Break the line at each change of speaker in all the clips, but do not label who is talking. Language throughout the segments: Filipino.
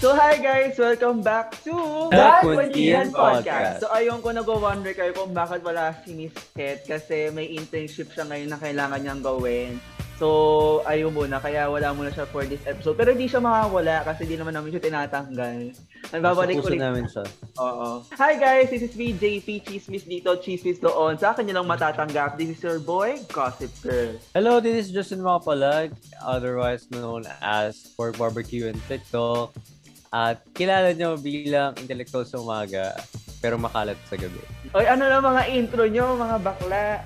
So hi guys, welcome back to
The
Kundian
Kundian
Podcast.
Podcast.
So ayun ko nagwa-wonder kayo kung bakit wala si Miss Ted kasi may internship siya ngayon na kailangan niyang gawin. So ayun muna, kaya wala muna siya for this episode. Pero di siya makawala kasi di naman namin siya tinatanggal. Nagbabalik
Sa puso
ulit.
namin siya.
Oo. Hi guys, this is me, JP Chismis dito, Chismis doon. Sa akin niyo lang matatanggap. This is your boy, Gossip Girl.
Hello, this is Justin Mapalag, otherwise known as for Barbecue and TikTok. At kilala niyo bilang intellectual sa umaga, pero makalat sa gabi.
Oy, ano lang mga intro niyo, mga bakla?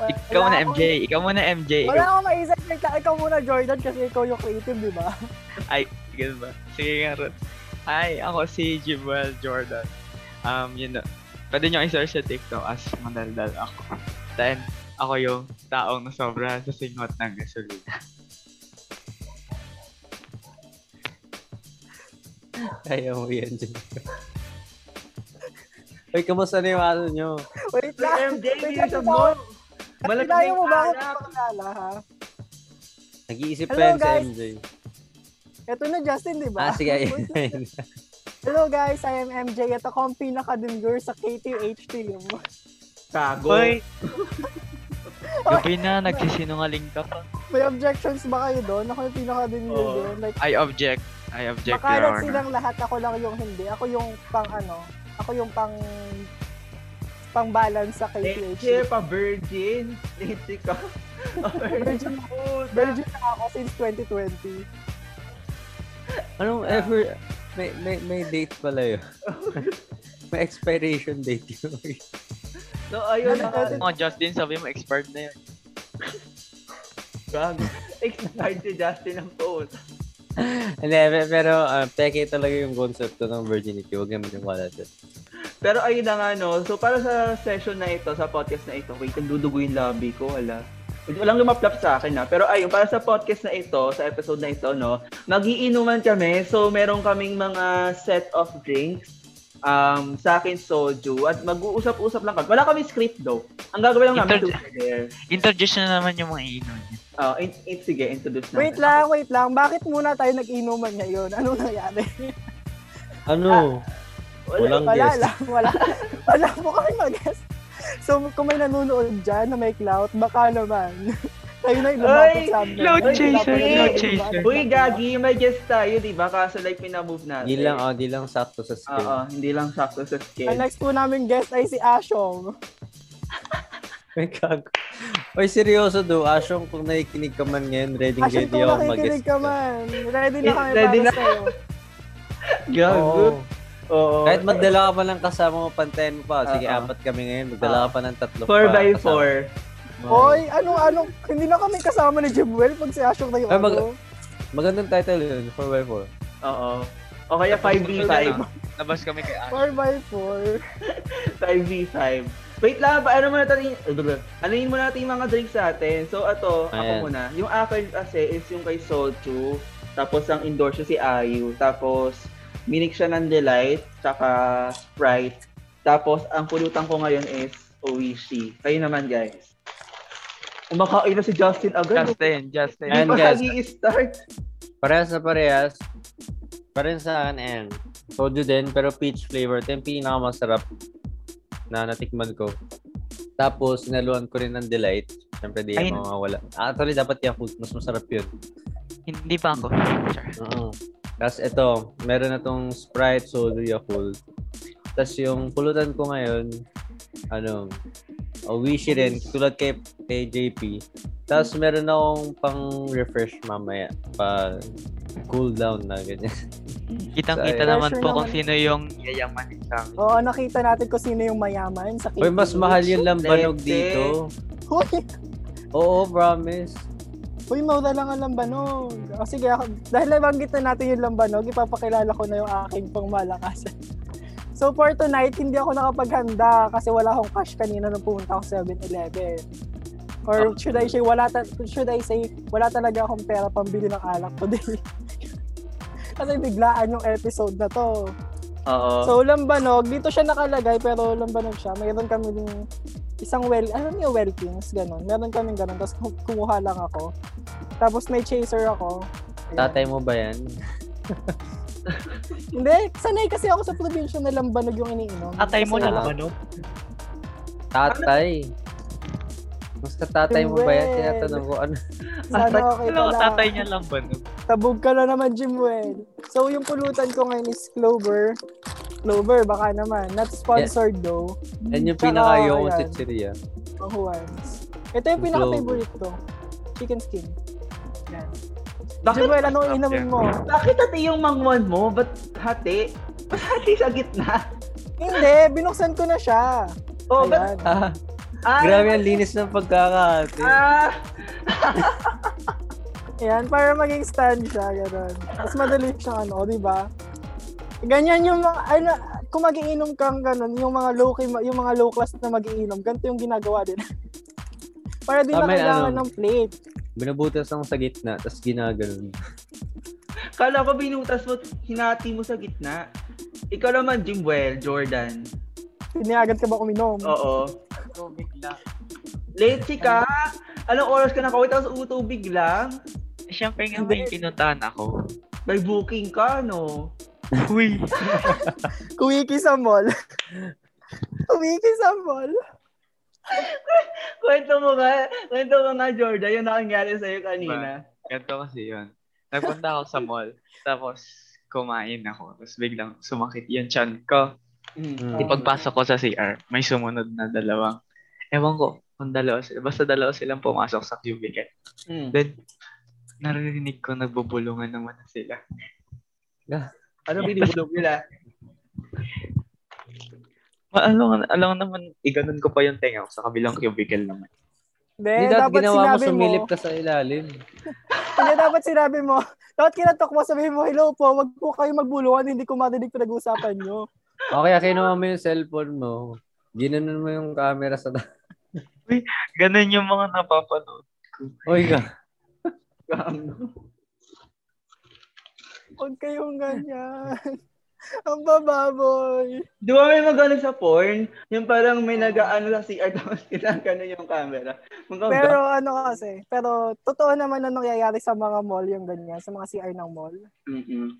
Wala
Ikaw muna,
akong-
MJ. Ikaw muna, MJ.
Wala
Ikaw.
akong maisip. Ikaw, ikaw muna, Jordan, kasi ikaw yung creative, di ba?
Ay, sige ba? Sige nga, Ruth. Ay, ako si Jewel Jordan. Um, yun na. Pwede nyo i-search sa TikTok as mandaldal ako. Then, ako yung taong na sobra sa singot ng gasolina.
Kaya mo yan, Jay. Uy, kamusta na yung ano niyo?
Wait
So,
lang.
MJ,
Wait
bilisan
lang,
mo.
Malapit
Malapit na
tayo
yung
mo ba ako
alak.
pangalala, ha?
Nag-iisip pa
Hello,
yan si
guys.
MJ.
Ito na, Justin, di ba?
Ah, sige. ayun.
Wait lang. Hello, guys. I am MJ. Ito ko ang pinaka-demure sa KTH team.
Tago.
Hoy! Gabi na, nagsisinungaling ka pa.
May objections ba kayo doon? Ako yung pinaka-demure
Oo.
doon. Like,
I object. I object, Your
makalat
Honor.
silang lahat. Ako lang yung hindi. Ako yung pang ano. Ako yung pang pang balance sa KTH.
Leche pa virgin. Leche ka.
Virgin,
Puta.
virgin na ako since 2020.
Anong ever... May, may, may date pala yun. may expiration date yun.
So, ayun
Nalagay
na.
Mga Justin, sabi mo, expired na yun.
Gago. Expired si Justin ng phone.
Hindi, pe- pero ah, peke talaga yung konsepto ng virginity. Huwag naman yung wala dyan.
Pero ayun na nga, no. So, para sa session na ito, sa podcast na ito, wait, ang dudugo yung labi ko, wala. Walang lumaplap sa akin, na. Pero ayun, para sa podcast na ito, sa episode na ito, no, magiinuman kami. So, meron kaming mga set of drinks. Um, sa akin, soju. At mag-uusap-usap lang kami. Wala kami script, though. Ang gagawin lang namin,
Inter-
together.
Introduce na naman yung mga iinom niya.
Oh, in, in, sige, introduce namin.
Wait lang, wait lang. Bakit muna tayo nag-inuman ngayon? Ano nangyari?
Ano?
Wala.
Walang
Wala
guest.
lang. Wala. Wala po kami mag-guess. So, kung may nanonood dyan na may clout, baka naman. tayo
Ay,
na ilumapit sa amin. Ay,
clout
wala
chaser,
pa yun.
clout chaser.
Uy, Gagi, may guest tayo, di ba? Kaso like, pinamove natin.
Di lang, oh, di lang sakto sa
Oo,
screen.
hindi lang sakto sa
Ang
scale.
next po namin guest ay si Ashong.
May kag... Oy, seryoso do. Ashong, kung nakikinig ka man ngayon, ready
Ashong,
ready
kung
ako
nakikinig
mag-guest
ka
ka.
man, ready na
Eh,
kami
ready
para
na.
sa'yo.
Oo.
Gago. Oo.
Kahit magdala ka pa ng kasama mo, pantayan mo pa. Sige,
Oo.
apat kami ngayon. Magdala ka pa ng tatlo
4
pa.
by
kasama
4.
mo.
Hoy, ano, ano, hindi na kami kasama ni Jimwell pag si Ashong na yung
Ay, mag-
ano.
Magandang title yun, 4 by 4
Oo. O kaya 5v5.
Nabas Ano? kami kay Ash.
4x4.
5v5. Wait lang, pa, ano muna natin, anuin muna natin yung mga drinks natin. So, ato, ako
Ayan.
muna. Yung akin kasi is yung kay Soju, tapos ang endorse siya si Ayu, tapos minik siya ng Delight, tsaka Sprite. Tapos, ang pulutan ko ngayon is Oishi. Kayo naman, guys. Umakain na si Justin agad.
Justin, Justin.
Ayan,
Hindi pa
guys.
nag-i-start.
Parehas na parehas. Parehas sa akin and soju din pero peach flavor. Ito yung pinakamasarap na natikman ko. Tapos, sinaluan ko rin ng delight. Siyempre, di
Ay,
yung mga wala. Actually, dapat Yakult. Mas masarap yun.
Hindi pa ako. Sure.
Oo. Tapos, ito. Meron na tong Sprite, soju, Yakult. Tapos, yung pulutan ko ngayon, ano, o wishy rin, tulad kay, kay JP. Tapos, meron akong pang-refresh mamaya. Pa cool down na ganyan.
Kitang-kita
Sayang.
naman
Pressure
po kung
naman.
sino yung yayamanin sa akin.
Oo, nakita natin kung sino yung mayaman sa
Uy, mas mahal yung lambanog
Lente.
dito.
Hoy,
Oo, promise.
Uy, mawala lang ang lambanog. O sige, ako, dahil nabanggit na natin yung lambanog, ipapakilala ko na yung aking pangmalakasan. So for tonight, hindi ako nakapaghanda kasi wala akong cash kanina nung pumunta ako sa 7-Eleven. Or should I say, wala ta- should I say, wala talaga akong pera pambili ng alak today. kasi biglaan yung episode na to.
Oo.
So, lambanog, dito siya nakalagay, pero lambanog siya. Mayroon kami din isang well, ano niya, Welkins, ganun. Meron kami ganun, tapos kum- kumuha lang ako. Tapos may chaser ako. Ayan.
Tatay mo ba yan?
Hindi, sanay kasi ako sa probinsya na lambanog yung iniinom.
Atay mo na
Kasi
ano?
Masaya.
naman, no?
Tatay. Basta tatay mo ba yan?
Well.
Tinatanong ko, ano?
Sana okay ka
Ano,
lang.
tatay niya lang ba? no?
Tabog ka na naman, Jimwell. So, yung pulutan ko ngayon is Clover. Clover, baka naman. Not sponsored though.
Yan yung
Tsaka,
pinaka-ayaw kong
ayan.
chichiria.
Ang Juan's. Ito yung pinaka-favorite ko. Chicken skin. Yan.
Bakit,
Jimwell, ano inamin mo?
bakit hati yung mangwan mo? Ba't hati? Ba't hati sa gitna?
Hindi, binuksan ko na siya.
Oh, ba't...
Ayan.
Ah,
Ah,
grabe ang linis ng pagkakahati.
Ah,
Ayan, para maging stand siya, gano'n. Mas madali siyang ano, di ba? Ganyan yung mga, ano, kung magiinom kang gano'n, yung mga low, yung mga low class na magiinom, ganito yung ginagawa din. para di
Ah,
na
may
kailangan
ano.
ng plate.
Binubutas lang sa gitna, tapos ginaganon.
kala ko binutas mo, hinati mo sa gitna. Ikaw naman, Jimwell, Jordan.
Tiniagan ka ba uminom?
Oo.
Oh.
Ikaw bigla.
Late ka? Anong oras ka nakawit? Tapos utubig lang?
Siyempre Eh, nga may pinuntahan ako.
May booking ka, no?
Uy!
Kuwiki sa mall. Kuwiki sa mall.
Kwento mo nga, kwento mo nga, Jordan, yung nakangyari sa'yo kanina.
Ganito kasi yun. Nagpunta ako sa mall. Tapos kumain ako. Tapos biglang sumakit yung chan ko.
Mm.
Di pagpasok ko sa CR, may sumunod na dalawang. Ewan ko kung dalawa sila. Basta dalawa silang pumasok sa cubicle.
Mm.
Then, narinig ko nagbubulungan naman na sila.
Ano binubulog nila?
Ma- Ano, nga- alam naman, iganon ko pa yung tenga ko sa kabilang cubicle naman.
Hindi,
Hindi dapat
Eh, dapat
ginawa mo,
sinabi mo.
sumilip ka sa ilalim.
Hindi, dapat sinabi mo. Dapat kinatok mo, sabihin mo, hello po, wag po kayo magbulungan, hindi ko madinig pinag-uusapan nyo.
O kaya kinuha mo yung cellphone mo, ginanon mo yung camera sa taas.
Ganon yung mga napapanood.
Uy ka,
Huwag kayong ganyan. Ang bababoy.
Di ba may magano sa porn? Yung parang may nag-ano sa CR tapos kinakano yung camera. Mga
Pero ano kasi, pero totoo naman na nangyayari sa mga mall yung ganyan, sa mga CR ng mall.
Mm-mm.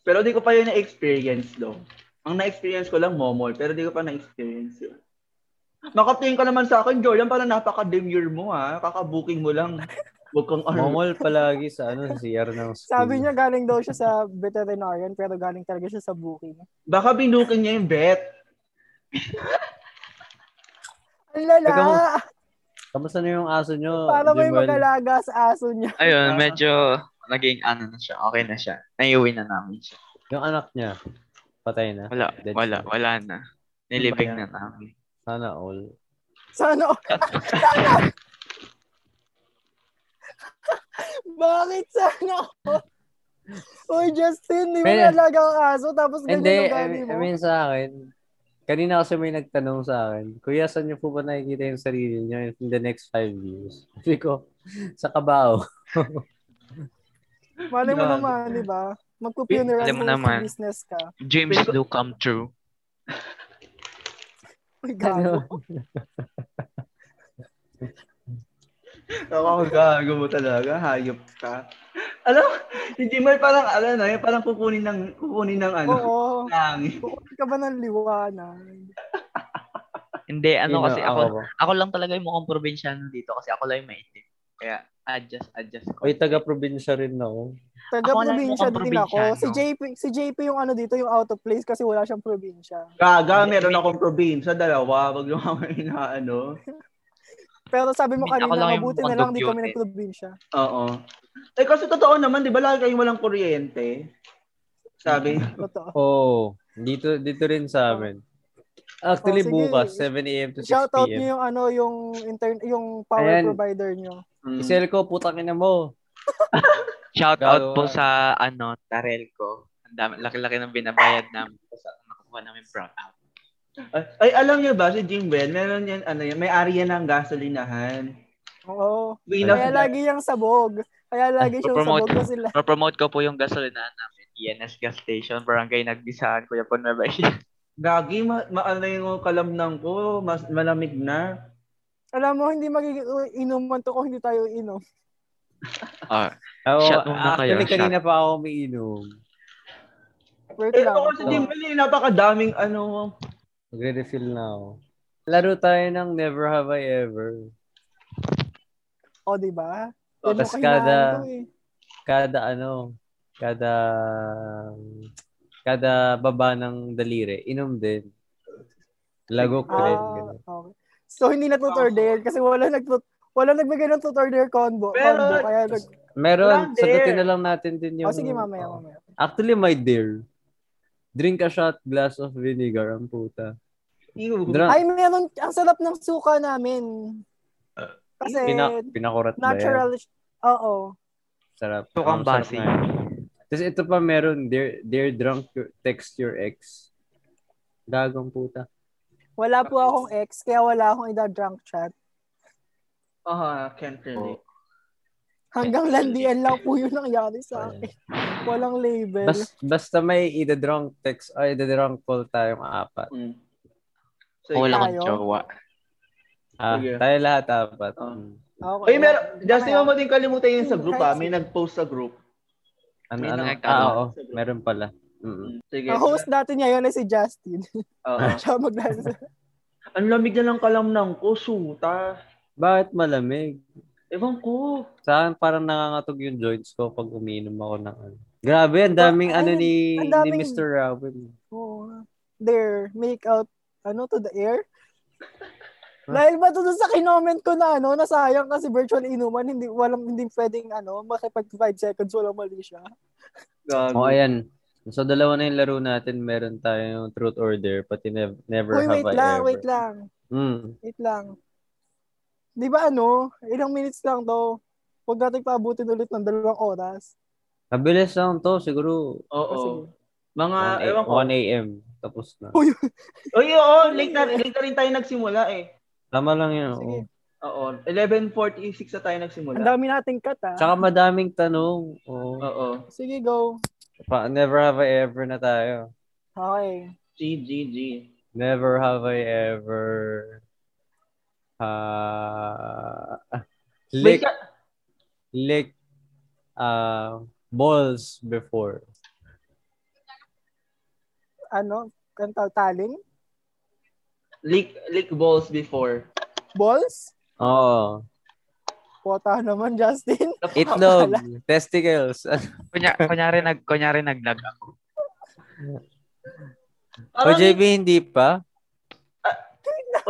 Pero di ko pa yun na-experience daw. Ang na-experience ko lang momol, pero di ko pa na-experience yun. Makatingin ka naman sa akin, Jordan, parang napaka-demure mo ha. Kaka-booking mo lang. Huwag kang ano.
momol palagi sa ano, CR ng school.
Sabi niya galing daw siya sa veterinarian, pero galing talaga siya sa booking.
Baka binukin niya yung bet.
Ang
Teka mo.
lala!
Kamusta na yung aso niyo?
Para may
Jewel?
mag-alaga sa aso niya.
Ayun, medyo naging ano na siya. Okay na siya. Naiuwi na namin siya.
Yung anak niya, patay na.
Wala,
Dead
wala,
na.
wala na. Nilibing na namin.
Sana all.
Sana, sana! Bakit sana ako? Uy, Justin, di mo
Pero-
nalaga ang aso, tapos ganyan
Hindi,
ang
I
gani
mean,
mo.
I mean sa akin, kanina kasi may nagtanong sa akin, Kuya, saan niyo po ba nakikita yung sarili niyo in the next five years? Sabi ko, sa kabao.
Malay mo
Yan.
naman, di ba? Magpo-funeral
Alam mo
mo
naman.
business ka.
Dreams do come true.
Uy,
Ano?
gago.
Ako, gago mo talaga. Hayop ka. Alam, hindi mo parang, alam na, parang kukunin ng, kukunin ng ano.
Oo.
Langit.
Kukunin ka ba ng liwanag?
Hindi, ano
Yun
kasi
na,
ako, ako lang talaga yung mukhang probinsyano dito kasi ako lang yung maitim. Kaya adjust, adjust ko.
Uy, taga-probinsya rin ako.
Taga
Ako lang
probinsya
mukhang
din ako.
probinsyano.
Si JP, si JP yung ano dito, yung out of place kasi wala siyang probinsya.
Gaga, meron akong problem sa dalawa. Wag yung mga ina, ano.
Pero sabi mo
Hindi, ako lang
kanina,
yung
mabuti na lang di
mukhang
kami
dugyot eh.
nagprobinsya.
Oo. Eh, kasi totoo naman, di ba lagi kayong walang kuryente? Sabi.
Totoo.
Oh.
Oo. dito, dito rin sa amin. Actually,
Oh, sige.
bukas, 7 a.m. to 6
Shout out
p.m.
niyo yung ano, yung intern, yung power
Ayan.
provider niyo.
Mm.
Isel ko, putang ina mo.
Shout out po
Gagawa.
sa ano, Tarelco. Ang dami, laki-laki ng binabayad namin sa nakukuha namin brown out.
Ay, ay, alam niyo ba, si Jim Ben, meron yan, ano yan, may ari yan ng gasolinahan.
Oo.
Win of
Kaya lagi yung sabog. Kaya lagi siyang
promote.
sabog na sila.
Promote ko po yung gasolinahan namin. ENS E gas station, barangay Nagbisahan, Kuya Pon Nueva Ecija.
Gagi, ma- maano yung kalamnan ko, mas malamig na.
Alam mo, hindi magiging inuman to kung hindi tayo inom.
Ah,
Ako,
Shot muna kayo,
actually,
shot.
kanina pa ako umiinom.
Wait
Eh,
lang.
ako kasi Jim, eh, napakadaming ano,
Magre-refill na ako. Laro tayo ng Never Have I Ever.
O, diba?
Oh,
Yan yung
tas
kahinaan
kada,
ko eh.
kada ano, kada, kada baba ng daliri, inom din. Lagok rin.
Ah,
ganun.
okay. So, hindi na tutor dare
Ah.
kasi wala nag wala nagbigay ng tutor dare combo.
Pero-
combo kaya nag...
Meron,
Wala,
sagutin
dare.
na lang natin din yung...
Oh, sige, mamaya,
Oo.
mamaya.
Actually, my dear, drink a shot glass of vinegar, ang puta.
Ew.
Drunk.
Ay, meron, ang sarap ng suka namin.
Ah.
Kasi,
Pina, pinakurat ba yan?
natural, oo.
Sarap. Ang
Sukang
sarap
basi.
na yan. Tapos ito pa meron, dear, dear drunk, your- text your ex. Gagong puta.
Wala po akong ex, kaya wala akong ida-drunk chat.
Ah, can't relate.
Hanggang landian lang po yun ang nangyari sa akin. Walang label.
Bas, basta may ida-drunk text, ay ida-drunk call tayong apat.
Mm. So,
tayo?
wala akong jowa.
Ah,
Sige.
tayo lahat apat.
Oh.
Ah.
Mm.
Okay.
Ay, meron. Justin,
Mamaya.
huwag mo din kalimutan yun sa group, ha? May nag-post sa group.
Ano,
May
ano?
nakakatawa.
Ah, oo. Meron pala. Mm-mm.
Mm, Sige.
Ang host natin ngayon ay si Justin.
Oo.
Siya magdasa.
Ang lamig na ng kalamnan ko, suta.
Bakit malamig?
Ewan ko.
Sa akin, parang nangangatog yung joints ko pag umiinom ako ng ano. Grabe, ang daming
Diba? Ay,
ano ni,
ang daming-
ni Mr. Robin.
Oo. Oh, There, make out, ano, to the air. Dahil ba to dun sa kinoment ko na ano, nasayang kasi virtual inuman, hindi, walang, hindi pwedeng ano, makipag 5 seconds, walang mali siya.
Gago.
O, ayan. So, dalawa na yung laro natin. Meron tayong truth order, pati nev- never
Uy,
have
wait
I
lang,
ever.
wait lang,
Mm.
wait lang. Di ba ano, ilang minutes lang to, huwag natin paabutin ulit ng dalawang oras.
Mabilis lang to, siguro
Oo.
Kasi,
Mga,
1 a-
ewan ko.
1 a.m. Tapos na.
Ah, Uy,
Uy, oo. Late na, late na rin tayo nagsimula, eh.
Tama lang yun.
sige.
oo.
Oo. 11.46 na tayo nagsimula.
Ang dami nating cut ah.
Tsaka madaming tanong. Oo.
Oo.
Sige, go.
Pa- never have I ever na tayo.
Okay.
GGG.
Never have I ever... ah
Wait
lick,
ka.
lick ah, balls before.
Ano, kantal taling?
Lick, lick balls before.
Balls?
Oo.
Pota naman, Justin.
Itlog, testicles.
Kunya, kunyari, nag, kunyari naglag ako.
o
Parang,
JB, hindi pa?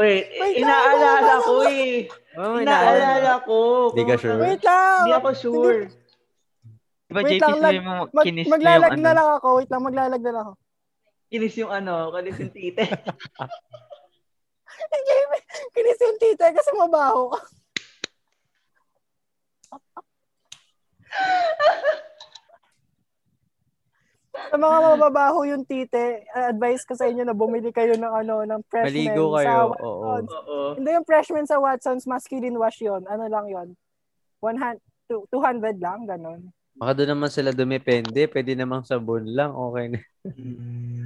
wait,
Wait,
inaalala
wala, wala,
ko eh.
Oh,
Inaalala ko.
Hindi ka sure?
Wait lang!
Hindi ako sure.
Diba,
Wlag-
JP, sabi mo,
Mag-
kinis mo yung
maglalag
ano.
na lang ako. Wait lang, maglalag na lang ako.
Kinis yung ano, kinis yung tite.
Hindi, kinis yung tita kasi mabaho ka. sa mga mababaho yung tite, uh, advice ko sa inyo na bumili kayo ng ano, ng freshman
Maligo kayo.
sa Watsons.
Oo.
Oo.
Hindi yung freshman sa Watson's masculine wash yon. Ano lang yon? 100 two- 200 lang, ganun.
Baka doon naman sila dumepende. Pwede namang sabon lang. Okay na.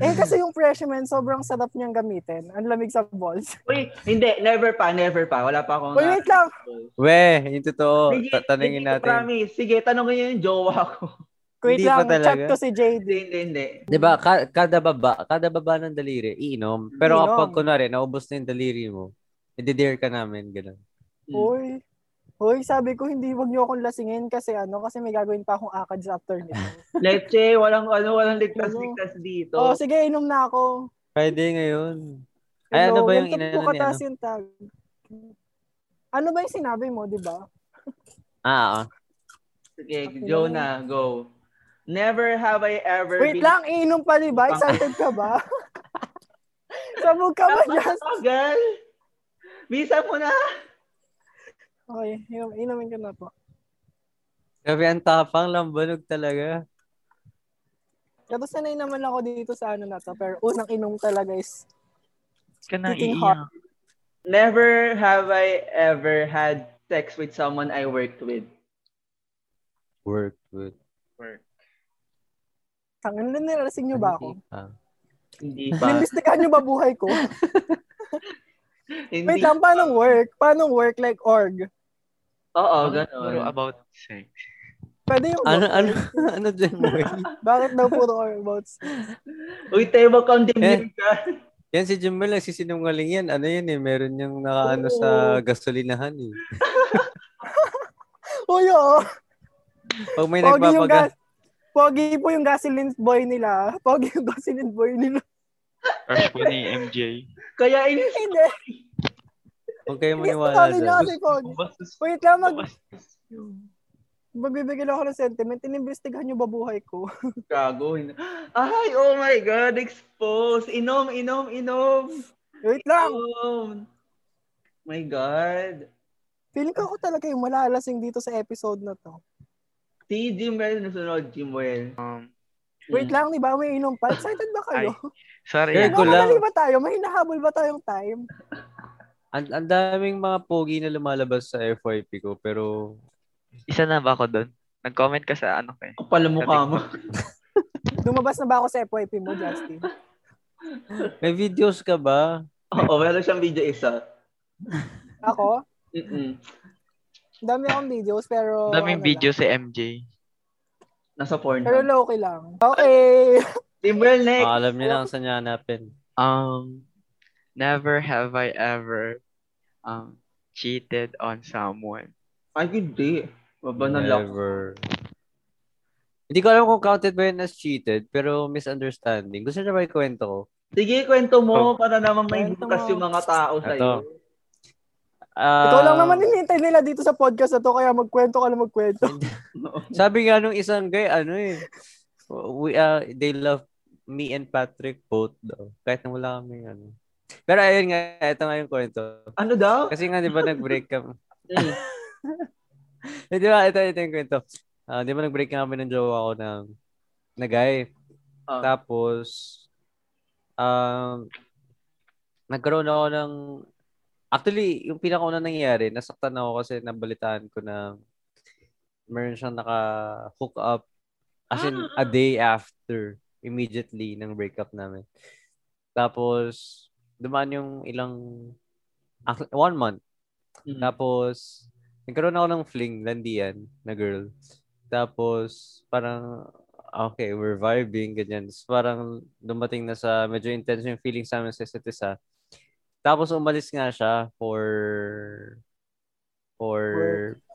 Eh kasi yung freshman, sobrang sarap niyang gamitin. Ang lamig sa balls.
Uy, hindi, never pa, never pa. Wala pa akong
Wait, wait lang.
We, yung totoo.
Legit,
Oh, Ta- Tanungin
legit,
natin.
Promise. Sige, tanongin niyo yung jowa ko.
Wait
Hindi
lang,
pa
chat
talaga.
ko si JD.
Hindi, hindi, hindi.
Di ba,
Mm.
ka- kada baba, kada baba ng daliri, iinom. Pero
Iinom.
kapag kunwari, naubos na yung daliri mo, i-dare ka namin. Ganun.
Mm.
Hoy. Hoy, sabi ko hindi wag niyo akong lasingin kasi ano kasi may gagawin pa akong akad sa after nito.
Leche, walang ano, walang
Ano?
ligtas-ligtas dito.
oh, sige, inom na ako.
Friday ngayon. Ay, ano ba yung
Ganito
ina-
po
ano niya,
kataas yung tag. Ano ba yung sinabi mo, di ba?
Ah, ah.
Sige, Jonah, go. Never have I ever
Wait
been...
lang, iinom pa, di ba? Excited ka ba? Sabog ka ba, Just?
Tagal! oh, Bisa mo na!
Okay, inom, inumin ko na po.
Grabe, ang tapang lambanog talaga.
Tapos sanay naman ako dito sa ano na to. Pero unang inom talaga is
Ka nang
Speaking
iiyak.
Never have I ever had sex with someone I worked with.
Work with.
Tangan na ano, nilasing niyo ba ako?
Ah.
Hindi pa.
Nilistikan niyo ba buhay ko?
Hindi.
Wait lang, paano work? Paano work like org?
Oo,
Oh,
Puro
ganun.
about sex.
Pwede yung
Ano, ano, ano dyan, Moy?
Bakit daw puro all about sex?
Uy, tayo wag kang
Eh.
demure ka.
Yan si Jumel, nagsisinungaling yan. Ano yan eh, meron yung nakaano sa gasolinahan eh.
Uy, oo.
Pag may
Pogi yung
nagpapaga,
gas. Pogi po yung gasoline boy nila. Pogi yung gasoline boy nila.
Crush po ni MJ.
Kaya ini
Hindi.
huwag kayo
Hindi
maniwala
sabi niya
dyan.
kasi Pogi.
Bastos
Wait lang, mag,
bastos yun.
magbibigay lang ako ng sentiment. Inimbestigahan niyo ba buhay ko?
gago. hin- Ay, oh my God, expose. Inom, inom, inom.
Wait lang.
Inom. My God.
Feeling ko ako talaga yung malalasing dito sa episode na to.
Si Jimwell, nasunod, Jimwell.
Um,
Hmm.
Wait lang, di ba? May inom pa. Excited ba kayo?
sorry.
Girl,
ah.
ko lang.
Nagkamali ba tayo? May hinahabol ba tayong time?
Ang ang daming mga pogi na lumalabas sa FYP ko, pero
Isa na ba ako doon? Nag-comment ka sa ano kay?
Kapal ang mukha mo.
Lumabas na ba ako sa FYP mo, Justin?
may videos ka ba?
Oo, meron siyang video isa.
Ako?
Mm-mm.
Dami akong videos, pero...
Daming
ano
video si MJ.
Nasa
Lang. Pero
porn.
low-key lang. Okay.
Jimwell, next.
Ah, Alam niya
oh.
lang saan niya hanapin.
Um, never have I ever um cheated on someone.
Ay, hindi. Baba ng lock.
Never. Hindi ko alam kung counted ba yun as cheated, pero misunderstanding. Gusto niya ba ikwento ko?
Sige, kwento
Oh.
mo para naman may
Kwento
bukas
mo.
yung mga tao sa
Ito.
iyo.
Ah,
Ikaw lang naman hinihintay nila dito sa podcast na to, kaya magkwento ka lang magkwento.
Sabi nga nung isang guy, ano eh, we, uh, they love me and Patrick both daw. Kahit na wala kami, ano. Pero ayun nga, ito nga yung kwento.
Ano daw?
Kasi nga, di ba, nag-break kami.
Mm.
Eh, di ba, ito, ito yung kwento. Ah, di ba, nag-break kami ng jowa ko ng na guy.
Ah.
Tapos, um, nagkaroon ako ng, actually, yung pinakauna nangyari, nasaktan ako kasi nabalitaan ko na meron siyang naka-hook up as in a day after immediately ng breakup namin. Tapos, dumaan yung ilang, actually, one month
Mm.
tapos, nagkaroon ako ng fling, landian, na girl. Tapos, parang, ah, okay, we're vibing, ganyan. Tapos parang dumating na sa, medyo intense yung feeling sa amin sa isa't isa. Tapos umalis nga siya for, for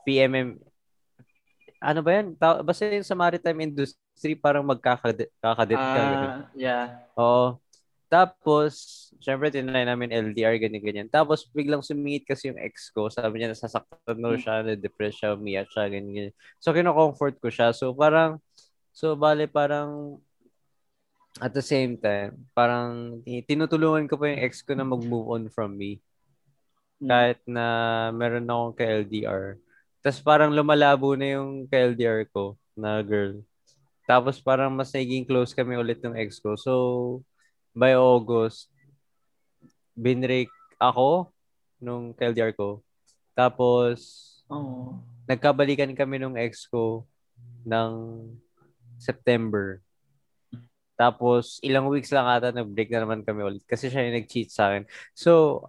PMM. Ano ba yan? Ta- basta yung sa maritime industry, parang magkakadit kakadit ka. ganun.
Ah, yeah.
Oo. Tapos, syempre, tinry namin LDR, ganyan-ganyan. Tapos, biglang sumingit kasi yung ex ko. Sabi niya, nasasaktan daw siya, na-depress siya, umiyak siya, ganyan-ganyan. So, kino-comfort ko siya. So, parang, so, bale, parang, at the same time, parang, eh, tinutulungan ko pa yung ex ko na mag-move on from me.
Mm.
Kahit na meron akong ka-LDR. Tapos, parang lumalabo na yung ka-LDR ko na girl. Tapos, parang mas naging close kami ulit ng ex ko. So, by August, binrake ako nung KLDR ko. Tapos,
Oo.
nagkabalikan kami nung ex ko ng September. Tapos, ilang weeks lang ata nag-break na naman kami ulit kasi siya yung nag-cheat sa akin. So,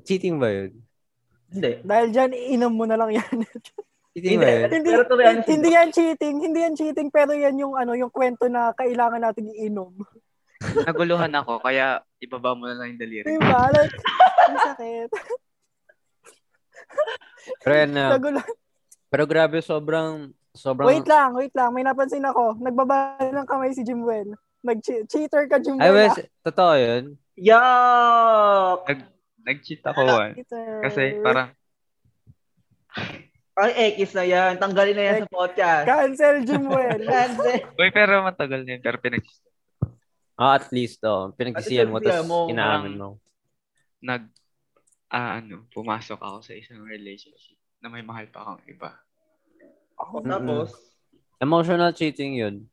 cheating ba yun?
Hindi.
Dahil dyan, iinom mo na lang yan.
Hindi.
Cheating ba yun?
hindi,
Pero to be honest,
hindi yan cheating. Hindi yan cheating, pero yan yung, ano, yung kwento na kailangan natin iinom.
Naguluhan ako, kaya ibaba mo na lang yung daliri.
Diba? Like, ang sakit.
Pero yan na.
Nagulo.
Pero grabe, sobrang, sobrang...
Wait lang, wait lang. May napansin ako. Nagbaba ng kamay si Jimwell. Nag-cheater ka, Jimwell.
I was,
ah.
totoo yun.
Yuck!
Nag-cheat ako once.
Cheater.
Kasi parang,
Ay, X na yan. Tanggalin na yan sa podcast.
Cancel, Jimwell.
Kasi,
uy, pero matagal na yun, pero pinag
Ah, at least, oh, pinagsisiyan mo,
Pinagsisihan
tapos
mo,
inaamin
parang-
mo.
nag, ah, ano, pumasok ako sa isang relationship na may mahal pa akong iba.
tapos,
Emotional cheating yun.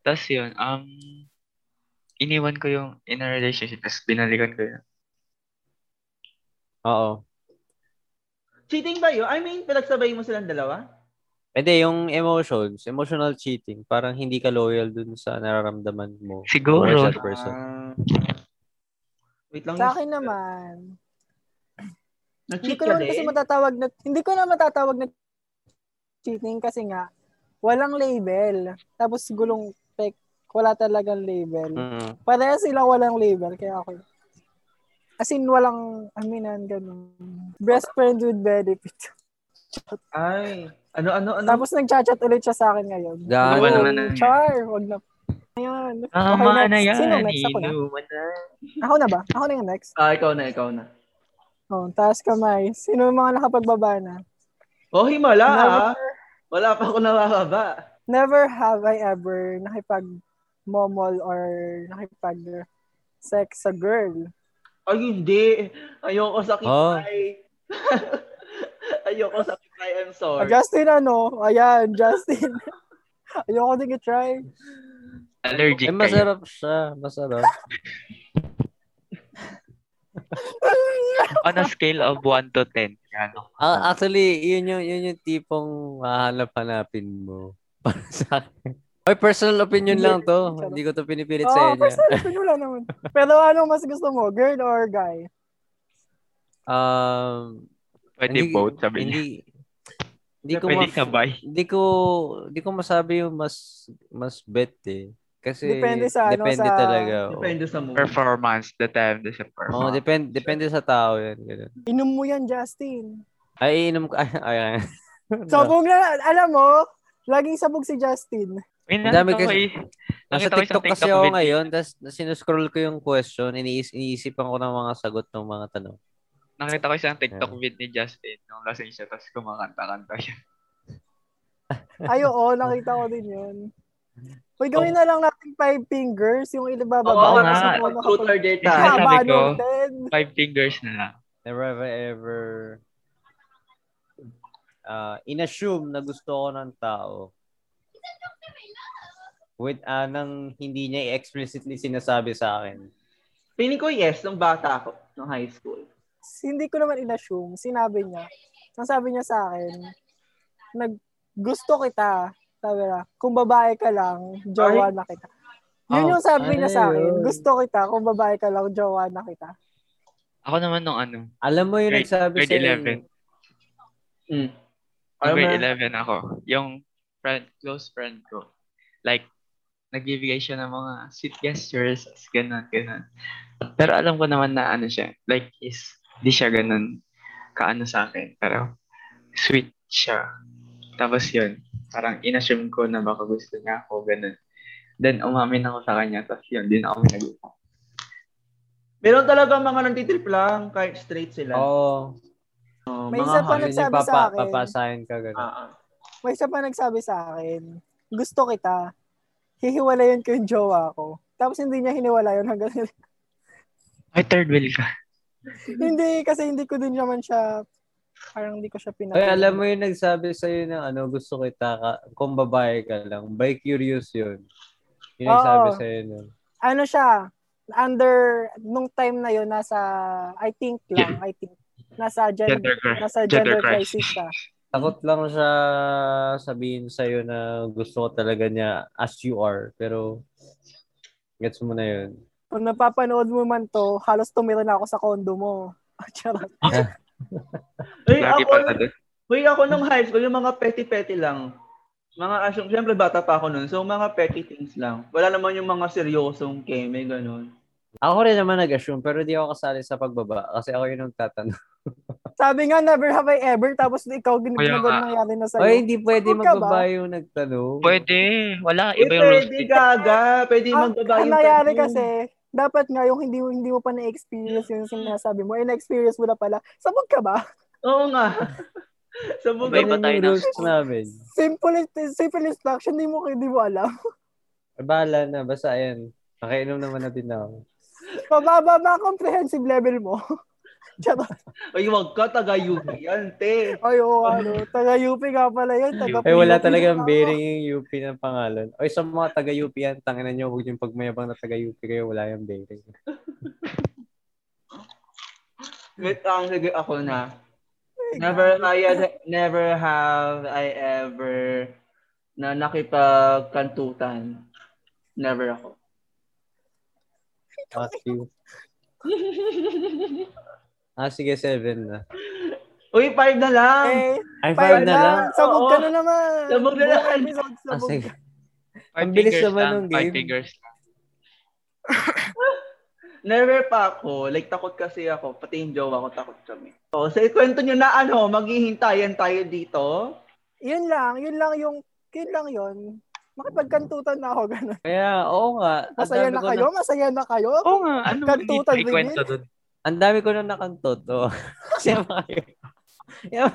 Tapos yun, um, iniwan ko yung in a relationship, tapos binalikan ko yun.
Oo.
cheating ba yun? I mean, pinagsabay mo silang dalawa?
Hindi, Eh, yung emotions, emotional cheating, parang hindi ka loyal dun sa nararamdaman mo.
Siguro,
Towards that person.
Ah. wait lang.
Sa akin naman, hindi
Nag-cheat
ko
ka
naman kasi
din?
matatawag na, hindi ko na matatawag na cheating kasi nga, walang label. Tapos gulong pek, wala talagang
Hmm.
label.
Mm.
Pareha sila walang label, kaya ako. As in, walang aminan, ganun. Best friend with benefit.
Ay, ano, ano, ano?
Tapos nagchat-chat ulit siya sa akin ngayon.
Gago.
Ayun,
naman na.
Char, wag na. Ayun.
Tama
next.
na Ah, ano yan.
Sino next? Ako na.
Inuma na.
Ako na ba? Ako na yung next.
Ah, ikaw na, ikaw na.
Oh, taas kamay. Sino yung mga nakapagbaba na?
Oh, himala
Never,
ah. Wala pa ako nakakaba.
never have I ever nakipag-momol or nakipag-sex sa girl.
Ay, hindi. Ayoko sa
Oh.
kipay. Ayoko sa kipay. I'm
Ah,
sorry.
Justin, ano? Ayan, Justin. Ayoko din i-try.
Allergic
Eh,
kayo.
masarap siya. Masarap.
On a scale of 1 to 10. Ano?
Ah, actually, yun yung, yun yung tipong mahanap-hanapin mo. Para sa akin. Oy, personal opinion
Hindi.
lang to. Hindi ko to pinipilit
Oo,
sa
oh,
inyo.
personal opinion wala naman. Pero ano mas gusto mo, girl or guy?
Um,
Pwede both, sabi niya.
hindi, Hindi ko
Pwede
ma-
sabay.
Hindi ko hindi ko masabi yung mas mas bet eh. Kasi
Depende sa ano,
depende
sa-
talaga. oo.
Depende sa mood.
Performance, the time, the
Oo,
performance.
depend, depende sa tao yan. Ganun.
Inom mo yan, Justin.
Ay, inom ka. Ay, ay.
Sabog na, alam mo, laging sabog si Justin.
May
Ang dami
nakita ko
kasi-
eh.
Nasa
Nakita ko isang
TikTok kasi
TikTok
ako
video.
ngayon, tapos sinuscroll ko yung question, iniis iniisipan ko ng mga sagot ng mga tanong.
Nakita ko isang TikTok vid ni Justin nung lasing siya tapos kumakanta-kanta siya.
Ay, oo, nakita ko din yun. Uy, gawin na lang natin five fingers, yung ilibababa.
Oo
tapos
Oh. nga.
yung mga
Truth or dare tayo.
Isa lang.
Haba
sabi ko.
natin.
Five fingers na lang.
Never have I ever uh, inassume na gusto ko ng tao with anang hindi niya explicitly sinasabi sa akin.
Piling ko yes nung bata ko, nung high school.
Hindi ko naman inassume. Sinabi niya. Ang sabi niya sa akin, nag, gusto kita. Sabi na, kung babae ka lang, jowa na kita. Yun
Oh,
yung sabi niya sa akin.
ayun.
Gusto kita, kung babae ka lang, jowa na kita.
Ako naman nung ano,
Alam mo yung
Grade-
nagsabi eh.
grade
sa
11.
Mm.
Nung
Alam mo,
grade 11 ako. Yung friend, close friend ko. Like, nagbibigay siya ng mga sweet gestures, as ganun, ganun. Pero alam ko naman na ano siya. Like, is, di siya ganun kaano sa akin. Pero, sweet siya. Tapos yun, parang inassume ko na baka gusto niya ako, ganun. Then, umamin ako sa kanya. Tapos yun, din ako nag
meron talaga mga nantitrip lang kahit straight sila.
Oo.
Oh,
May
mga
isa
high-
Yun
pa
yung
nagsabi sa
papa-
akin.
Papasahin ka ganun.
Ah, ah.
May isa pa nagsabi sa akin, gusto kita. Hihiwalayan ko yung jowa ko. Tapos hindi niya hiniwalayan hanggang
Ay, third wheel ka.
hindi, kasi hindi ko din naman siya, parang hindi ko siya pinag-
Ay, alam mo yung nagsabi sa iyo na ano, gusto kita ka, kung babae ka lang. By curious yun. Yung nagsabi
Oo.
sa iyo nun.
ano siya, under, nung time na yun, nasa, I think lang, I think, nasa gender,
Gender crush.
nasa
gender
gender, crisis siya.
Takot lang siya sabihin sa iyo na gusto ko talaga niya as you are. Pero gets mo na yun.
Kung napapanood mo man to, halos tumira na ako sa condo mo. Charot.
Uy,
Lagi
ako,
pala doon.
uy, ako nung high school, yung mga petty-petty lang. Mga asyong, syempre bata pa ako nun. So, mga petty things lang. Wala naman yung mga seryosong keme, ganun.
Ako rin naman nag-assume pero di ako kasali sa pagbaba kasi ako yung nagtatanong.
Sabi nga, never have I ever, tapos ikaw,
Kaya
ginagawa
nga.
nangyari na sa'yo.
Ay, hindi pwede
Takot ka ba?
magbaba yung nagtanong.
Pwede. Wala.
Eh,
Iba yung rules.
pwede gaga. Pwede
ang,
magbaba
ang
yung
nangyari
tanong.
kasi, dapat nga yung hindi, hindi mo pa na-experience yung sinasabi mo, eh, na-experience mo na pala, sabog ka ba?
Oo nga. Sabog
Iba-
ako.
iba
Ganun
tayo
yung
na.
rules namin.
Simple, simple instruction, hindi mo, hindi mo alam.
Bahala na. Basta ayan. Nakainom naman natin na ako.
Mababa ba ang comprehensive level mo? Charot.
Ay, wag ka, taga-UP yan, te.
Ay, oo, ano. Taga-UP nga pala yun. Taga
Ay, wala
Pilipinas
talagang
ako.
bearing yung UP ng pangalan. Oy, sa mga taga-UP yan, tanginan nyo, huwag yung pagmayabang na taga-UP kayo, wala yung bearing.
Wait lang, sige, ako na. Never, I, never have I ever na nakipagkantutan. Never ako.
Fuck you. Ah, sige, seven na.
Uy, five na lang!
Okay.
Ay,
Five
five na lang.
Sabog ka
Oo.
na naman.
Sabog na
Buong
naman.
episode,
Ah,
sabog.
sige.
Five
Ang bilis
fingers
naman
lang,
ng
Five
game.
fingers lang.
Never pa ako. Like, takot kasi ako. Pati yung jowa ko, takot kami. So, sa ikwento nyo na ano, maghihintayan tayo dito.
Yun lang, yun lang yung, yun lang yun. Makipagkantutan na ako, ganun.
Kaya, oo nga. Ang
Masaya
dami
na
ko
kayo, masaya na kayo.
Oo nga, ano ba
Kantutan ba
may
yun?
kwento doon?
Ang dami ko na nakantot. Oh. Kasi mga yun.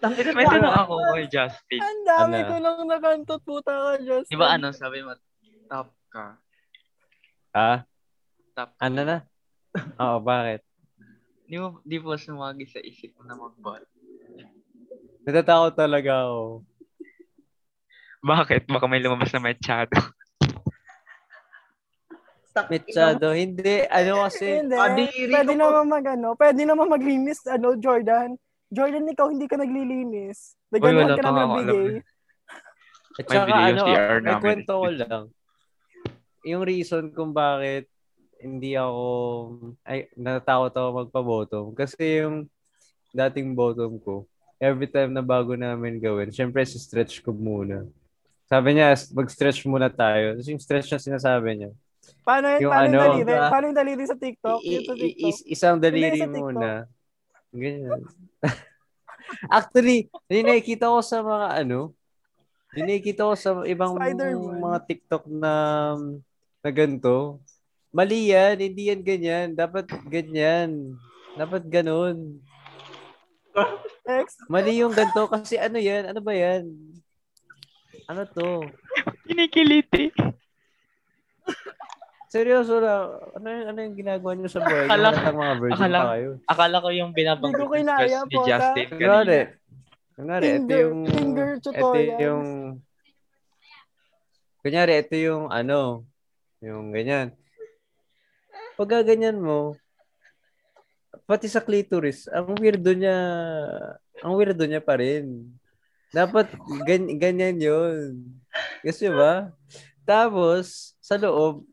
Tangina
May
na.
tanong ako kay Justin.
Ang dami
Ano?
ko nang nakantot, puta ka, Diyos.
Di ba ano, sabi mo, top ka.
Ah,
Top ka.
ano na? Oo, bakit?
Di, mo, di po sumagi sa isip mo na mag-ball.
Natatakot talaga ako.
Bakit? Baka may lumabas na machado.
Tangina.
Mitsado. Hindi. Ano kasi?
Hindi.
Kadiri
Pwede
Ah, ko.
naman mag, ano, pwede naman maglinis, ano, Jordan. Jordan, ikaw hindi ka naglilinis.
Uy,
Naganoon
wala
ka
pa
na
nga ako
nagbigay.
alam.
At
May
saka
video
ano,
CR
may
namin.
kwento ko lang. Yung reason kung bakit hindi ako, ay, natatakot ako magpa-bottom. Kasi yung dating bottom ko, every time na bago namin gawin, syempre si stretch ko muna. Sabi niya, mag-stretch muna tayo. Tapos yung stretch na sinasabi niya,
Paano yun?
Yung
Paano yung
ano,
daliri?
ba?
Paano yung daliri sa TikTok?
i-
Yung sa
i-
TikTok.
is- isang
Hindi,
daliri
sa TikTok.
muna. Ganyan. Actually, yun yung nakikita ko sa mga ano, yun yung nakikita ko sa ibang
Spider-Man.
mga TikTok na, na ganito. Mali yan, hindi yan ganyan. Dapat ganyan. Dapat ganun.
Next.
Mali yung ganito kasi ano yan? Ano ba yan? Ano to?
Kinikiliti.
Seryoso na, ano, yung- ano yung ginagawa niyo sa buhay?
Akala-
Akala, mga virgin
akala-
pa kayo.
Akala ko yung binabanggit
Hindi ko
yung
kinaya,
stress ni
Posa.
Justin
Kunwari.
kanina.
Kunwari, ito
Finger-
yung...
finger
Ito
tutorials.
yung... Kunyari, ito yung ano, yung ganyan. Pag ganyan mo, pati sa clitoris, ang weirdo niya, ang weirdo niya pa rin. Dapat gan- ganyan yun. Gusto niyo ba? Tapos, sa loob,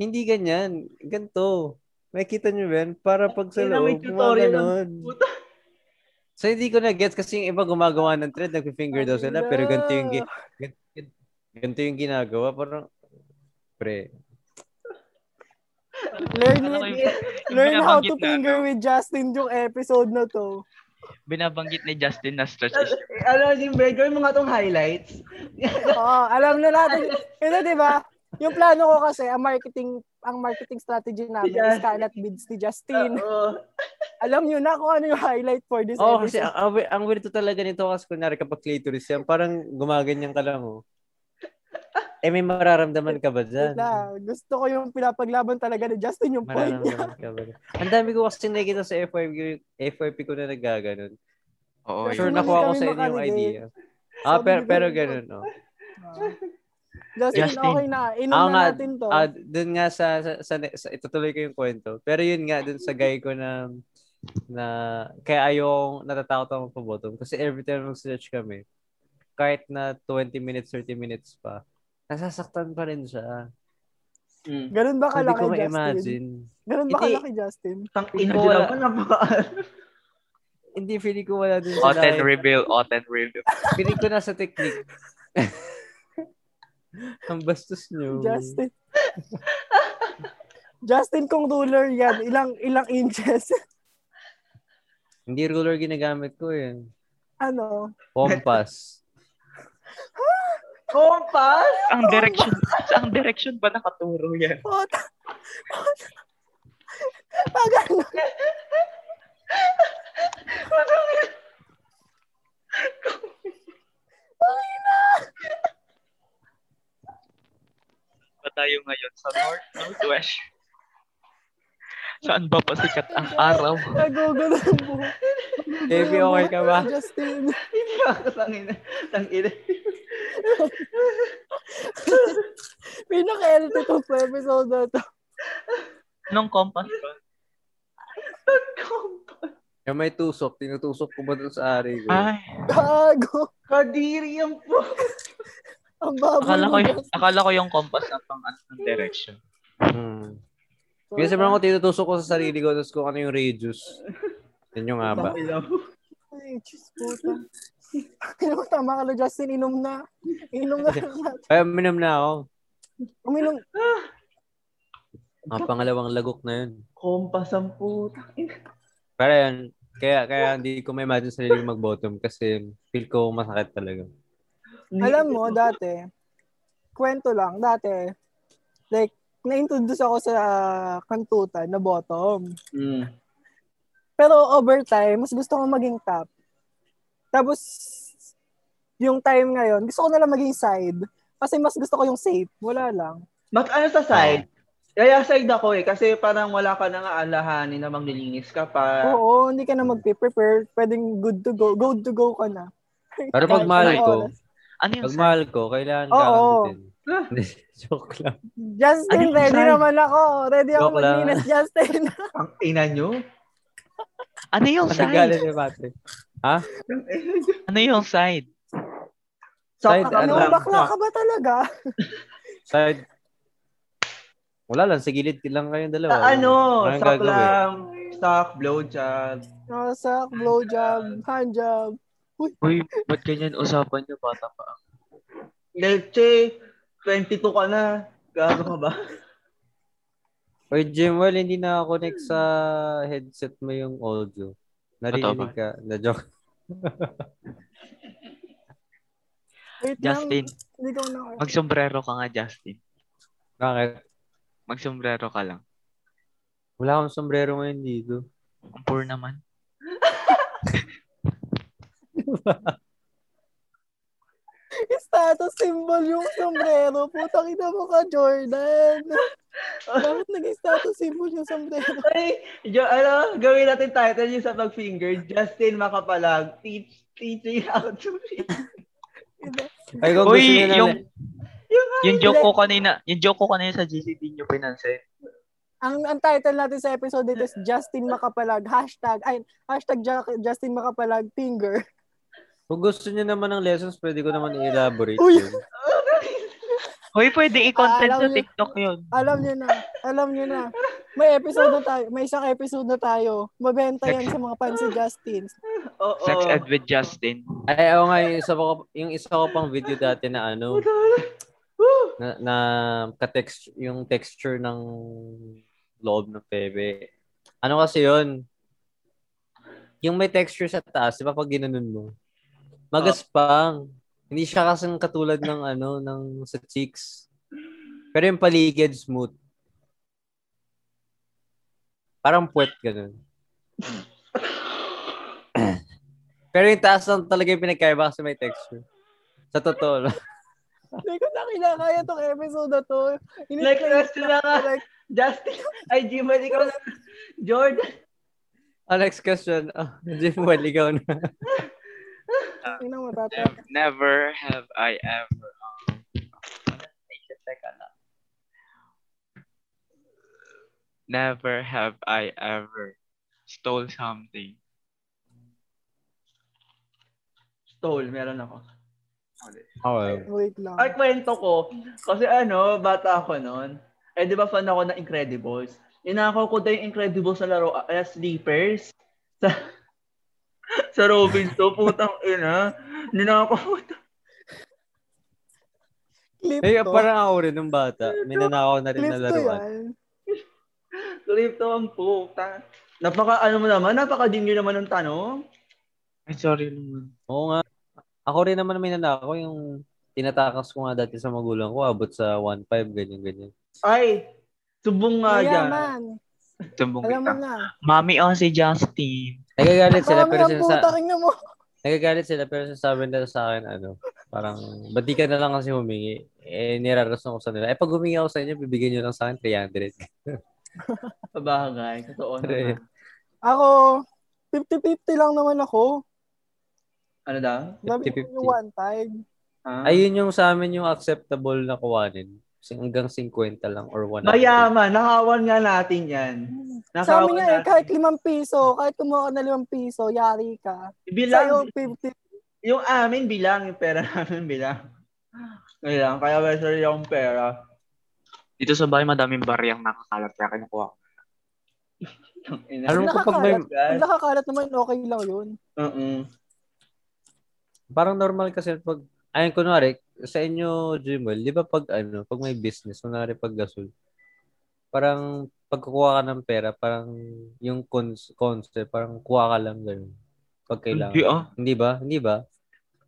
hindi ganyan. Ganto. Makita niyo ba yan? Para pag sa
Ay, na,
loob,
may tutorial ang
gumaganon.
puta.
So hindi ko na gets kasi yung iba gumagawa ng thread, nagpi-finger daw sila, pero ganito yung, gi- gan- gan- ganito yung ginagawa. Parang, pre,
Learn,
Akala ko yung
learn how to
binabanggit na, ano.
finger with Justin yung episode na to.
binabanggit ni Justin na stress is
Eh, Ano, yung bread, gawin mo nga tong highlights.
Oo, alam na natin. Ito, di ba? Yung plano ko kasi, ang marketing ang marketing strategy namin
Yes.
is Kalat Bids ni Justin.
Oo.
Alam nyo na kung ano yung highlight for this
oh, kasi
episode.
ang, ang, ang weird to talaga nito kasi kunwari kapag clitoris yan, parang gumaganyan ka lang, oh. Eh, may mararamdaman ka ba
Wait
dyan?
na, gusto ko yung pinapaglaban talaga ni Justin yung point
Mararamdaman
niya.
ka ba? dyan? Ang dami ko kasi nakikita sa FYP, FYP ko na nagaganon.
Ay,
Oo,
Sure,
hindi
yun.
nakuha ko
kami
sa inyo yung
makarelate.
idea. Ah,
Sabi
pero,
ni
pero
Gordon.
ganun, oh.
Justin,
Justin.
okay na. Inom
Ah,
na
nga.
natin to.
Ah, dun nga sa, sa, sa, sa itutuloy ko yung kwento. Pero yun nga dun sa guy ko na na kaya ayong natatakot ako magpabottom kasi every time mag-search kami, kahit na 20 minutes, 30 minutes pa, nasasaktan pa rin siya.
Mm.
Ganun ba
Hindi
kalaki,
ko
Justin?
ma-imagine.
Ganun ba
Hindi.
kalaki, Justin?
Tangina
Ikaw
din
wala.
ako, napaka...
Hindi, feeling ko wala dun sa
Oten
diet.
reveal, Oten reveal.
Feeling ko nasa technique. Ang bastos nyo.
Justin. Justin, kung ruler yan, ilang ilang inches?
Hindi ruler ginagamit ko yun.
ano?
Compass.
Kompas!
Ang direction, ang direction ba nakaturo yan?
Puta. Pag ano?
ba tayo ngayon? Sa North, Northwest? Saan ba pasikat Ah, ang araw?
Nagugulo ang buho.
Baby, okay ka ba?
Justin.
Hindi ako tangina. Tangina.
Pinaka-LT to sa episode na to.
Anong compass ba?
Kompas.
Yung may tusok, tinutusok ko ba dun sa ari ko?
Ay,
Gago.
Kadiri ang po.
Ang baboy.
akala ko,
ni
yung, akala ko yung compass na pang ano ng direction.
Hmm.
Justin.
Kasi parang ko tinutusok ko sa sarili ko, tapos kung ano yung radius. Yun yung haba.
Ay, Diyos puta. Ano, tama ka na, Justin. Inom na. Inom na.
Ay, uminom na ako.
Uminom.
Ang pangalawang lagok na yun.
Kompas ang puta.
Pero yun, kaya, kaya hindi ko may imagine sarili ko mag-bottom kasi feel ko masakit talaga.
Alam mo, dati, kwento lang, dati, like, na-introduce ako sa kantutan na bottom.
Mm.
Pero over time, mas gusto ko maging top. Tapos, yung time ngayon, gusto ko na lang maging side. Kasi mas gusto ko yung safe. Wala lang.
Mag ano sa side? Kaya side ako eh. Kasi parang wala ka nang aalahanin na maglilinis ka pa.
Oo, hindi ka
Hmm.
na mag-prepare. Pwedeng good to go. Go to go ka na.
Pero pag
Kahit
mahal
anong
ko,
oras.
Ano yung
pag mahal ko, kailangan ka
Oo. Ah.
Joke lang.
Justin,
Ano yung
ready
side?
naman ako. Ready ako
Joke lang.
maglinis, Justin.
Ang ina nyo.
Ano yung side?
Nagalit ni Patrick.
Ano yung side?
Side,
Side,
ano
ano,
Ano,
lang.
bakla ka ba talaga?
Side. Wala lang, sa gilid lang kayong dalawa.
Ah,
Sa ano,
Walang
sock
gagawin.
lang. Sock, blowjob.
Oh, suck, blowjob, handjob.
Uy, ba't ganyan usapan niyo bata pa Ah, ako?
Leche, 22 ka na. Gago ka ba?
Uy, Jimwell, hindi na ako connect sa headset mo yung audio. Narinig
Totoo
ka. Na-joke.
Wait
Justin,
lang. Hindi ko na.
magsombrero ka nga, Justin.
Bakit?
Magsombrero ka lang.
Wala akong sombrero ngayon dito.
Ang poor naman.
Status symbol yung sombrero. Putang ina mo ka, Jordan. Bakit naging status symbol yung sombrero?
Ay, jo, ano, gawin natin title yung sa pag-finger. Justin Makapalag, teach, teaching how to read.
Ay, kung gusto
Uy,
nyo na...
yung... Yung joke
Hindi.
ko kanina, yung joke ko kanina sa GCT nyo pinansin.
Ang, ang title natin sa episode dito is Justin Makapalag. Hashtag, ay, hashtag Ja- Justin Makapalag finger.
Kung gusto nyo naman ng lessons, pwede ko naman i-elaborate.
Uy!
yun.
Hoy, pwede i-content
Ah, alam
sa
niyo.
TikTok yun.
Alam niyo na. Alam niyo na. May episode na tayo. May isang episode na tayo. Mabenta yan sa mga fans si Justin.
Oo.
Sex ed with Justin.
Ay, oo nga, yung isa, ko, yung isa ko pang video dati na ano, na, na ka-text, yung texture ng loob ng pebe. Ano kasi yun? Yung may texture sa taas, di ba pag ginanon mo? Magaspang. Hindi siya kasing katulad ng ano, ng sa cheeks. Pero yung paligid, smooth. Parang puwet ganun. Pero yung taas lang talaga yung pinagkaiba kasi may texture. Sa totoo lang.
Hindi ko na kinakaya tong episode na to. Ini-
Like, Justin na nga.
like,
Justin, ay, Jimmy, ikaw na. Jordan,
Ah, next question. Ah, Jim, well, ikaw na.
ina mo, tata.
Nev- Never have I ever. um, Teka lang. Never have I ever stole something.
stole, meron ako.
Okay.
Wait lang.
Ay, kwento ko. Kasi ano, bata ako noon. Eh, di ba fan ako ng Incredibles? Inakaw ko din yung Incredibles sa laro, eh, sleepers. Sa, sa Robin to, putang ina. Ninakaw ko.
Clip
Eh,
to.
parang ako rin nung bata. May nanakaw na rin
Clip
na
to
laruan.
yan.
Clip to ang puta. Napaka, ano mo naman, napaka dingyo naman ng tanong.
Ay, sorry naman.
Oo nga. Ako rin naman may nanakaw yung tinatakas ko nga dati sa magulang ko. Abot sa 1.5, ganyan, ganyan.
Ay, subong nga dyan.
Mayaman.
Tumbong
Alam mo
kita.
na.
Mami, oh, si Justin.
Nagagalit sila
Marami
pero
ang puta,
sinasa-
tingnan mo.
nagagalit sila pero sinasabi nila sa akin ano, parang ba't di ka na lang kasi humingi? Eh nirarason ko sa nila. Eh pag humingi ako sa inyo, bibigyan niyo lang sa akin 300.
Ah.
Sabagay, totoo
Pre.
naman.
Ako, 50-50 lang naman ako.
Ano daw?
Sabi
50-50.
ko, One time.
Ha?
Ayun yung sa amin yung acceptable na kuwanin. Kasi Hanggang 50 lang or 100.
Mayaman, nakawan nga natin yan.
Sa amin
Nakawan
nga eh, kahit limang piso, kahit kumuha ka na limang piso, yari ka.
Bilang,
Sa'yo, 50.
Yung amin bilang, yung pera namin bilang. Bilang, kaya wala sarili akong pera.
Dito sa bahay, madaming bariyang nakakalat. Kaya kinukuha ko.
Alam ko pag may,
Ang nakakalat naman, okay lang yun.
Mm-mm.
parang normal kasi pag, ayun, kunwari, sa inyo, Jimwell, di ba pag, ano, pag may business, kunwari pag gasol, parang pagkukuha ka ng pera, parang yung cons- concept, parang kuha ka lang ganun. Pag kailangan.
Hindi ah.
Hindi ba? Hindi ba?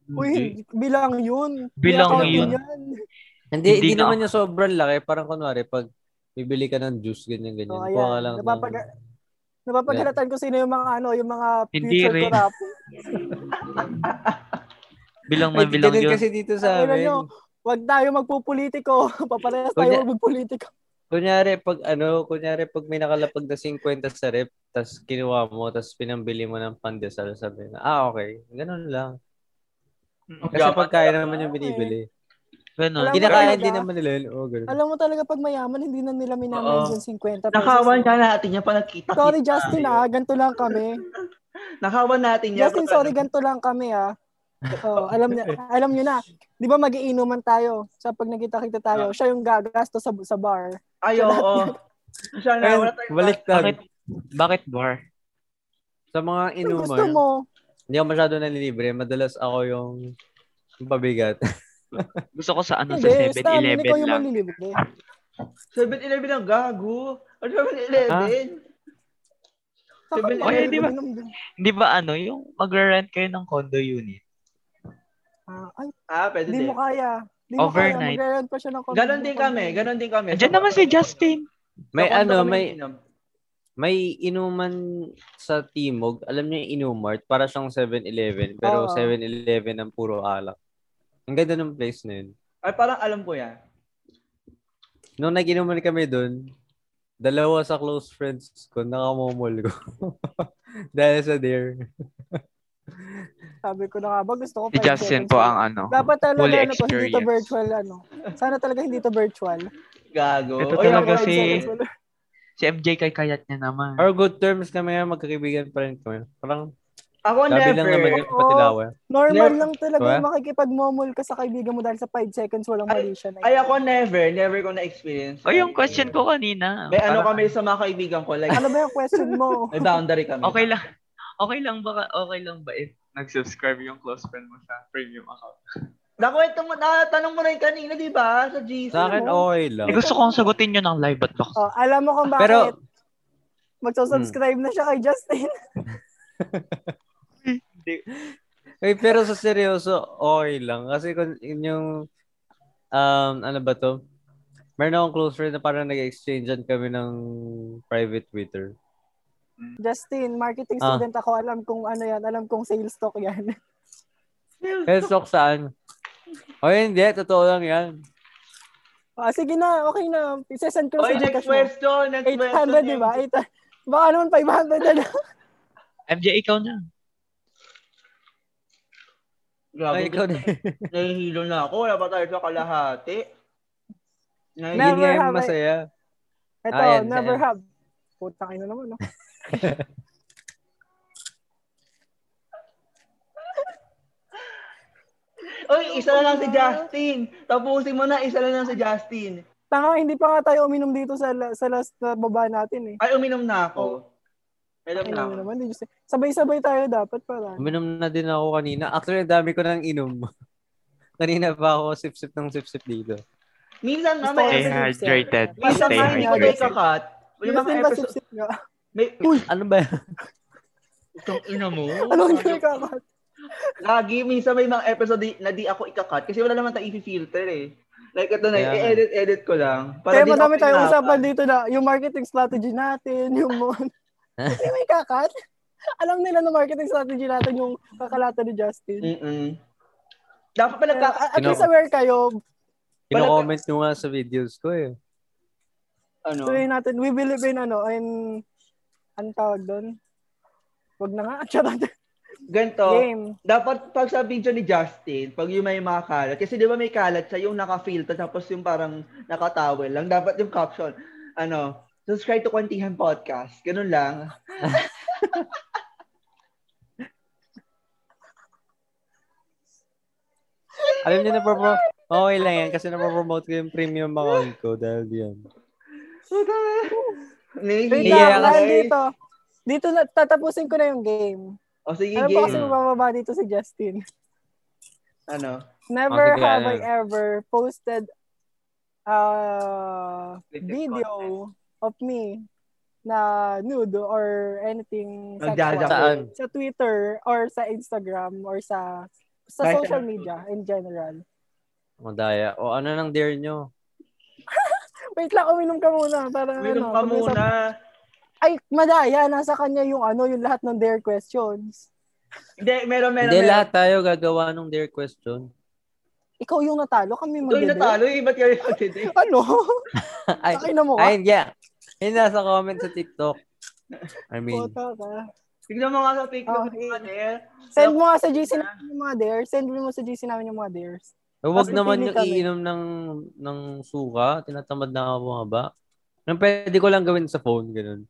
Hindi.
Uy, bilang yun.
Bilang
Bilang
yun.
yan.
Hindi,
Hindi
hindi,
na-
naman yung sobrang laki. Parang kunwari, pag bibili ka ng juice, ganyan-ganyan.
Oh,
kuha ka
ayan.
lang. ng-
Napapaga- Napapaghalatan ko sino yung mga ano, yung mga
Hindi
future
rin.
ko rap.
Bilang na
Ay,
bilang
ganun
yun.
kasi dito
Ay,
sa
ano
amin.
nyo? Huwag tayo magpupolitiko. Paparehas tayo
Kunya-
wag magpolitiko.
Kunyari, pag ano, kunyari, pag may nakalapag na 50 sa rep, tas kinuha mo, tas pinambili mo ng pandesal, sabi na, ah, okay. Ganun lang. Kasi
Yaman
pag kaya naman yung binibili.
Ganun.
Alam mo
Kinakaya
talaga?
din naman nila yun. Oh, ganun.
Alam mo talaga pag mayaman, hindi na nila minamahal
Oo.
yung 50 pesos.
Nakawan na natin yan pa nakita.
Sorry Justin ah, ganito lang kami.
Nakawan natin yan. ano.
Justin, sorry, ganito lang kami ah. Oo, alam niya, alam niyo na. 'Di ba magiinuman tayo? Sa pag nagkita-kita
Ah.
tayo, siya yung gagasto sa sa bar.
Ay, oo. oh. Siya na, wala tayong
Baliktad.
Bakit, bakit bar?
Sa mga
Kung gusto
inuman,
mo,
hindi ako masyado nanilibre. Madalas ako yung yung pabigat.
Gusto ko sa ano sa
hindi, basta hindi ko
7-Eleven
yung
lang.
manlilibre.
7-Eleven ang gago. Ano 7-Eleven? Sabi-
Oy, di ba? Di ba ano, yung magre-rent kayo ng condo unit?
Ay,
Ah, pwede
hindi
din.
mo kaya. Hindi mo
Overnight.
kaya. Mag-rent pa siya ng condo.
Ganon din kami, ganon din kami.
Diyan naman si Justin.
May
Sa condo
ano,
kami
may
umiinom.
may inuman sa Timog. Alam niyo yung Inumart, para siyang 7-Eleven. Pero
Oo.
7-Eleven ang puro alak. Ang ganda ng place na yun.
Ay, parang alam ko yan.
Nung nag-inuman kami dun, dalawa sa close friends ko, nakamomol ko. Dahil sa dare.
Sabi ko na nga ba, gusto ko
Si
pa
Justin
yung
po
seven.
ang ano.
Dapat talaga
Fully
ano to, hindi to
experience.
virtual ano. Sana talaga hindi to virtual.
Gago.
Ito
Oy,
talaga
ako-
si-
Seven.
Si MJ kay kayat niya naman.
Our good terms kami, magkakibigan pa rin kami. Parang
Ako
Sabi
never.
lang naman yung patilawa.
Normal
Never-
lang talaga
Diba?
yung makikipagmomol ka sa kaibigan mo dahil sa 5 seconds walang
Ay-
mali siya na.
Ay, ako never. Never ko na-experience.
O Oh, yung question ko kanina.
May ano
Ah, parang-
kami sa mga kaibigan ko. Like,
Ano ba yung question mo?
may boundary kami.
Okay lang. Okay lang ba ka- okay lang ba if nag-subscribe yung close friend mo sa premium account?
Nakwento mo, natanong mo na yung kanina, di ba? Sa GC.
Sa akin,
mo?
okay lang.
Eh, gusto kong sagutin yun ng live at box.
Oh, alam mo kung bakit
Pero,
magsosubscribe na siya kay Justin.
eh, pero sa seryoso, okay lang. Kasi kung yun yung, um, ano ba to? Meron akong close friend na parang nag-exchangean kami ng private Twitter.
Justin, marketing
Ah.
student ako. Alam kung ano yan. Alam kong sales talk yan.
Pero sok saan? O hindi, totoo lang yan.
ah, sige na, okay na. Isesend ko
Okay,
sa
next
Gcash mo.
question. Next question.
800, di ba? 800. Baka naman 500 na lang.
MJ, ikaw na.
Grabe,
Ay, ikaw na.
nahihilo na ako. Wala pa tayo sa kalahati. Nahihilo.
Yun nga
Never
yung
have I-
masaya.
Ito,
Ah, yan,
never
yan.
have. Putang ina naman, no?
Uy, isa na lang si Justin. Tapusin mo na, isa na lang si Justin.
Tanga, hindi pa nga tayo uminom dito sa, la- sa last na baba natin eh.
Ay, uminom na ako. Alam na ako.
Ano naman, di Diyos. Sabay-sabay tayo dapat para.
Uminom na din ako kanina. Actually, ang dami ko nang inom. kanina pa ako sip-sip ng sip-sip dito.
Minsan nga,
Gusto ko
may
kasi
Stay
episode.
hydrated.
Minsan
Minsan
Stay
nga, hindi ko tayo
hydrated.
kakat. Yung mga
Justin,
episode,
pasipsip nga.
may
Ano ba yan?
itong ina mo.
Anong gawin Ano, ka ka?
Lagi, minsan may mga episode di- na di ako ikakat kasi wala naman tayong i-filter eh. Like ito na,
Kaya nga.
i-edit-edit ko lang.
Kaya
di na
madami
ako
tayong
pinapan.
usapan dito na yung marketing strategy natin, yung mo. Hindi may kakat. Alam nila na marketing strategy natin yung kakalata ni Justin.
Mm-mm. Dapat pala
Kaya,
ka...
a- at
Kino-
least aware kayo.
Kino-comment nyo nga sa videos ko eh.
Ano?
Tuloy natin. We believe in ano, in anong tawag doon? Wag na nga. Charot.
Ganito.
Game.
Dapat pag sa video ni Justin, pag yung may mga kalat, kasi di ba may kalat siya yung naka-filter tapos yung parang nakatawel lang. Dapat yung caption, ano, subscribe to Kwantihan Podcast. Ganun lang.
Alam niyo na promote Okay lang yan kasi napopromote ko yung premium account ko dahil diyan.
Wait
Nangihingi
lang,
Hiya ka,
dahil
guys.
dito. Dito na, tatapusin ko na yung game.
O sige,
Alam mo
game.
Ano kasi mababa dito si Justin.
Ano?
Okay,
Never
sige,
have
ano?
I ever posted uh, a video of me na nude or anything
Nagjaja
sexual
Saan?
sa Twitter or sa Instagram or sa sa
Kahit ano.
social
saan.
media in general.
Madaya. O ano nang dare nyo?
Wait lang, uminom ka muna. Para,
Minum
ano,
ka
pag-usap-
muna.
Ay, madaya. Nasa kanya yung ano, yung lahat ng dare questions.
Hindi, meron, meron.
Hindi
meron.
lahat tayo gagawa ng dare question.
Ikaw yung natalo,
Ito
kami
yung
magde-date.
natalo. eh. Ba't kayo magdede?
Ano?
ay,
Ay, na mo ka?
ay, yeah. Yung nasa comment sa TikTok. I mean,
Puta ka.
Tignan mo nga sa TikTok.
Oh,
Okay. Eh.
Send mo nga sa GC namin yung mga dares. Send mo sa GC namin yung mga dares.
huwag
Kasi
naman
pili
yung
kami.
iinom ng, ng suka. Tinatamad na ako mga ba? Nang pwede ko lang gawin sa phone, ganun.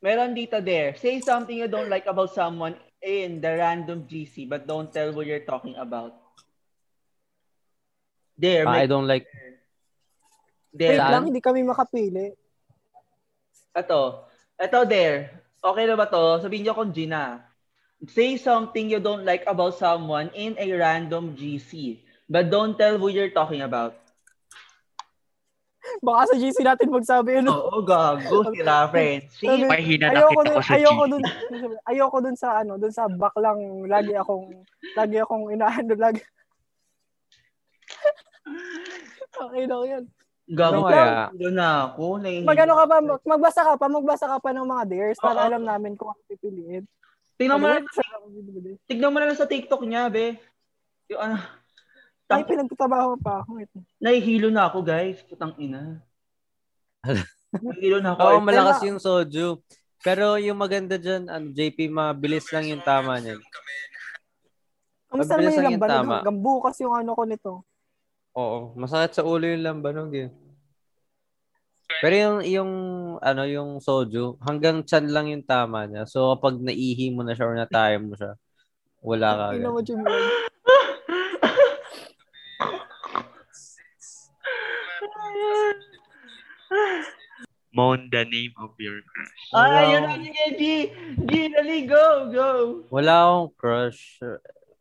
Meron dito there. Say something you don't like about someone in the random GC but don't tell what you're talking about. There,
Ah,
may,
I don't like,
there.
Wait
Saan?
lang, hindi kami makapili.
Ito. Ito there. Okay na ba to? Sabihin niyo kung Gina. Say something you don't like about someone in a random GC. But don't tell who you're talking about.
Baka sa GC natin magsabi ano.
Oo, gago sila, friends. She,
Sabi-
Pahina na
Ayoko
kita
dun,
ko sa
ayoko
G.
dun, ayoko dun sa ano, dun sa baklang lagi akong, lagi akong inaano, lagi. okay lang yun.
gago
Ano
kaya.
kaya?
na ako. nahihilo.
Magano ka pa, mag- magbasa ka pa, magbasa ka pa ng mga dares
Oo.
para alam namin kung ano pipiliin.
Tingnan mo, na,
Ay,
tignan mo na lang sa TikTok niya, be. Yung ano,
Ay, pinagtatrabaho pa ako. Wait.
nahihilo na ako, guys. Putang ina. nahihilo na ako.
Oo,
Eh,
malakas yung soju. Pero yung maganda dyan, ano, JP, mabilis lang yung tama niyan.
Kamusta naman
Mabilis
yung
lang yung
lamban?
tama.
Hanggang bukas yung ano ko nito.
Oo, masakit sa ulo yung lambanog yun. Pero yung, yung, ano, yung soju, hanggang chan lang yung tama niya. So, kapag naihi mo na siya or nataya mo siya, wala ka
Hindi
agad.
naman yung yun.
Moan the name of your crush.
Ah,
Wow.
yun na, sige, G. G, dali, go, go.
Wala akong crush.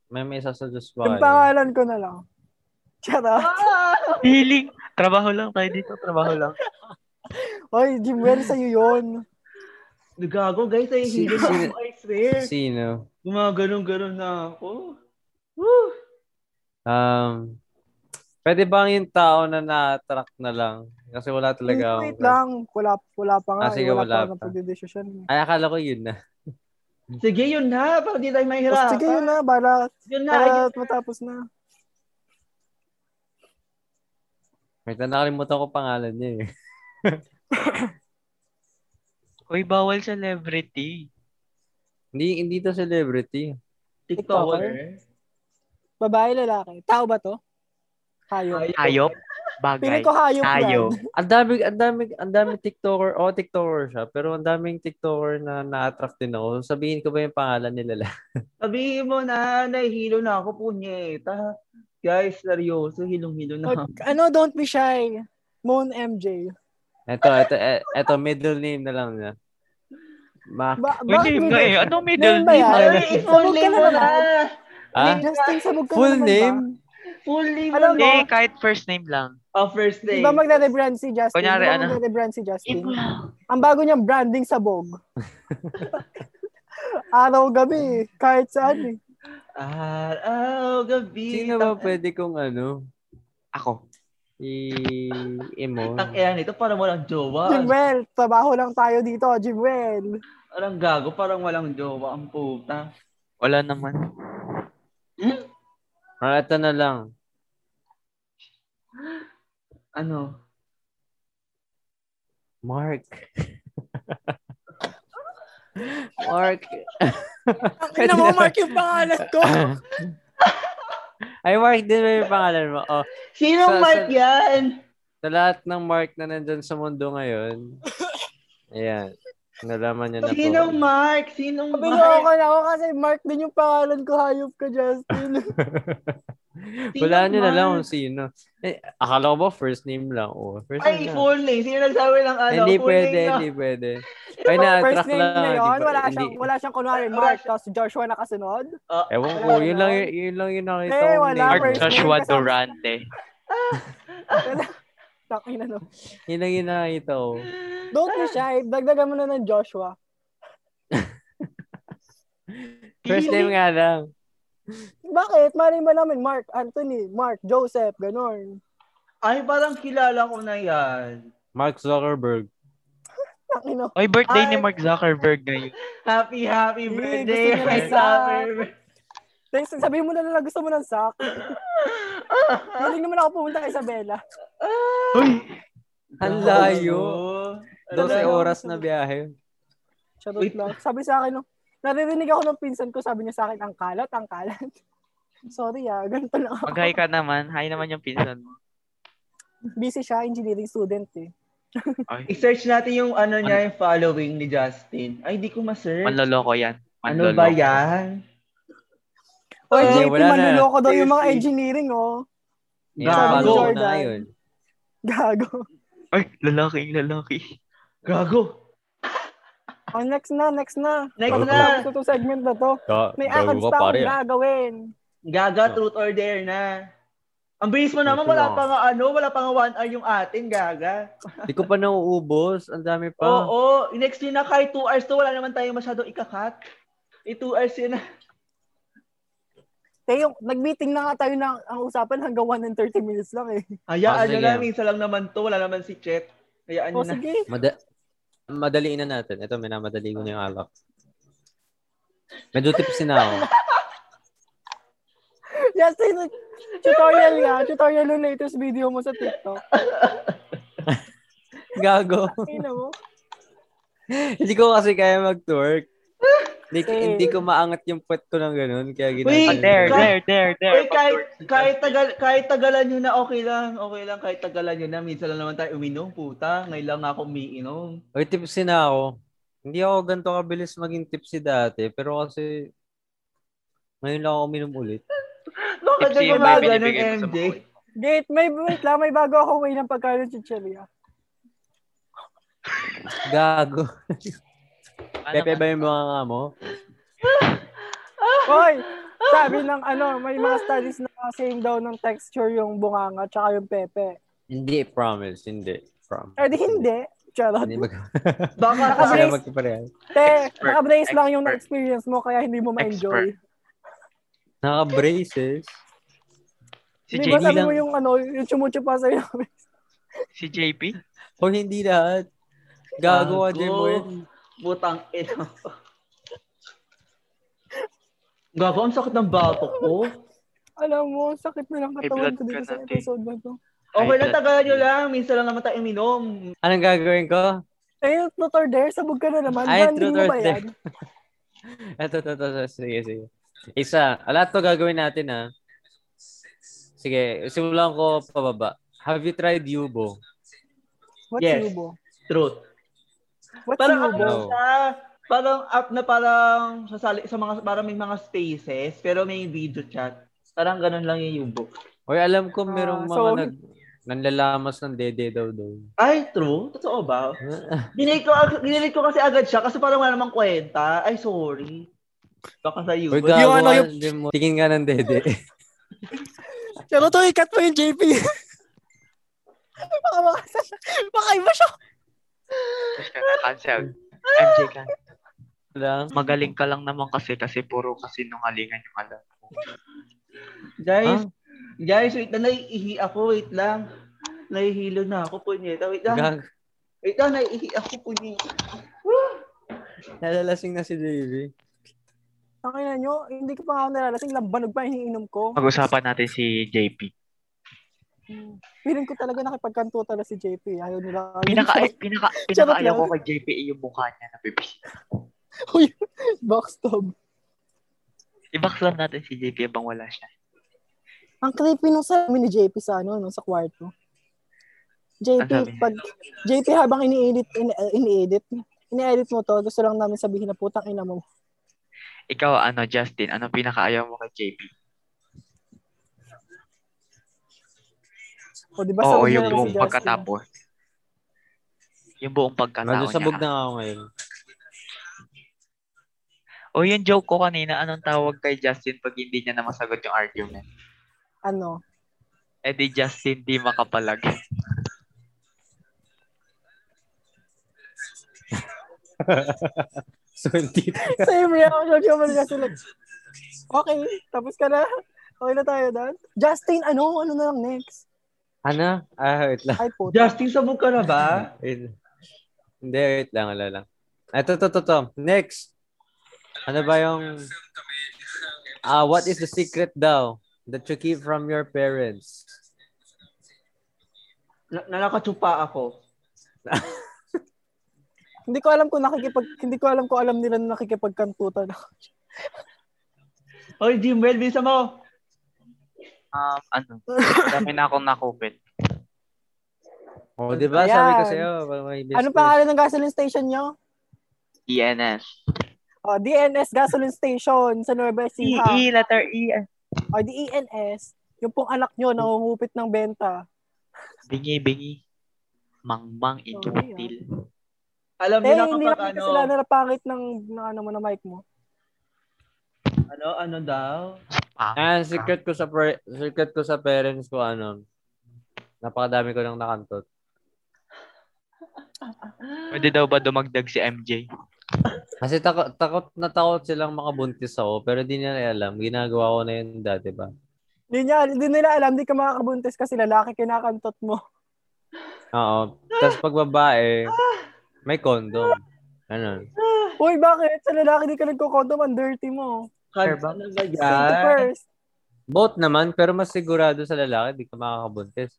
May may isa sa Diyos ba
Yung
kayo?
pangalan ko na lang. Tiyara.
Ah!
Healing! Trabaho lang tayo dito, trabaho lang.
Hoy, Jimwell, sa'yo yun.
Gago, guys, nahihilo na
Sino-
ako, I swear.
Sino?
Gumaganong-ganon na ako. Woo!
Um, pwede bang yung tao na na-attract na lang? Kasi wala talaga akong
Wait
crush.
lang. Wala, wala pa nga.
Ah, sige,
eh. wala,
wala
pa. eh.
pa.
Napag-decision.
Ay, akala ko yun na.
Sige, yun na. Para di tayo mahirapan.
Oh, sige, yun na. Bala.
Yun na.
Para matapos na.
Wait, na nakalimutan ko pangalan niya eh.
Uy, bawal celebrity.
hindi, hindi to celebrity.
TikToker.
Babae, lalaki. Tao ba to? Hayop.
Hayop?
Piling
Bagay.
ko hayop
Tayo.
yan.
Ang dami, ang dami, ang dami TikToker. Oo, TikToker siya. Pero ang daming TikToker na na-attract din ako. Sabihin ko ba yung pangalan nila lang?
Sabihin mo na, nahihilo na ako, punyeta. Guys, seryoso, hilong-hilo na ako.
Wag- ano, don't be shy. Moon MJ.
Ito, ito, e- ito, middle name na lang niya. Mac.
Ba-
Uy, name nga eh. Ano
Name
middle
ba yan?
name?
Ay, full
Sabog ka
name
na
mo na.
naman.
Ah?
Justin, sabog ka
Full
naman
name?
Ba?
Full name
Alam
mo
mo,
na.
Eh, kahit first name lang.
Oh, first
Di
name.
ba magre-rebrand si Justin? Di
Kunyari,
ba
ano?
magre-rebrand si Justin? Ang bago niyang branding sabog. Araw gabi, kahit saan eh.
Araw, gabi.
Sino ba pwede kong ano?
Ako.
I-emo?
Tang ina nito, parang walang jowa.
Jimwell, trabaho lang tayo dito, Jimwell.
Parang gago, parang walang jowa. Ang puta.
Wala naman.
Ah, ito na lang.
Ano?
Mark. Mark.
Ang ina mo, Mark, yung pangalan ko.
Ay, Mark din ba yung pangalan mo? Oh,
Sinong
Sa-
Mark
sa-
yan?
sa lahat ng Mark na nandyan sa mundo ngayon, ayan, nalaman niya na po.
Sinong Mark? Sinong
Binuo
Mark?
ko na ako kasi Mark din yung pangalan ko, hayop ka, Justin.
Wala nyo na lang
man?
kung sino. Eh, akala ko ba first name lang? Oh, first
Ay,
name lang.
full name. Sino nagsabi ng ano?
hindi
full
pwede,
name na.
hindi pwede. Kaya na-attract
Ano First name
lang.
na
di
yun,
ba?
wala
Hindi.
siyang, wala siyang kunwari
Wala
Mark,
siya.
tapos Joshua nakasunod.
Oh,
Ewan ko,
Wala
yun lang,
yun.
yun lang yung nakita
Eh,
kong
wala,
name.
Ah, Mark
first name.
Joshua
kasama-
Durante.
Takin ano.
Yun lang yung nakita ko.
Don't be shy, dagdagan mo na ng Joshua.
First name nga lang.
Bakit? Malay mo namin, Mark, Anthony, Mark, Joseph, ganun.
Ay, parang kilala ko na yan.
Mark Zuckerberg.
Takin ano.
Oy,
Ay.
birthday ni Mark Zuckerberg ngayon.
Happy, happy
Eh,
birthday.
gusto niya
Mark
isa.
Zuckerberg.
Thanks, sabihin mo na lang gusto mo ng sack. Hiling naman ako pumunta kay Isabela.
Ang
Oo.
layo.
Ano na?
12 oras na biyahe.
Charot
Wait.
lang. Sabi sa akin, no, naririnig ako ng pinsan ko, sabi niya sa akin, ang kalat, ang kalat. Sorry ah, ganito lang ako.
Mag-hi ka naman. Hi naman yung pinsan mo.
Busy siya, engineering student eh.
Ay,
I-search natin yung ano niya, yung following ni Justin. Ay, di ko ma-search.
manloloko yan.
Ano
Manloloko.
ba yan?
O,
Ah,
JP,
wala na.
manloloko daw yung mga
Seriously.
engineering, oh.
Yan,
Gago.
follow ko
Jordan.
na yun.
Gago.
Ay, lalaki, lalaki.
Gago.
Oh, next na, next na.
Next
Tapos
na.
na itong segment na to. May akads pa akong
ah.
gagawin.
Gaga, truth or dare na. Ang bilis mo naman, wala pa nga ano, wala pa nga one hour yung atin, Gaga.
Hindi ko pa nauubos. Ang dami pa.
Oo, next yun na kahit two hours to, wala naman tayo masyado ikakat. Eh, two hours yun na.
Tayo, nag-meeting na nga tayo ng ang usapan hanggang 1 and 30 minutes lang eh.
Hayaan
Ah,
nyo
sige.
lang, minsan lang naman to, wala naman si Chet. Hayaan nyo Ano
O,
na.
Oh, sige.
Mada- madaliin na natin. Ito, minamadali ko na yung alak. Medyo tipsy na ako.
Yes, tayo- tutorial nga. Tutorial yung latest video mo sa TikTok.
Gago.
Ina mo.
hindi ko kasi kaya mag-twerk. Hindi, ko-
Eh.
hindi ko maangat yung puwet ko ng ganun. Kaya
Wait,
ginagawa.
Pag Ah, there, there, there, there.
Uy, kahit, kahit, tagal, kahit tagalan nyo na, okay lang. Okay lang, kahit tagalan nyo na. Minsan lang naman tayo uminom, puta. Ngayon lang ako umiinom.
Uy, tipsy na ako. Hindi ako ganito kabilis maging tipsy dati. Pero kasi, ngayon lang ako uminom ulit.
Bakit
Tipsy
ka
yung may
gumagano ng
binibigay ko sa
MJ?
mga kuya.
Wait, may, wait lang. May bago akong way ng pagkain ng chicheria.
Gago.
Paano
Pepe
Ano ka-
ba yung mga nga mo?
Hoy! Sabi ng ano, may mga studies na same daw ng texture yung bunganga tsaka yung pepe.
Hindi, promise. Hindi. Promise.
Eh di hindi. Charot.
Hindi mag...
Baka
Baka
Kasi
kasi,
Nakabrace.
magkaparehan.
Te, nakabrace lang yung
expert.
experience mo kaya hindi mo ma-enjoy.
Naka-braces.
Si
Di ba
JP?
sabi mo
lang.
yung ano, yung chumuchupa sa'yo?
Si JP?
Kung hindi lahat, gago ka din mo yun.
Butang ina. Gago, ang sakit ng bato ko.
Alam mo, sakit na lang katawan
blood
ko dito
ka
sa
na, eh. te.
episode na to.
Okay lang,
Ay,
tagalan nyo lang. Minsan lang naman tayo uminom.
Anong gagawin ko?
Eh, truth or dare, sabog ka na naman.
Ay,
Branding
truth
mo
or
ba
dare.
yan?
Ito, ito, ito, ito. Sige, sige. Isa. Ah, Lahat to gagawin natin, ha? Sige, simulan ko pababa. Have you tried Yubo?
What's
Yes.
yubo?
Truth.
What's
Parang
yubo?
ano siya, parang app na parang sasali, sa mga, parang may mga spaces, pero may video chat. Parang ganun lang yung yubo.
Hoy, alam ko merong
Ah,
mga
so-
nag nanlalamas ng dede daw doon.
Ay, true? Totoo ba? Dinate ko, dinate ko kasi agad siya kasi parang wala namang kwenta. Ay, sorry. Baka sa iyo.
Hoy,
But-
gago
ano,
ka
yung-
din mo. Tingin nga ng dede.
Pero to, ikat mo yung JP. baka makasa siya. Baka iba siya.
Tapos ka na, cancel. MJ ka.
lang.
Magaling ka lang naman kasi kasi puro kasi nungalingan yung alam.
Ah,
Guys, guys, wait na. Naiihi ako. Wait lang. Nahihilo na ako, punyeta. Wait lang.
Gago.
Wait lang, naiihi ako, punyeta.
Nalalasing na si Davey.
Tangina nyo, hindi ko pa nga ako nalalasing. Lambanog pa yung iniinom ko.
Pag-usapan natin si JP.
Hmm. Feeling ko talaga nakipagkanto talaga si JP. Ayaw nila.
Pinaka, ay, pinaka, pinaka
Charot
ayaw ko
lang.
kay JP yung mukha niya na bibis.
Uy, box tub.
I-backslam natin si JP abang wala siya.
Ang creepy nung sa amin ni JP sa ano, no, sa kwarto.
Ang sabi
JP,
niya.
pag, JP habang ini-edit, ini- eh, ini-edit, ini-edit mo to, gusto lang namin sabihin na putang ina mo.
Ikaw, ano, Justin, ano pinaka ayaw mo kay JP?
O, di ba? sabog
Oo,
na
yung
lang
buong
si Justin.
pagkatapos. Yung buong pagkatao
Medyo sabog
niya.
na ako ngayon.
O Oh, yung joke ko kanina, anong tawag kay Justin pag hindi niya na masagot yung argument?
Ano?
Eh di Justin, di makapalag.
So, hindi.
Same reaction ko man kasi like, okay, tapos ka na. Okay na tayo doon. Justin, ano? Ano na lang next?
Ana? Ah, wait lang.
Ay, puta.
Justin, sabog ka na ba?
Wait. Hindi, wait lang. Wala lang. Ito, to, to, to. Next. Ano ba yung... Ah, what is the secret daw that you keep from your parents?
Na- nanakatsupa ako.
Hindi ko alam kung nakikipag... Hindi ko alam kung alam nila na nakikipagkantutan.
Hoy, Jimwell, bilisan mo!
Um, ano? Dami na akong nakupit.
O, Oh, di ba? Sabi ko
Ayan. Ano
sa'yo. parang may business.
Anong pangalan ng gasoline station nyo? Oh,
E ENS.
O, DNS Gasoline Station sa Nueva Ecija.
EE, letter E.
O, DNS. Yung pong anak nyo, nangunghupit ng benta.
Bingi, bingi. Mangmang, inutil.
Alam
Eh,
niyo na
hindi
kapag
lang
ano,
sila narapangit ng, ng ano mo, ng mic mo.
ano, ano daw?
Pang.
Ah, secret ko sa par- secret ko sa parents ko ano. Napakadami ko nang nakantot.
Pwede daw ba dumagdag si MJ?
Kasi takot, takot na takot silang makabuntis ako, pero di nila alam. Ginagawa ko na yun dati ba?
Hindi, niya, hindi nila alam, hindi ka makakabuntis kasi lalaki kinakantot mo.
Oo. Tapos pag babae,
Ah,
may condom. Ano?
Uy, bakit? Sa lalaki di ka nagko-condom, ang dirty mo.
Kans, ano ba
Safety
yan?
first.
Both naman, pero mas sigurado sa lalaki, di ka makakabuntis.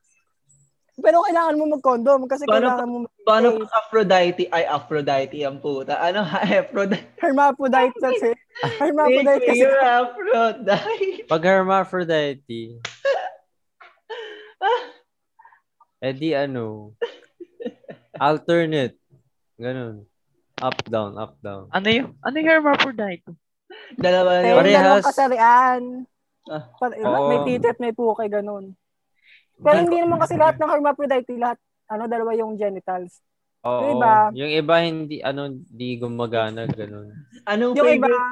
Pero kailangan mo mag-condom kasi
Paano-
kailangan mo mag-
Paano pag Aphrodite? Ay, Aphrodite ang puta. Ano, ha, Aphrodite?
hermaphrodite kasi. Hermaphrodite kasi.
You're Aphrodite.
Pag hermaphrodite, eh di ano, alternate. Ganun. Up, down, up, down.
Ano yung, ano yung hermaphrodite?
Dalawa na
Kaya
yun.
yung dalawang
Parehas.
kasarian.
Ah.
Par- eh,
Oo.
May titit, may pukay, ganun. Pero hindi naman kasi lahat ng hermaphrodite, lahat, ano, dalawa yung genitals.
Oo.
Yung iba.
Yung iba hindi ano hindi gumagana ganun.
Anong
Yung iba,
favorite,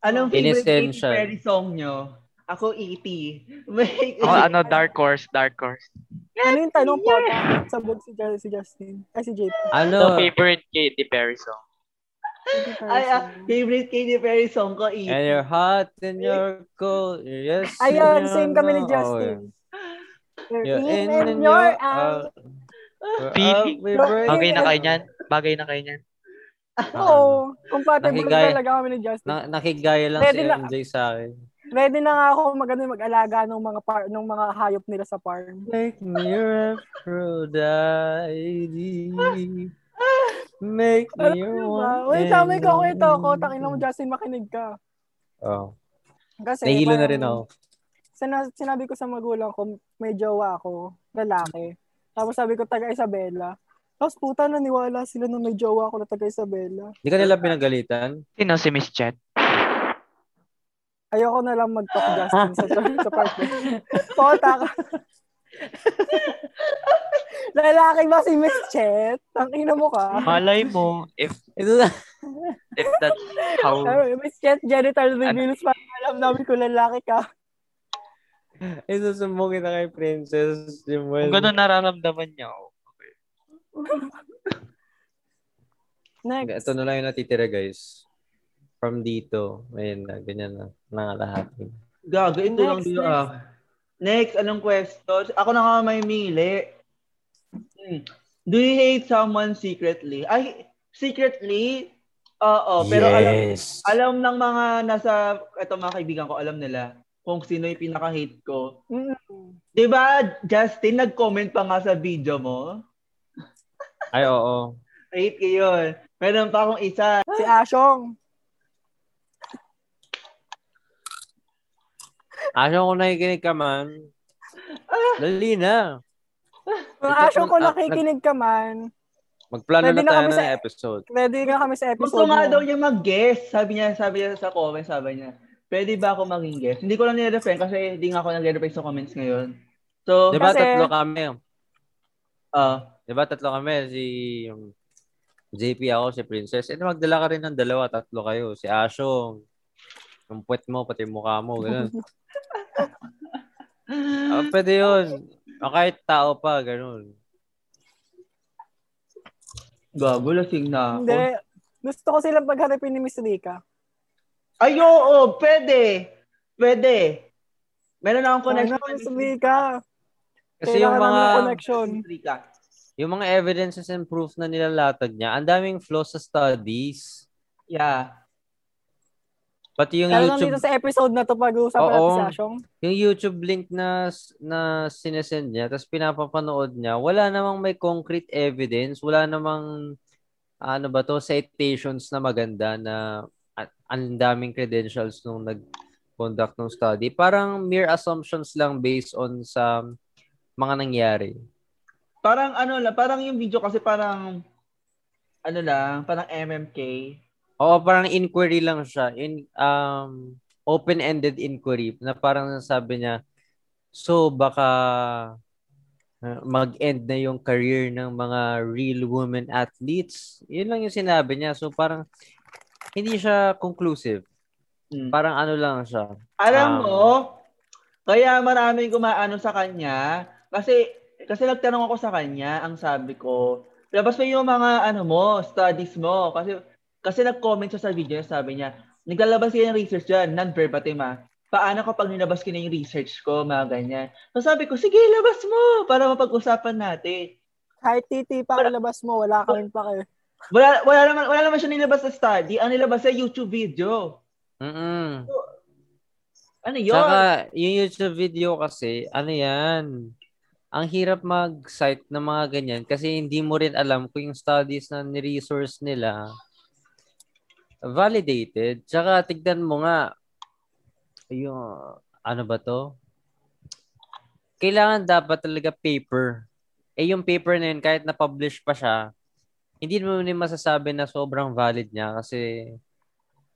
anong favorite Katy
Inessential.
Perry song nyo? Ako, E.T. May- E
Ako, ano, dark horse, dark horse.
ano yung tanong po sa book si, Ju- si Justin? Ay, si JP.
The
Ano?
favorite Katy Perry song.
Ay, ah, favorite Katy Perry song ko, E E.T.
And you're hot and you're cold. Yes.
Ayun,
and
um, same
you're
kami ni
not-
Justin.
Oo,
You're
yun. You're in and ah,
in your
you're
eyes.
out. We're
Feeling-
up, we're
Bagay
burning.
Bagay na kayo niyan. Bagay na kayo niyan.
Oo, compatible
Nakigaya.
talaga kami ni Justin.
ah, ano? Na, nakigaya lang
Pwede
si
na-
MJ sa akin.
Ready na nga ako mag, ano, mag-alaga ng mga, par- ng mga hayop nila sa farm.
Make me your Aphrodite. Make me
Alam
your
mo Ano
one.
ba? Diba? Uy,
and
sabi ko,
only.
wait ah, ako. Takin mo, Justin, makinig ka.
Oh,
Kasi,
nahilo na
parang
rin ako.
sina- sinabi ko sa magulang ko, may jowa ako, lalaki. Tapos sabi ko, taga Isabela. Tapos puta, naniwala sila na may jowa ako na taga Isabela.
Hindi ka nila pinagalitan?
Sino si Miss Chet?
Ayoko na lang mag-talk, Justin, sa, sa part na. Kota ka. lalaki ba si Miss Chet? Ang ina mo ka.
Malay mo, if,
Ito na.
if that's
Oh.
how,
Pero, Miss Chet, genital
Ano?
reveals para alam namin kung lalaki ka.
Isusumbong kita kay Princess Jimwell.
kung ganun nararamdaman niya, oh.
Next.
Ito na lang yung natitira, guys. From dito. Ayun na, ganyan na. Mga lahat.
Gago, ito
Next,
lang din
next.
ah. Next, anong question? Ako na nga may mili. Hmm. Do you hate someone secretly? Ay, secretly?
Oh,
Oo, pero alam, alam ng mga nasa, eto mga kaibigan ko, alam nila kung sino yung pinaka-hate ko.
Mm.
Di ba, Justin, nag-comment pa nga sa video mo?
Ay, oo.
Hate ko yun. Meron pa akong isa.
Si Ashong.
Aso kung nakikinig ka man,
Ah.
dali na.
Kung
Ito,
Ashong ko
ah,
nakikinig ka man,
Magplano na
Pwede na
tayo
kami
ng
sa-
episode.
ready na kami sa
Gusto
episode
nga daw
mo.
niya mag-guest. Sabi niya, sabi niya sa comments, sabi niya, pwede ba ako maging guest? Hindi ko lang nire-refrain kasi hindi nga ako nagre-refrain sa comments ngayon. So,
Diba
Kasi-
tatlo kami?
ah,
Diba tatlo kami? Si um, JP ako, si Princess. And magdala ka rin ng dalawa, tatlo kayo. Si Asong, yung puwet mo, pati yung mukha mo, ganun. Ah, pwede yun. O kahit tao pa, ganun.
gago, lasing
Ah,
na ako.
Hindi.
oh.
Gusto ko silang pagharapin ni Miss Rika.
Ay, oo, pwede. Pwede. Meron akong connection.
Ano, Miss Rika?
Kasi yung
Kailangan
mga,
namin ng connection.
Rika.
yung mga evidences and proof na nilalatag niya, ang daming flaws sa studies.
Yeah.
Pati yung
Lalo na
YouTube,
dito sa episode na to pag-uusapan
Oo.
natin si Ashong.
yung YouTube link na s- na sinesend niya, tapos pinapapanood niya, wala namang may concrete evidence, wala namang ano ba to, citations na maganda na at ang daming credentials nung nag-conduct ng study. Parang mere assumptions lang based on sa mga nangyari.
Parang ano lang, parang yung video kasi parang ano lang, parang MMK.
Oo, parang inquiry lang siya. In, um, open-ended inquiry na parang sabi niya, so baka uh, mag-end na yung career ng mga real women athletes. Yun lang yung sinabi niya. So parang hindi siya conclusive.
Mm.
Parang ano lang siya.
Alam
Ah.
mo, kaya maraming gumaano sa kanya kasi kasi nagtanong ako sa kanya, ang sabi ko, labas mo yung mga ano mo, studies mo kasi kasi nag-comment siya sa video niya, sabi niya, naglalabas kayo ng research dyan, non-verbatim ah. Paano kapag nilabas ko na yung research ko, mga ganyan. So sabi ko, sige, labas mo para mapag-usapan natin.
Kahit titi pa ang labas mo, wala kaming pake.
Wala, wala naman wala naman siya nilabas na study, ang nilabas sa YouTube video.
Mm-mm.
Ano 'yon?
Saka, yung YouTube video kasi, ano yan, ang hirap mag-cite ng mga ganyan kasi hindi mo rin alam kung yung studies na ni-resource nila validated. Tsaka, tignan mo nga, yung, ano ba to? Kailangan dapat talaga paper. Eh, yung paper na yun, kahit na-publish pa siya, hindi mo rin masasabi na sobrang valid niya kasi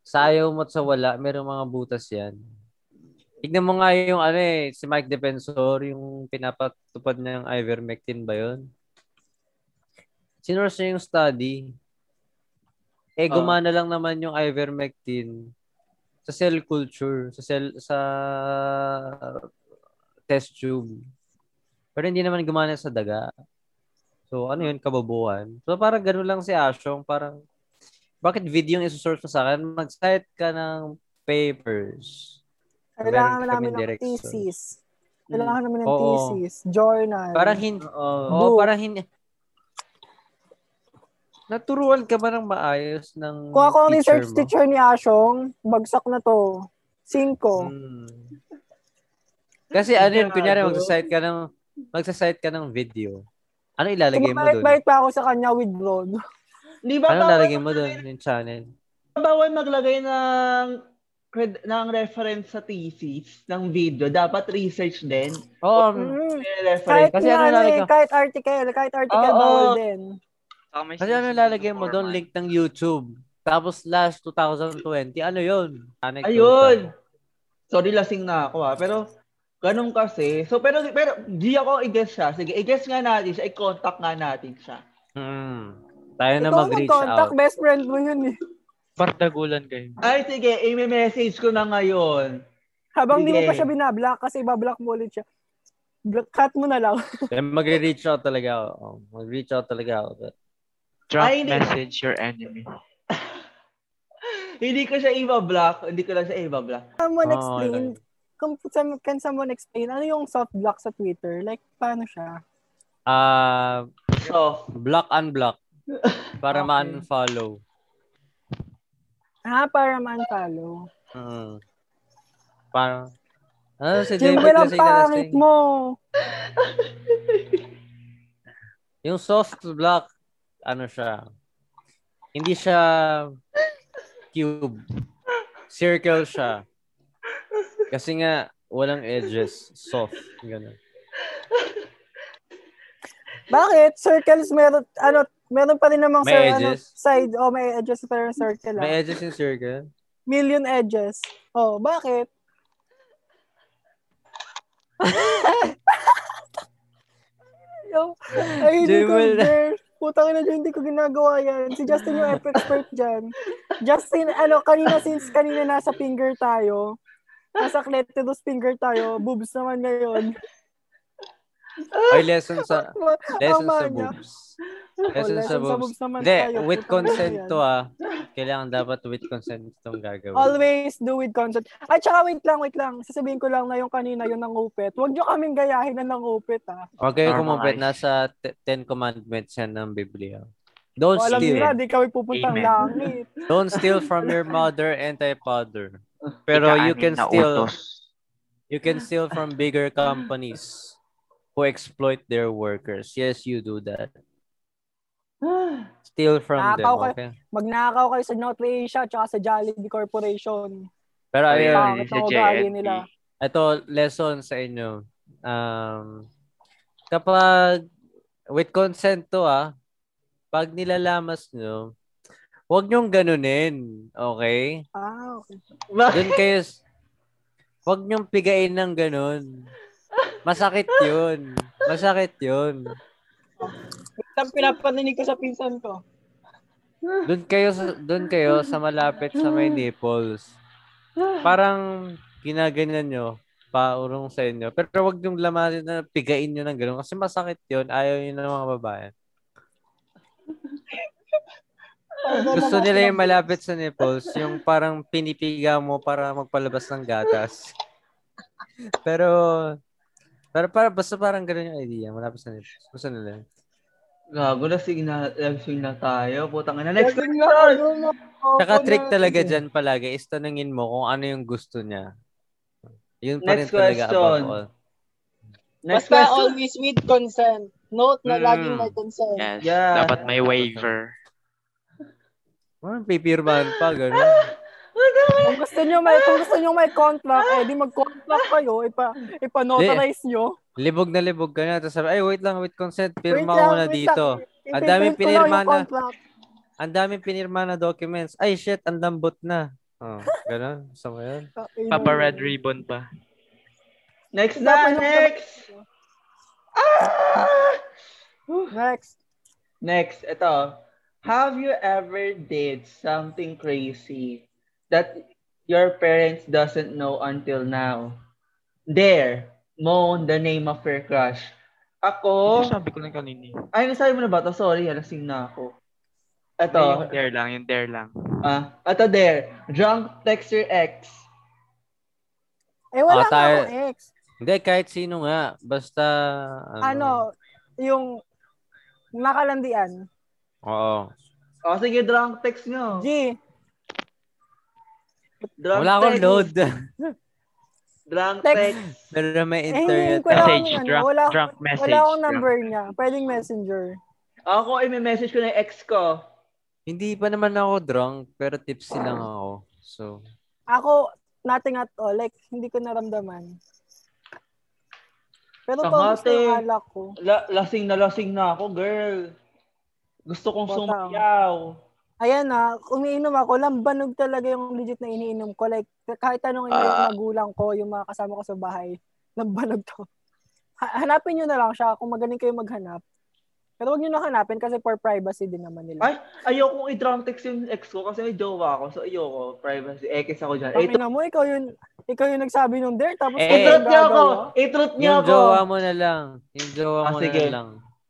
sa ayaw mo at sa wala, merong mga butas yan. Tignan mo nga yung ano eh, si Mike Defensor, yung pinapatupad niya ng ivermectin ba yun? Sinurse niya yung study. Eh,
Ah.
gumana lang naman yung ivermectin sa cell culture, sa cell, sa test tube. Pero hindi naman gumana sa daga. So, ano yun, kababuan. So, parang gano'n lang si Ashong, parang, bakit video yung isusource mo sa akin? Mag-cite ka ng papers.
Kailangan
Meron
namin
kaming
ng
direction. Mm.
thesis. Kailangan namin ng
Oo.
thesis, journal.
Parang hindi,
Oo.
oo,
Book.
parang hindi, naturuan ka ba ng maayos ng
Kung ako ang research
mo?
teacher ni Ashong, bagsak na to. Cinco.
Mm. Kasi ano yun, kunyari
Gago.
magsasite ka ng, magsasite ka ng video. Ano ilalagay mo doon?
Kumabait-bait pa ako sa kanya with road.
Di ba
Ano
bawal,
ilalagay mo doon yung channel?
bawal maglagay ng cred- ng reference sa thesis ng video? Dapat research din.
Oo,
Mm.
May
Kahit,
reference.
Kasi
na
ano
ano, eh,
ilalagay ko?
kahit article, kahit article,
Oo.
bawal din.
Saka may
Kasi ano
sinasabi
lalagay
ng
mo doon?
foreman.
Link ng YouTube. Tapos last 2020. Ano yun? Anecdote.
Ayun. Sorry, lasing na ako ha. Pero, ganun kasi. So, pero, pero, di ako i-guess siya. Sige, i-guess nga natin siya. I-contact nga natin siya.
Mm. Tayo na
Ikaw ang
mag-reach
nag-contact,
out.
best friend mo yun eh.
Pardagulan kayo.
Ay, sige, i-message ko na ngayon.
Habang hindi mo pa
Sige.
siya binablock kasi ibablock mo ulit siya. Block, cut mo na lang.
Then mag-reach Eh, out talaga ako. Oh, Mag-reach out talaga ako.
Drop
Ay, hindi.
message your enemy.
Hindi ko siya i-block. Hindi ko lang siya i-block.
Someone
Oo,
explain.
lang.
Kung some- can someone explain, ano yung soft block sa Twitter? Like, paano siya?
Ah,
So,
block unblock para
Okay.
ma-unfollow.
Ha, Ah, para man-follow.
Mm. Parang Ah, si David
Yung walang
Lasing na
pangit
lasing.
mo.
Yung soft block, ano siya? Hindi siya cube. Circle siya. Kasi nga, walang edges. Soft. Ganun.
Bakit? Circles meron, ano, meron pa rin namang
May
sir,
edges?
ano, side, oh, may edges pa rin circle. ah.
May edges yung circle.
Million edges. Oh, bakit? Ay, hindi ko,
Jewel.
girl. Putang ina, hindi ko ginagawa yan. Si Justin yung expert dyan. Justin, ano, kanina, since kanina nasa finger tayo, nasa cletidus finger tayo, boobs naman ngayon.
Ay, lesson sa... Lesson sa
Tama niya.
boobs.
Oh,
Lesson sa boobs.
naman
Hindi, with
Putang ina
consent
yan.
to ah. Kailangan dapat with consent itong gagawin.
Always do with consent. At saka wait lang, wait lang. Sasabihin ko lang na yung kanina yung nangupit. Huwag nyo kaming gayahin na nangupit ha.
Huwag kayo
Normalize.
kumupit. Nasa te- Ten Commandments yan ng Biblia. Don't
O, alam nyo na,
steal.
di kami pupunta ang
Amen.
langit.
Don't steal from your mother and thy father. Pero you
Ikaanin
can
na
steal
utos.
you can steal from bigger companies who exploit their workers. Yes, you do that. Steal from them,
Nakakaw kayo.
okay?
Magnakaw kayo sa North Asia at saka sa Jollibee Corporation.
Pero
Ayun,
ayun,
Bakit
si
ang ugali
JNP.
nila?
Ito, lesson sa inyo. Um, kapag with consent to ah, pag nilalamas nyo, huwag nyong ganunin. Okay?
Ah, okay.
Doon kayo, s- huwag nyong pigain ng ganun. Masakit yun. Masakit yun.
Ang pinapaninig ko sa pinsan ko.
Doon kayo, sa- doon kayo sa malapit sa may nipples. Parang ginaganyan nyo, paurong sa inyo. Pero huwag yung lamarin na pigain nyo ng gano'n. Kasi masakit yun. Ayaw nyo ng mga babae. Gusto nila yung malapit sa nipples. Yung parang pinipiga mo para magpalabas ng gatas. Pero, pero para, basta parang gano'n yung idea. Malapit sa nipples. Gusto nila. yun.
Gago na signal, lasing na tayo. Putang ina. Next
Next
question.
Tsaka trick talaga dyan palagi is tanungin mo kung ano yung gusto niya. Yun pa
Next
rin talaga
question.
above all.
Next
Basta
question.
always with consent. Note na
Mm.
laging may consent.
Yes.
Yeah.
Dapat may waiver.
Parang Ah, pipirmahan pa, gano'n.
Kung gusto nyo may, kung gusto nyo may contract, eh di mag-contract kayo, ipa, ipa-notarize nyo.
Libog na libog ka na. Tapos sabi, ay, wait lang, with consent,
Wait
pirma
lang,
ko na
wait
dito.
lang.
Ang daming
Ipiprint ko lang yung
pinirma na.
contract.
Ang daming pinirma na documents. Ay, shit, ang lambot na. Oh, gano'n. Gusto mo yun?
Ayun.
Papa Red Ribbon pa.
Next na, next.
Next.
Ah! Next, ito. Have you ever did something crazy that your parents doesn't know until now? There, moan the name of your crush. Ako,
Ito sabi ko lang eh. kanini.
ay, nasabi mo na ba to? Sorry, alasing na ako.
Yung
Ito,
dare lang, yung dare lang.
ah, ito there. Drunk text your ex.
Eh,
Ah,
wala nga
tayo-
akong ex.
Hindi, kahit sino nga. Basta,
Ano, yung nakalandian.
Oo.
O, Oh, sige, drunk text nyo.
G,
Drunk
Wala akong
text.
load.
Drunk
Text.
text.
Pero may
eh, hindi
internet.
ko alam
Message,
ano,
drunk-
wala,
drunk message,
wala akong
drunk.
number niya. Pwedeng messenger.
Ako, i-message ko na yung ex ko.
Hindi pa naman ako drunk, pero tipsy lang ako. So,
Ako, nothing at all. Like, hindi ko naramdaman. Pero
Tangate.
tomas na yung alak ko.
La- lasing na lasing na ako, girl. Gusto kong
Botang.
sumayaw.
Ayan na, umiinom ako, lambanog talaga yung legit na iniinom ko. Like, kahit anong uh,
Ah.
yung magulang ko, yung mga kasama ko sa bahay, lambanog to. Ha- hanapin nyo na lang siya kung magaling kayo maghanap. Pero huwag nyo na hanapin kasi for privacy din naman nila.
Ay, ayokong i-drunk text yung ex ko kasi may jowa ako. So, ayoko. Privacy. Ekis ako dyan.
Tangina
I-truth
mo, ikaw yun, ikaw yung nagsabi nung dare, tapos
Eh,
ikaw yung
niya ako.
gagawa.
I-truth niya
yung
ako.
jowa mo na lang. Yung jowa
Ah,
mo
sige.
na lang.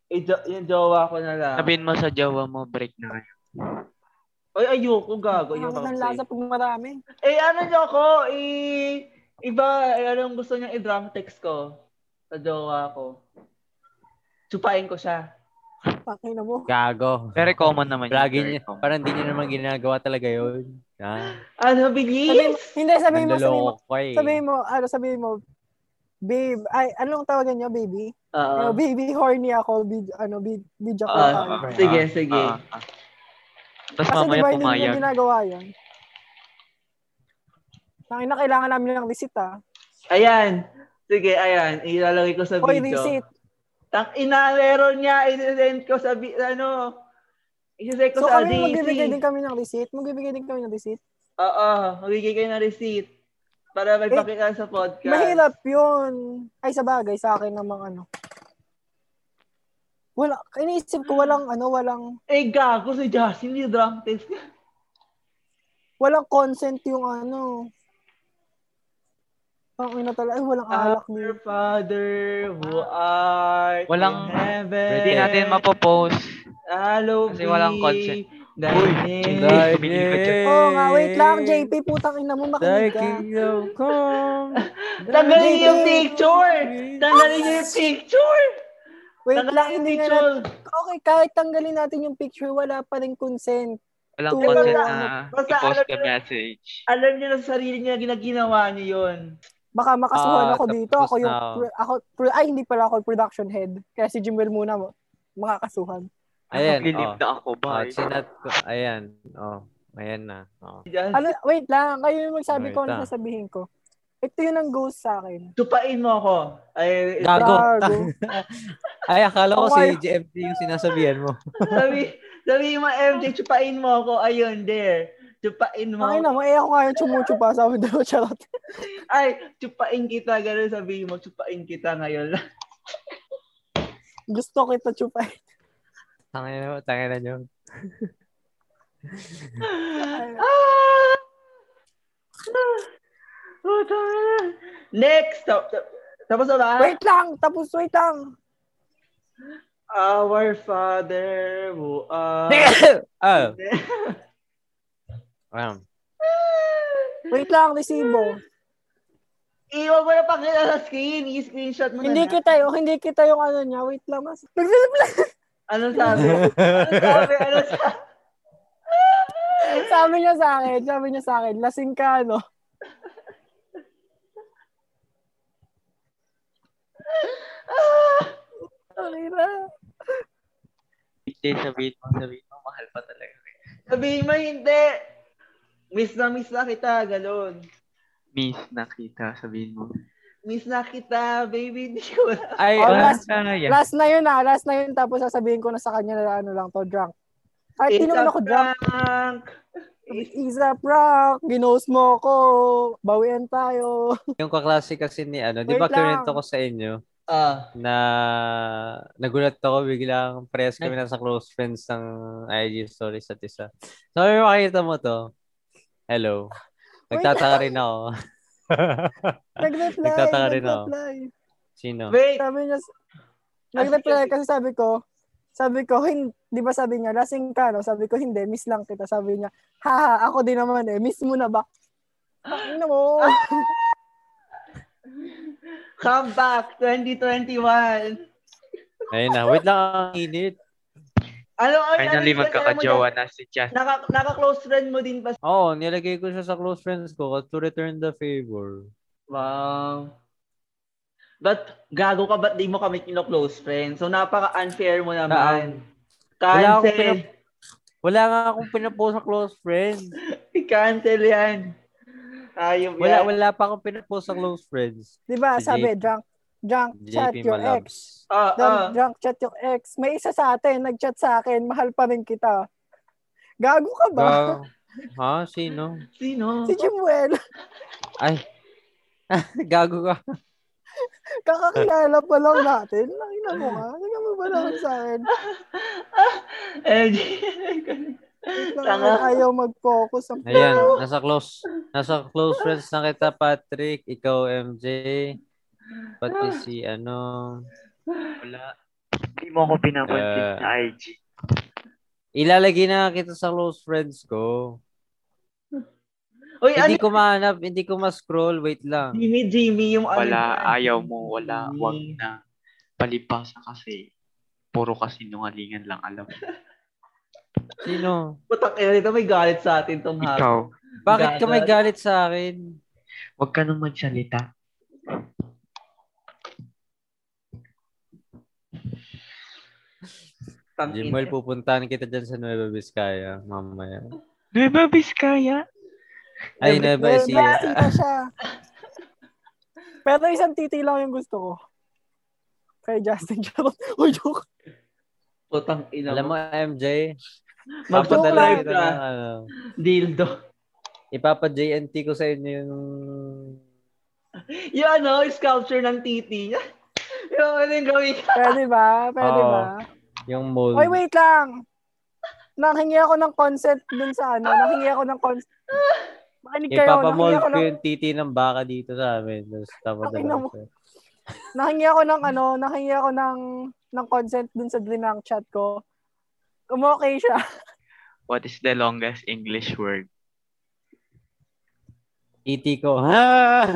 I-jo- yung jowa ko na lang.
Sabihin mo sa jowa mo, break na kayo.
Ay, ayoko. Gago. Yung
Ang
toxic.
lasa pag marami.
Eh, ano niya ako? I... Iba, eh, anong gusto niya i-drunk text ko sa jowa ko. Chupain ko siya.
Pakina mo.
Gago.
Very common naman yun.
Lagi
very
niya,
common.
parang hindi niya naman ginagawa talaga yun. Ah,
Ano,
Sabihin,
bilis?
hindi, sabihin mo, sabihin mo,
nandaloko ka eh.
sabihin mo, ano, sabihin mo, babe, ay, anong tawagan niyo, baby?
Oo.
Ano, baby, horny ako, bid, ano, bid, bidya ko.
Ah,
tayo.
sige,
Ah,
sige.
ah, ah.
Kasi
Tapos
di
mamaya
ba hindi
pumayag.
nila ginagawa yun? Tangina, kailangan namin ng receipt ah.
Ayan. Sige, ayan. Ilalagay ko sa
Oy,
video.
receipt.
Tang ina, meron niya. I-send ko sa, bi- ano, i-send ko
So
sa
kami magbibigay din
DC.
kami ng receipt. Magbibigay din kami ng receipt.
Oo, magbigay kayo ng receipt. Para
Eh,
magpakita sa podcast.
Mahirap yun. Ay, sa bagay, sa akin namang ano. Wala, iniisip ko walang ano, walang
Eh, gago si Justin, yung drum test niya.
walang consent yung ano. Ang ina talaga, ay walang
Ah,
alak ni.
Our Father, who art
Walang-
in heaven.
Hindi natin mapopost.
Hallowed
Kasi walang
be
consent.
Thy
Uy,
name.
hindi.
Thy
Hey.
Oh, nga, wait lang, JP, putang ina
Thy
mo, makinig ka.
kingdom come.
Tanggalin niyo yung
JP.
picture! Tanggalin niyo yung picture!
Wait
Tanggalin
lang,
niyo yung
hindi nga
picture!
natin. Okay, kahit tanggalin natin yung picture, wala pa rin consent.
Walang
Tulog
consent
lang.
na
Basta ano
i-post
alam
the
nyo-
message.
Alam niyo na sa sarili niya, ginaginawa niyo yun.
Baka makasuhan
Ah,
ako dito. Ako
tapos
yung,
na.
pro- ako, pro- ay, hindi pala ako production head. Kaya si Jimwell muna mo, makakasuhan.
Ayan,
Naglilip
oh.
na ako,
Oh,
bye.
chinat ko. Ayan. Oh, ayan na. Oh.
Si Justin,
Ano, wait lang, kayo yung magsabi ko
Wait
ano
lang.
sasabihin ko. Ito yun ang ghost sa akin.
tupain mo ako. Ay,
Gago.
Gago.
Ay, akala ko
Oh
si
my-
GMT yung sinasabihan mo.
sabi, sabi mo, MJ, tupain mo ako. Ayun, there. Tupain mo.
Ay na mo, eh ako nga yung chumuchupa sa amin daw, charot.
Ay, tupain kita. Ganun sabi mo, tupain kita ngayon.
Gusto kita chupa.
Tangin na, tangin na nyo.
Ah! Oh, tama na. Next. Tap- tap- Tapos na ba?
Wait lang, tapos wait lang.
Our Father who art...
oh. Ayan.
Wait lang, resibo.
Iwan mo na pakita sa screen. I-screenshot mo na.
hindi
na.
kita yung, hindi kita yung ano niya. Wait lang, mas. Nagsisimula.
Anong sabi? Anong sabi? Anong sabi?
sabi niya sa akin, sabi niya sa akin, lasing ka, ano?" no? Sorry na.
Hindi, sabihin mo, sabihin mo, mahal pa talaga.
Sabihin mo hindi. Miss na miss na kita. Galon.
Miss, nakita, sabihin mo.
Miss na kita, baby. Hindi ko na.
Ay,
Oh,
wala.
last-
Kaya.
Last na yun ah, last na yun. Tapos sasabihin ko na sa kanya na ano lang to, drunk. Kahit
It's
tinong
a
ako drunk,
prank.
is a prank. Ginost mo ako. Bawian tayo.
Yung kaklase kasi ni ano, di
Wait
ba
lang.
kinuwento ko sa inyo
Ah.
na nagulat ako biglang press kami na sa close friends ng IG stories at isa. Sabi mo, makita mo to. Hello.
Wait
Nagtataka rin ako.
Nag-reply.
Nagtataka rin ako.
nag-reply.
Sino?
Wait.
Sabi niya, nag-reply kasi sabi ko, sabi ko, hin, di ba sabi niya, lasing ka, no? Sabi ko, hindi, miss lang kita. Sabi niya, haha, ako din naman eh, miss mo na ba? Ano mo?
Come back 2021.
Ayun na. Wait lang ang init.
Ano ang ano
Finally,
yung
magkakajowa
kasama
na si
mo dyan?
Chas.
Naka, naka-close friend mo din pa. si-
Oo, nilagay ko siya sa close friends ko to return the favor.
Wow. But gago ka ba't di mo kami kino-close friend? So napaka-unfair mo naman.
Wala
Cancel.
akong pinap- Wala nga akong pinapost sa close friends.
I-cancel yan. Ayun yan.
Wala, wala pa akong pinapost sa close friends.
Di ba,
Si JP.
sabi, drunk, drunk, chat
JP
your ex.
Malabs.
Ah,
Drunk,
ah.
drunk, chat your ex. May isa sa atin, nag-chat sa akin, mahal pa rin kita. Gago ka ba?
Ga- ha? Sino?
ah. Sino?
Si Jimuel,
Ay. Gago ka.
kakakilala pa lang natin. Nakina mo ka. Tingnan mo ba naman sa akin?
Eh,
Nakakilala,
Tanga.
Ayaw mag-focus. Ang
Ayan, nasa close. Nasa close friends na kita, Patrick. Ikaw, MJ. Pati
Ah.
si ano.
Wala. Uh, Hindi mo ako pinapansin
Eh.
sa IG.
Ilalagay na kita sa close friends ko.
Uy, ano?
Hindi ko mahanap, hindi ko ma-scroll. Wait lang.
Jimmy, Jimmy, yung ano
Wala,
yan.
ayaw mo, wala, wag na. Palipasa kasi. Puro kasi nungalingan lang alam. mo.
Sino?
Putak, eh, ito may galit sa atin tong hapon.
Ikaw,
Bakit ka may galit sa akin?
wag ka nang magsalita.
Tang ina.
Jimuel, pupuntahan kita dyan sa Nueva Vizcaya mamaya.
Nueva Vizcaya?
Ay, Nueva
Well,
Ecija.
nakasita siya. Pero isang titi lang yung gusto ko. Kay Justin Charot. Uy, joke.
Putang ina
Alam mo, MJ,
Magpapadrive
papadala
ka.
ng ano,
Dildo.
ipapa-JNT ko sa inyo yung...
Yung ano, sculpture ng titi niya. Yung ano yung gawin.
Pwede ba? Pwede
Oo.
ba?
Yung mold.
Oy, wait lang. Nanghingi ako ng consent dun sa ano. Nanghingi ako ng consent. Makinig
Eh,
kayo. Nanghingi
papamold
ako
ko
ng,
yung titi ng baka dito sa amin. Tapos tapos
Ang
na
ina mo. nanghingi ako ng ano. Nanghingi ako ng, ng consent dun sa dinang chat ko. Umokay siya.
What is the longest English word?
Titi ko. Ha!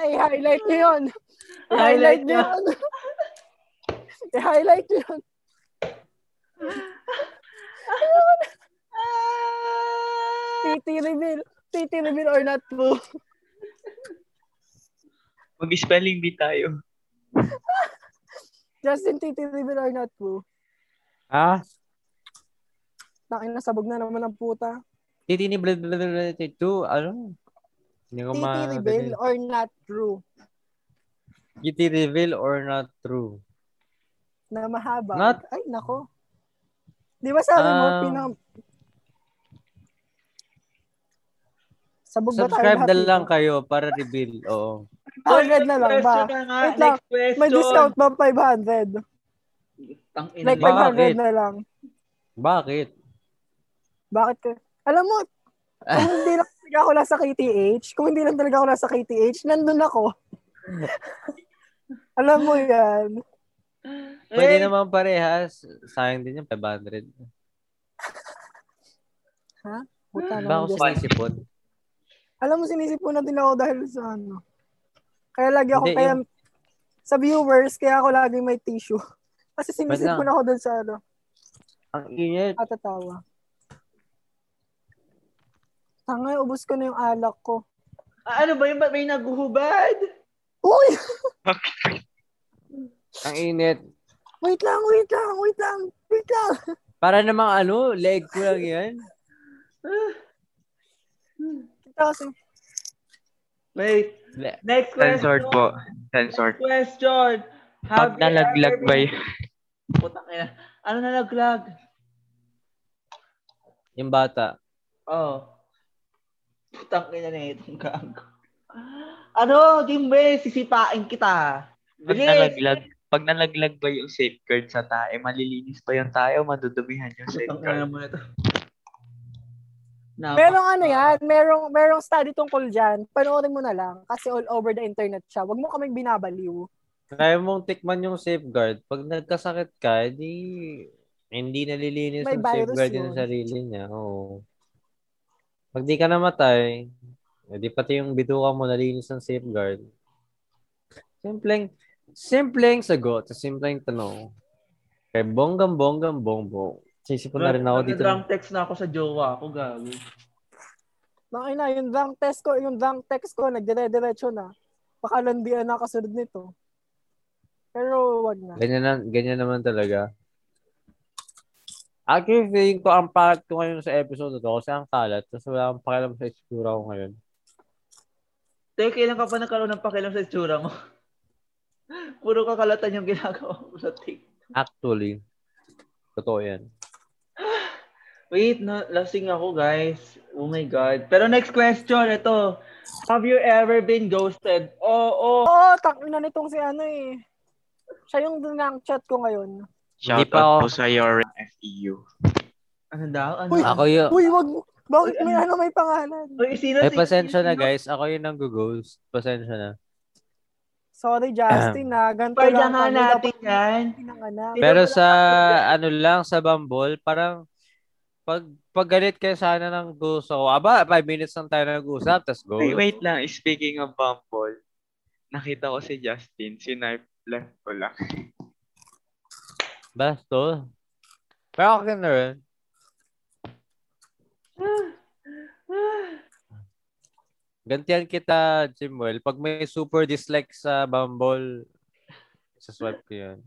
I-highlight niyo yun. I-highlight niyo yun. I-highlight niyo yun. Titi reveal. Titi reveal or not po.
Mag-spelling bee tayo.
Justin, titi reveal or not po.
ha?
Nakin nasabog na naman ang puta.
Titi ni blah, blah, blah, blah, tito. Ano? Hindi ko
Titi
ma...
reveal or not true.
Titi reveal or not true.
Na mahaba.
Not-
Ay, nako. Di ba sabi mo,
Ah.
pinang... Sabog ba tayo
Subscribe
lahat
na lang
dito?
kayo para reveal. Oo.
100 na lang ba?
Next question na nga,
Wait lang.
Next question.
May discount ba 500?
Tang ina
Like
mo.
Bakit?
500 na lang.
Bakit?
Bakit ka? Alam mo,
Ah.
kung hindi lang talaga ako nasa KTH, kung hindi lang talaga ako nasa KTH, nandun ako. Alam mo yan.
Pwede
Eh,
naman parehas. Sayang din yung 500.
Puta
Ba
naman,
ako
Diyos.
sinisipon?
Alam mo, sinisip ko na din ako dahil sa ano. Kaya lagi ako,
Hindi,
kaya, sa viewers, kaya ako lagi may tissue. Kasi sinisip
lang.
ko na ako dun sa ano,
Ang init.
katatawa. Tanga, ubos ko na yung alak ko.
ah, ano ba yun? Ba't may naguhubad?
Uy!
Ang init.
Wait lang, wait lang, wait lang, wait lang.
Para namang ano, leg ko lang yan.
Ah,
Kita kasi,
Wait.
Le-
Next question.
Censored po. Censored.
Question. Have
Pag
you
nalaglag
ever
ba
been-
yun?
Putang ina. Ano nalaglag?
Yung bata.
Oh. Putang ina na itong gago. Ano, Jimbe, sisipain kita.
Pag nalaglag, pag nalaglag ba yung safeguard sa tae, malilinis pa yung tae o madudumihan yung
Putang ina
safeguard?
mo na ito. Napa-
merong ano yan, merong, merong study tungkol dyan. Panoorin mo na lang kasi all over the internet siya. Huwag mo kaming binabaliw.
Kaya mong tikman yung safeguard. Pag nagkasakit ka, di hindi nalilinis
May
yung
virus
safeguard
yun.
yung sarili niya. Oo. Pag di ka namatay, eh, di pati yung bituka mo nalinis ng safeguard. Simpleng, simpleng sagot sa simpleng tanong. Kay bonggang bonggang bongbong. Sisipon na rin ako dito.
Nag-drunk text na ako sa jowa ako, gago.
Nakain na, yung drunk test ko, yung drunk text ko, nagdire-diretso na. Baka landian na kasunod nito. Pero wag na.
Ganyan, na, ganyan naman talaga. Actually, feeling ko ang pangat ko ngayon sa episode na to kasi ang kalat. Tapos wala akong pakialam sa itsura ko ngayon.
Teka, kailan ka pa nagkaroon ng pakialam sa itsura mo? Puro kakalatan yung ginagawa mo sa TikTok.
Actually. Totoo yan.
Wait, na, lasing ako, guys. Oh my God. Pero next question, ito. Have you ever been ghosted? Oo,
Oo, oh, na nitong si ano eh. Siya yung drunk chat ko ngayon.
Hindi
Shout
pa
out
ako-
po sa your FEU.
Ano daw? Ano?
Uy!
Ako yun.
Uy, wag Bakit may ano may pangalan?
Uy, sino,
Ay,
si-
pasensya na
sino-
guys. Ako yun ang ghost. Pasensya na.
Sorry, Justin, na ganito
Pwede
lang
nga
kami
natin
dapat
yan.
pinanganak.
Pero sa ano lang, sa Bumble, parang pag paggalit kayo sana ng ghost ako, aba, 5 minutes lang tayo nag-usap, tapos go.
Wait, wait lang. Speaking of Bumble, nakita ko si Justin. Sinipe left ko lang.
Basto. Pero ako na rin. Gantian kita, Jimwell. Pag may super dislike sa Bumble, sa swipe ko yun.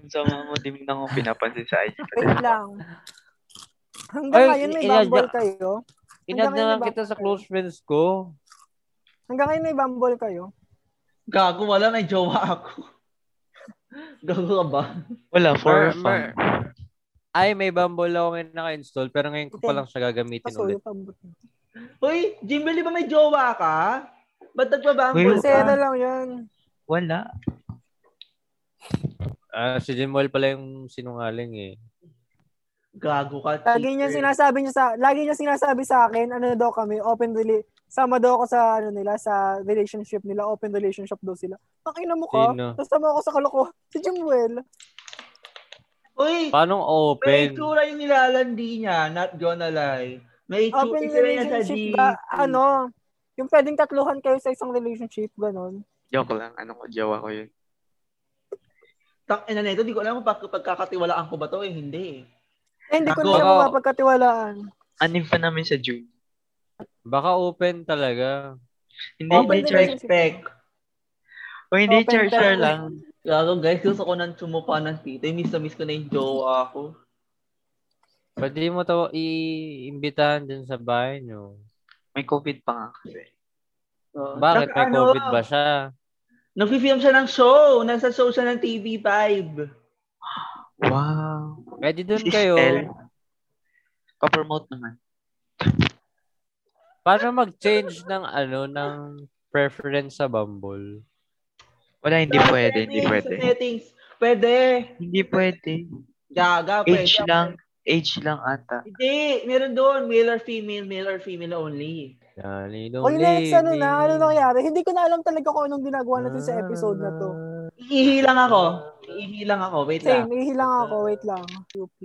Ang sama mo, di mo na akong pinapansin sa IG.
Wait lang. Hanggang
Ay,
ngayon may
i-add
bumble
na-
kayo?
Inad na
Hanggang
lang
ngayon
kita
ba-
sa close friends ko.
Hanggang ngayon may bumble kayo?
Gago, wala may jowa ako. Gago ka ba?
Wala, for
Mer-
fun.
Ay, may Bumble ako ngayon naka-install pero ngayon ko pa lang siya gagamitin
Kaso
ulit.
yung pambot.
Hoy, Jimmy, di ba may jowa ka? Ba't
Uy,
nagbabangkol
Sera
ka?
ano lang yun.
Wala.
Ah, si Jimwell pala yung sinungaling eh.
Gago ka.
Lagi niya
teacher.
sinasabi niya sa lagi niya sinasabi sa akin, ano daw kami, open rela- sama daw ako sa ano nila sa relationship nila, open relationship daw sila. Ang ina mo ka.
Sino?
Tapos sama ako sa kalokohan. Si Jimwell.
Hoy,
Paano
may
open?
itsura yung nilalandi niya. Not gonna lie. May itsu-
Open
itsura niya sa
relationship
D.
ba? Ano? Yung pwedeng tatluhan kayo sa isang relationship, ganon.
Joke lang. Ano ko, jowa ko yun.
Tak, ina nito, di ko alam kung pag, pagkakatiwalaan ko ba to eh. Hindi eh.
Eh, hindi ko
Ako-
na siya
ako-
mapagkatiwalaan.
Anim pa namin sa June.
Baka open talaga.
Hindi,
Open
hindi,
to
char-
relationship.
respect.
o, hindi,
Open
char-
to-
share lang.
Gago guys, gusto ko nang sumupa ng tita. Miss na miss ko na yung jowa ko.
Pwede mo to iimbitahan din sa bahay nyo.
May COVID pa nga kasi.
Oo.
Bakit?
Tsaka
May
ano,
COVID ba siya?
Nagpi-film siya ng show. Nasa show siya ng TV5.
Wow.
Pwede doon
Sis
kayo.
L. Papromote naman.
Paano mag-change ng ano, ng preference sa Bumble?
Wala, hindi
Sa
pwede, hindi
settings,
pwede.
sa ano eh, Settings. Pwede.
Hindi pwede.
Gaga, pwede.
Age lang, age lang ata.
Hindi, meron doon. Male or female, male or female only.
Dali,
O yun next, ano na, ano nangyari? Hindi ko na alam talaga kung anong ginagawa natin
Ah.
sa episode na to.
Iihi lang ako. Iihi lang ako. Wait
Same,
lang.
ihi lang ako, wait lang.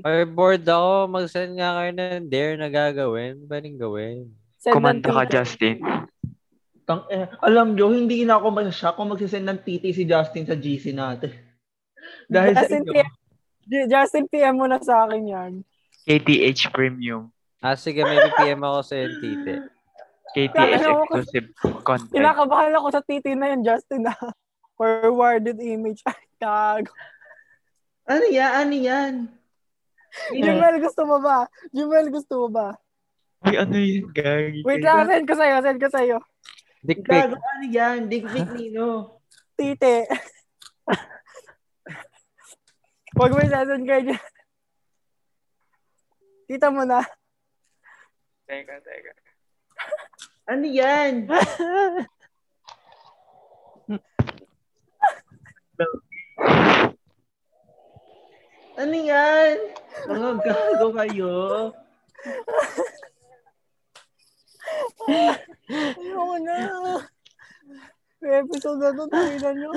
Ay, bored ako. Mag-send nga kayo ng dare na gagawin. Pwedeng gawin.
Send
Kumanta
ng
ka,
tita.
Justin.
Tang, eh, alam nyo, hindi na ako masasya kung magsisend ng titi si Justin sa GC natin. Dahil sa
Justin,
inyo.
PM, J- Justin, PM mo na sa akin yan.
KTH Premium.
Ah, sige, may PPM ako sa yung tite.
KTH
Ano ako-
Exclusive Content.
Kinakabahan ako sa titi na yan, Justin. ah. Forwarded image. Ay, gago.
Ano yan? Ano yan?
Jumel, gusto mo ba? Jumel, gusto mo ba?
Uy, ano yun, gagi?
Wait lang, send ko sa'yo, send ko sa'yo.
Dick pic.
Gago, ano yan? Dick Dick Nino.
Tite. Huwag mo sasend kayo dyan. Kita mo na.
Teka, teka.
Ano yan? Ano yan? Mga gago kayo.
Ayoko na. May episode na to, tayo nyo.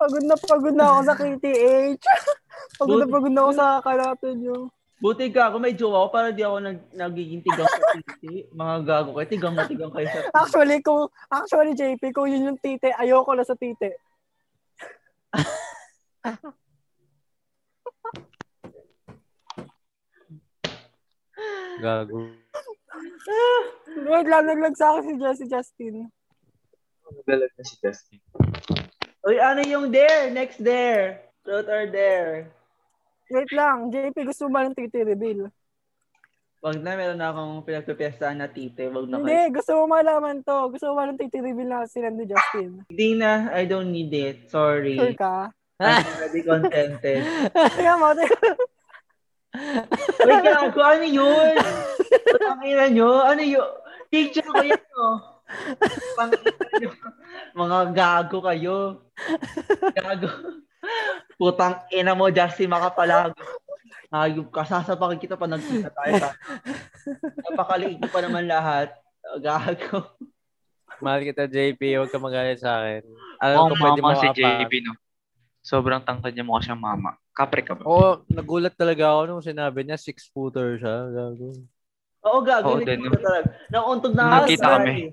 Pagod na pagod na ako sa KTH. Pagod na pagod na ako sa kalapin nyo.
Buti ka, kung may jowa ko, para di ako nag, nagiging tigang sa titi. Mga gago kayo, tigang na tigang kayo sa titi.
Actually, kung, actually, JP, kung yun yung tite, ayoko na sa tite.
Gago.
Wait lang, naglag sa akin si, Jess- si Justin.
Magalag na si Justin.
Uy, ano yung dare? Next dare. Truth or dare?
Wait lang, JP, gusto mo ba ng tite reveal?
Wag na, meron na akong pinagpipiestahan na titi. Wag na
Hindi,
kayo.
gusto mo malaman to. Gusto mo ba ng tite reveal na sinend ni Justin?
Hindi na, I don't need it. Sorry.
Sure ka?
I'm already contented.
Kaya mo,
Wait lang, ako, ano yun? Pangina nyo, ano yun? Picture ko yun, no? Pangina nyo. Mga gago kayo. Gago. Putang ina mo, Justin Makapalago. Ayup ka, sasapakin kita pa nagkita tayo. tayo. Napakaliit mo pa naman lahat. Gago.
Mahal kita, JP. Huwag ka magalit sa akin. Alam
Oo,
ko, pwede mo
mama Ano si
kapan.
JB, no? Sobrang tangkad niya mukha siyang mama. Kapre ka ba?
Oo, nagulat talaga ako nung sinabi niya six-footer siya. Gago.
Oo, gago.
Oo,
hindi
din.
ko talaga. Nauuntog na ako.
Nakita
kami.
Paano yun?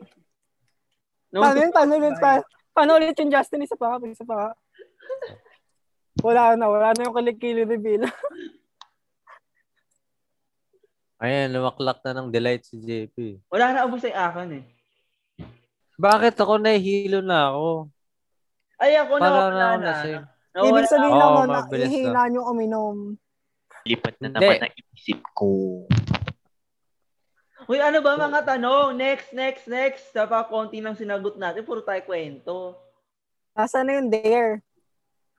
Nauuntog-
Paano ulit? Pa, paano ulit yung Justin? Isa pa ka, isa pa ka. Wala na, wala na yung kilikili reveal.
Ayan, lumaklak na ng delight si JP.
Wala na ubos na yung akin eh.
Bakit ako nahihilo na ako?
Ay, ako na
Para
wala
na ako
na.
lasing.
Nawawala
Ibig sabihin
Oo,
lang nun, na
mabilis na.
ihina yung uminom.
Lipat na
Hindi.
naman ang isip ko.
Uy, ano ba mga tanong? Next, next, next. Sapa konti lang sinagot natin. Puro tayo kwento.
Nasaan na yung dare?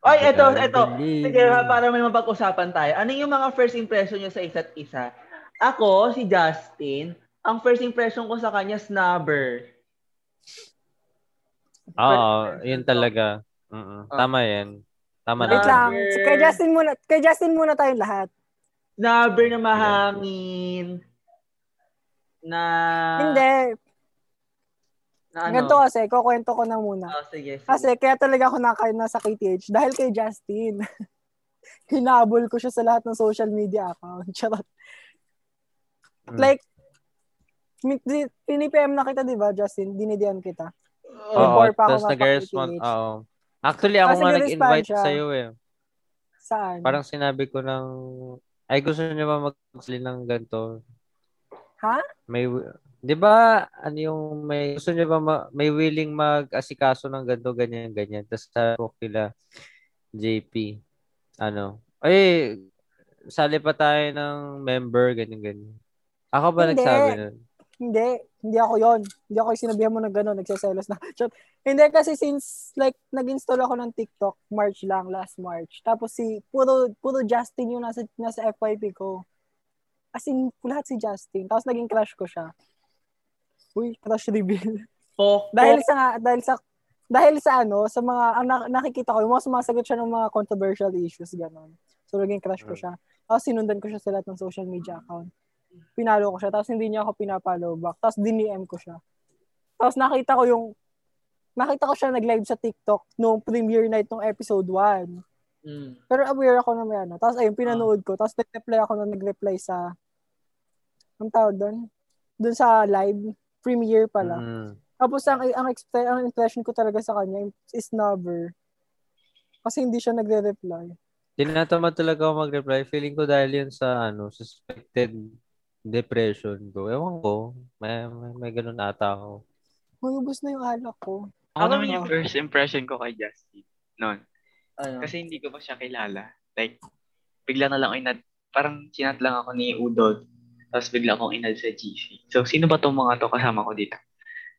Oy, eto, eto.
Galing.
Sige, ha, para may mapag-usapan tayo. Ano yung mga first impression nyo sa isa't isa? Ako, si Justin, ang first impression ko sa kanya, snubber.
Oo, yun talaga. Oo,
Ah.
Tama yan. Tama
Wait
na.
lang. Kay Justin muna, kay Justin muna tayong lahat.
Snubber na mahangin. Na...
Hindi.
Na Ah, ano?
Ganito kasi, kukwento ko na muna.
Oh, sige, sige.
Kasi kaya talaga ako nakain na sa KTH dahil kay Justin. Hinabol ko siya sa lahat ng social media account. Charot.
Mm.
Like, mi- di- pinipm na kita, di ba, Justin? Dinidian kita.
Oo.
Oo,
before pa ako
tapos na girls
mapapakilala.
month. Oo. Actually, ako
Kasi
nga
nirespond
nag-invite
Ah, siya.
sa'yo eh.
Saan?
Parang sinabi ko ng, ay gusto niyo ba mag-slay ng ganito?
Ha?
May, wi- di ba, ano yung, may, gusto niyo ba, ma- may willing mag-asikaso ng ganito, ganyan, ganyan. Tapos sabi ko kila JP, ano, ay, sali pa tayo ng member, ganyan, ganyan. Ako ba
Hindi.
nagsabi nun?
Hindi. Hindi ako yon Hindi ako yung sinabihan mo na gano'n. Nagsaselos na. Charot. Hindi kasi since like nag-install ako ng TikTok March lang, last March. Tapos si puro, puro Justin yung nasa, nasa FYP ko. As in, lahat si Justin. Tapos naging crush ko siya. Uy, crush reveal.
Pok,
dahil sa nga, dahil sa dahil sa ano, sa mga ang nak- nakikita ko, yung mga sumasagot siya ng mga controversial issues, gano'n. So, naging crush ko siya. Tapos, sinundan ko siya sa lahat ng social media account. Pinalo ko siya. Tapos, hindi niya ako pinapalo back. Tapos, diniem ko siya. Tapos, nakita ko yung, nakita ko siya nag-live sa TikTok noong premiere night ng episode 1.
Mm.
Pero aware ako na may ano. Tapos, ayun, pinanood ko. Tapos, nag-reply ako na nag-reply sa, ang tawag doon? Doon sa live, premiere pala.
Mm.
Tapos ang ang, exp- ang impression ko talaga sa kanya is never. Kasi hindi siya nagre-reply.
Tinatamad talaga ako mag-reply. Feeling ko dahil yun sa ano, suspected depression ko. Ewan ko. May, may, may ganun ata ako.
Huyubos na yung alak ko.
Ako
Ano
naman
nga?
yung first impression ko kay Justin. Noon.
Ano?
Kasi hindi ko pa siya kilala. Like, bigla na lang ako inad. Parang chinat lang ako ni Udol. Tapos bigla akong inad sa GC. So, sino ba tong mga to kasama ko dito?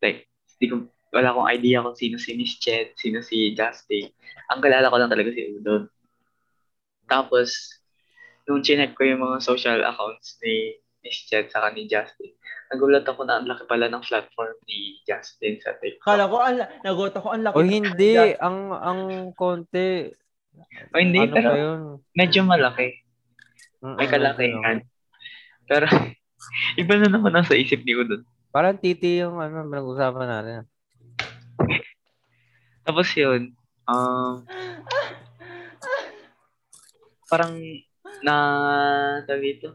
Like, hindi ko, wala akong idea kung sino si Miss Chet, sino si Justin. Ang kilala ko lang talaga si Udol. Tapos, nung chinek ko yung mga social accounts ni Miss Chet saka ni Justin, nagulat ako na ang laki pala ng platform ni Justin sa TikTok.
Kala ko, ang, la- nagot ako, ang laki.
O
ng-
hindi. Ang ang konti.
O Oh, hindi,
ano
pero
pa yun?
medyo malaki.
Mm, ano,
May
ano.
kalakihan. Pero, iba na naman ang sa isip ni Udon.
Parang titi yung ano, pinag-usapan natin.
Tapos yun, um, parang na, sabi ito,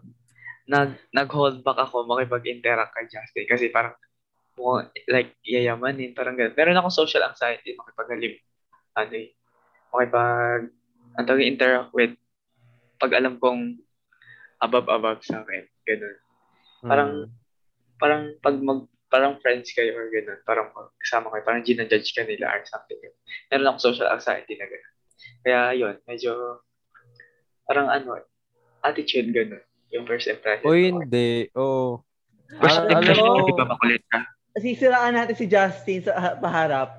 nag, nag-hold back ako makipag-interact kay Justin kasi parang mukhang, like, yayamanin, parang ganun. Meron akong social anxiety makipag-alim. Ano eh, makipag, ang tawag, interact with pag alam kong above-above sa akin. Ganun.
Mm.
Parang- parang pag mag parang friends kayo or gano'n, parang kasama kayo, parang ginajudge ka nila or something. Meron akong social anxiety na gano'n. Kaya yun, medyo parang ano, attitude gano'n. Yung first impression.
O
ko.
hindi. Oo.
First
Ah,
impression,
alam mo-
hindi pa makulit ka.
Sisiraan natin si Justin sa ah, paharap.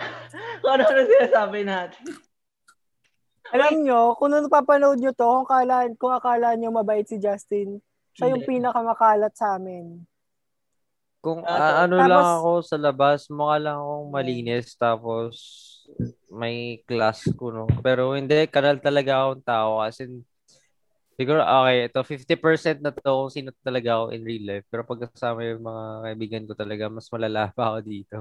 Kung ano-ano sinasabi natin.
Alam nyo, kung nung napapanood nyo to, kung akala, kung akala nyo mabait si Justin, siya yung
Hindi.
pinakamakalat sa amin.
Kung
Ah,
ah, ano
tapos-
lang ako sa labas, mukha lang akong malinis tapos may class ko, no? Pero hindi, kanal talaga akong tao kasi siguro, okay, ito 50% na to kung sino talaga ako in real life. Pero pag kasama yung mga kaibigan ko talaga, mas malala pa ako dito.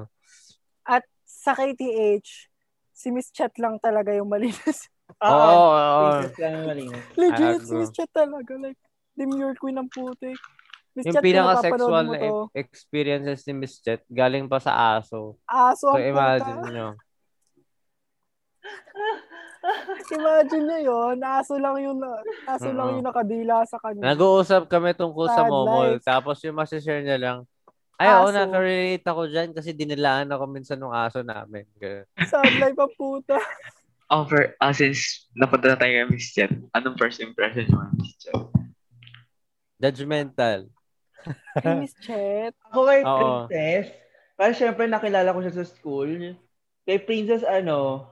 At sa KTH, si Miss Chat lang talaga yung malinis.
Oo,
Oo.
oo, oo.
Ah, Jesus lang yung malinis.
Legit,
Anak
si
mo.
Miss Chat talaga. Like, demure queen ng putik. Miss
Yung
Chat, kung
pinaka-sexual
napapanood mo
na
to,
e- experiences ni Miss Chet galing pa sa aso.
aso
So,
ang puta.
imagine nyo.
Imagine nyo yun, aso lang yung, aso lang
Oo.
yung nakadila sa kanya.
Nag-uusap kami tungkol sa
Sad
momol.
life.
Tapos yung masishare niya lang, ay,
Aso.
oo, nakarelate ako dyan kasi dinilaan ako minsan ng aso namin. Ganun.
Sad life ang puta.
Oh, for, ah, since napunta na tayo kay Miss Jen, anong first impression mo kay Miss Jen?
Judgmental.
Ay, Miss Chet.
Ako kay
Oo.
Princess, parang syempre nakilala ko siya sa school. Kay Princess, ano,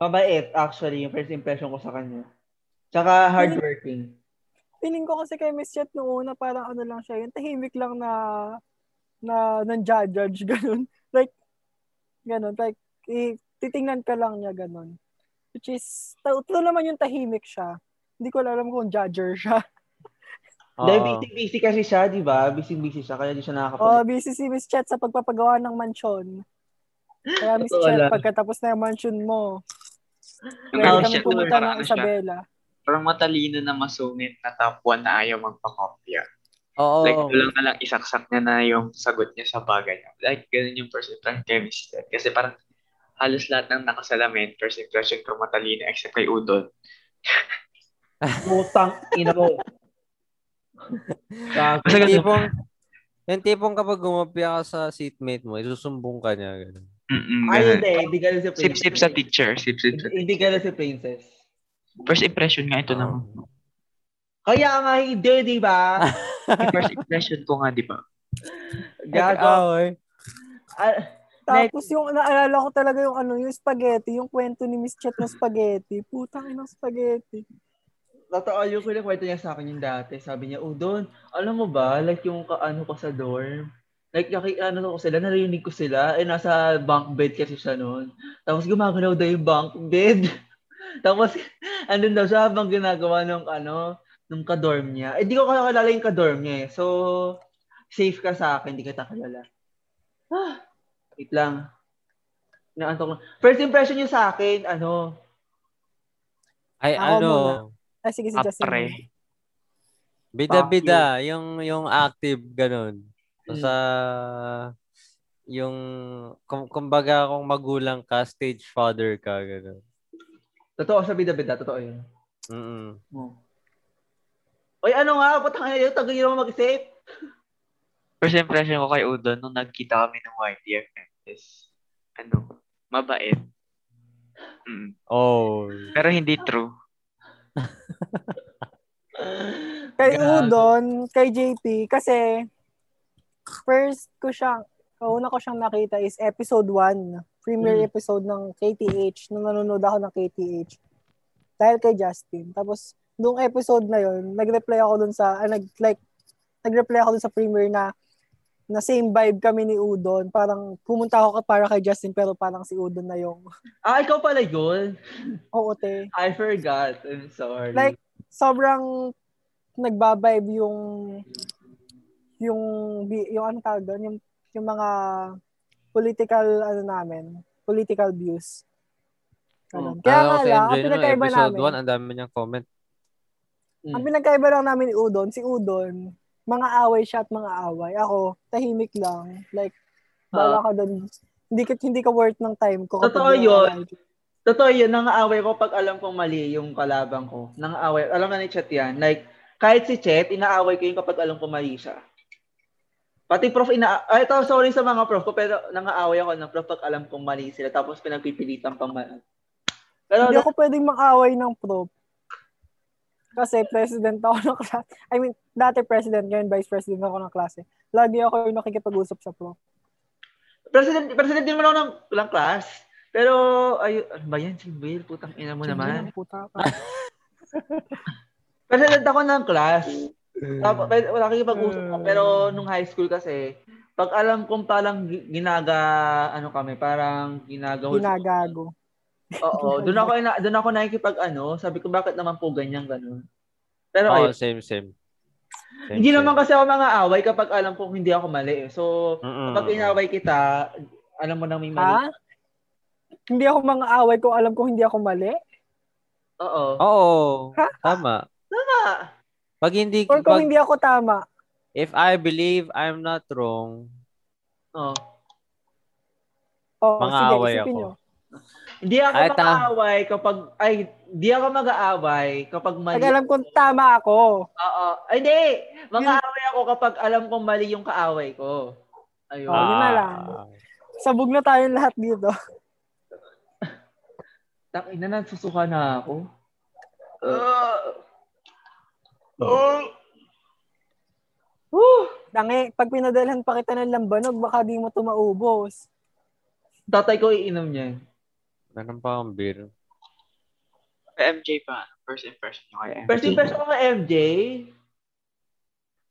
Mabait, actually, yung first impression ko sa kanya. Tsaka hardworking.
Feeling ko kasi kay Miss Chet nung una, parang ano lang siya, yung tahimik lang na, na, nandiya-judge, ganun. Like, ganun, like, i- titingnan ka lang niya, ganun. Which is, tatlo naman yung tahimik siya. Hindi ko alam kung judger siya.
Dahil
Oo.
busy-busy kasi siya, di ba? Busy-busy siya, kaya di siya nakakapag-
Oh, busy si Miss Chet sa pagpapagawa ng mansyon. Kaya Miss
Totoo
Chet,
lang.
pagkatapos na yung mansyon mo, pwede
Parang
kami
siya,
pumunta
parang
ng
ano siya.
Isabela.
Parang matalino na masungit na top 1 na ayaw ah. magpakopya.
Oo.
Like, kulang na lang isaksak niya na yung sagot niya sa bagay niya. Like, ganun yung first impression kay Miss Ted. Kasi parang halos lahat ng nakasalamin, first impression ko matalino except kay Udon.
Utang, ina mo. Gago.
Kasi
yung
ganun.
tipong, yung tipong kapag gumapya ka sa seatmate mo, isusumbong ka niya. Ganun.
Mm-mm,
Ay,
ganun.
hindi. Hindi ganun si princess.
Sip-sip sa teacher. Sip-sip sa
Hindi ganun si princess.
First impression nga ito naman.
Kaya nga hindi, di ba?
First impression ko nga, di ba?
Gago.
eh.
Away.
Ah,
Tapos yung naalala ko talaga yung ano, yung spaghetti, yung kwento ni Miss Chet ng spaghetti. Putang ina spaghetti.
Totoo yung kwento niya sa akin yung dati. Sabi niya, Udon, alam mo ba, like yung kaano ko sa dorm, like naki, ano ko sila, narinig ko sila, eh nasa bunk bed kasi siya noon. Tapos gumagalaw daw yung bunk bed. Tapos andun daw siya habang ginagawa ng ano, ng kadorm niya. Eh di ko kakilala yung kadorm niya eh. So, safe ka sa akin, di kita kilala. Ah, wait lang. Naantok lang. First impression niya sa akin, ano,
Ay,
Ako
ano,
muna. Ah, sige si Justin.
Apre.
bida-bida, yung, yung active, ganun. So,
Mm.
sa, yung, kum- kumbaga kung magulang ka, stage father ka, ganun.
totoo sa bida-bida, totoo yun.
Mm-mm.
Hmm. Oy, ano nga, putang ina yun, tagay yun ako mag-isip.
First impression ko kay Udon nung nagkita kami ng YTFM is, ano, mabait. Mm.
Oh.
Pero hindi true.
Kay
Grabe.
Udon, kay JP, kasi first ko siyang, kauna ko siyang nakita is episode 1, premiere
Mm.
episode ng KTH, nung nanonood ako ng KTH. Dahil kay Justin. Tapos, nung episode na yon nag-reply ako dun sa, ah, nag, like, nag-reply ako dun sa premiere na na same vibe kami ni Udon. Parang pumunta ako ka- para kay Justin pero parang si Udon na yung
Ah, ikaw pala yun.
OOT.
I forgot. I'm sorry.
Like, sobrang nagbabibe yung yung bi- yung ano tawag doon, yung yung mga political ano namin, political views.
Oh,
Ganun. Kaya nga lang, ang pinagkaiba
episode ano?
namin,
1, ang dami niyang comment.
ang pinagkaiba lang namin ni Udon, si Udon, mga away siya at mga away. Ako, tahimik lang. Like, bala ka doon. Hindi ka, hindi ka worth ng time ko. kapag
Totoo
yung
yun.
away.
Totoo yun, nangaaway ko pag alam kong mali yung kalabang ko. Nangaaway. Alam na ni Chet yan. Like, kahit si Chet, inaaway ko yun kapag alam kong mali siya. Pati prof, ina... Ay, ito, sorry sa mga prof ko, pero nangaaway ako ng prof pag alam kong mali sila. Tapos pinagpipilitan pang mali. Pero, ano,
Hindi ako pwedeng mang-away ng prop. Kasi president ako ng klase. I mean, dati president, ngayon vice president ako ng klase. Lagi ako yung nakikipag-usap sa prop.
president, president din mo lang ng, ng class. Pero, ay, ano ba yan? Si Will, putang ina mo Ano naman. Ah,
Ang Puta ka.
President ako ng class.
Mm.
Tapos, pwede- wala kang pag-usap ko. Pero nung high school kasi, pag alam kong parang gi- ginaga, ano kami, parang ginagawa.
Ginagago.
Oo. Doon ako, ina- doon ako nakikipag ano, sabi ko, bakit naman po ganyan, ganun. Pero
Oh,
ayun.
same, same. Same,
Hindi
same.
naman kasi ako mga away kapag alam kong hindi ako mali. eh. So,
Mm-mm.
kapag inaway kita, alam mo nang may mali.
Ha? Hindi ako mang-away kung alam kong hindi ako mali.
Oo.
Oo.
Ha?
Tama.
Tama.
Pag hindi,
Or
pag-
kung hindi ako tama.
if I believe I'm not wrong,
Oo.
O, Oh, sige,
Mang-aaway
isipin
ako.
nyo.
Hindi ako
Ay, ta-
mag-aaway kapag, ay, hindi ako mag-aaway kapag mali.
Pag alam kong tama ako.
Oo. Ay, hindi. Mag-aaway ako kapag alam kong mali yung kaaway ko. Ayun.
Ah. yun na lang. Sabog na tayong lahat dito.
Tak, ina na, susuka na ako. Uh,
Dangi, pag pinadalhan pa kita ng lambanog, baka di mo tumaubos.
tatay ko iinom niyan.
Meron pa akong beer.
MJ pa. First impression nyo kay MJ.
First impression ko kay MJ,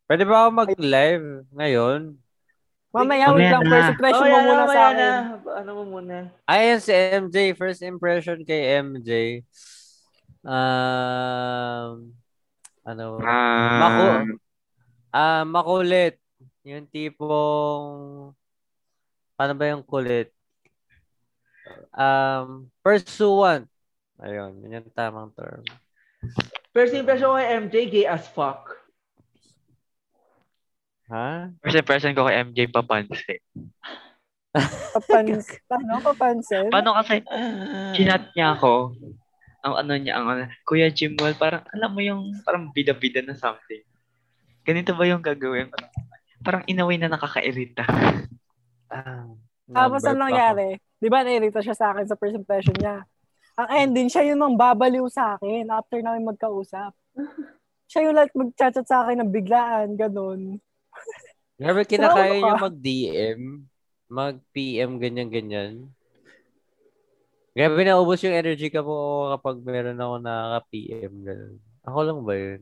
Pwede ba ako mag-live ngayon?
Mamaya, wait
Mamaya
lang.
na.
First impression
oh,
mo
yan,
muna sa
mamaya
akin.
na. Ano mo muna?
Ayan si MJ. First impression kay MJ. Um, ano?
Ah,
Mako. Ah, makulit. Yung tipong paano ba yung kulit? Um, pursuant. Ayun, yun yung tamang term.
First impression ko kay MJ, gay as fuck.
Ha?
First impression ko kay MJ papansin.
Papansin. ano? Papansin?
Paano kasi,
Ah.
chinat niya ako. Ang ano niya, ang ano, Kuya Jimwell, parang, alam mo yung, parang bida-bida na something. Ganito ba yung gagawin? Parang, parang in a way na nakakairita.
Ah,
Tapos
na-burp
anong
ako.
nangyari? Di ba nairita siya sa akin sa first impression niya? Ang ending, siya yung nang babaliw sa akin after namin magkausap. Siya yung like mag-chat-chat sa akin ng biglaan, ganun.
Grabe, kinakaya
Trauma
niya
ka.
mag-DM, mag-PM, ganyan-ganyan. Grabe, naubos yung energy ka po kapag meron ako nakaka-PM. Ganun. Ako lang ba yun?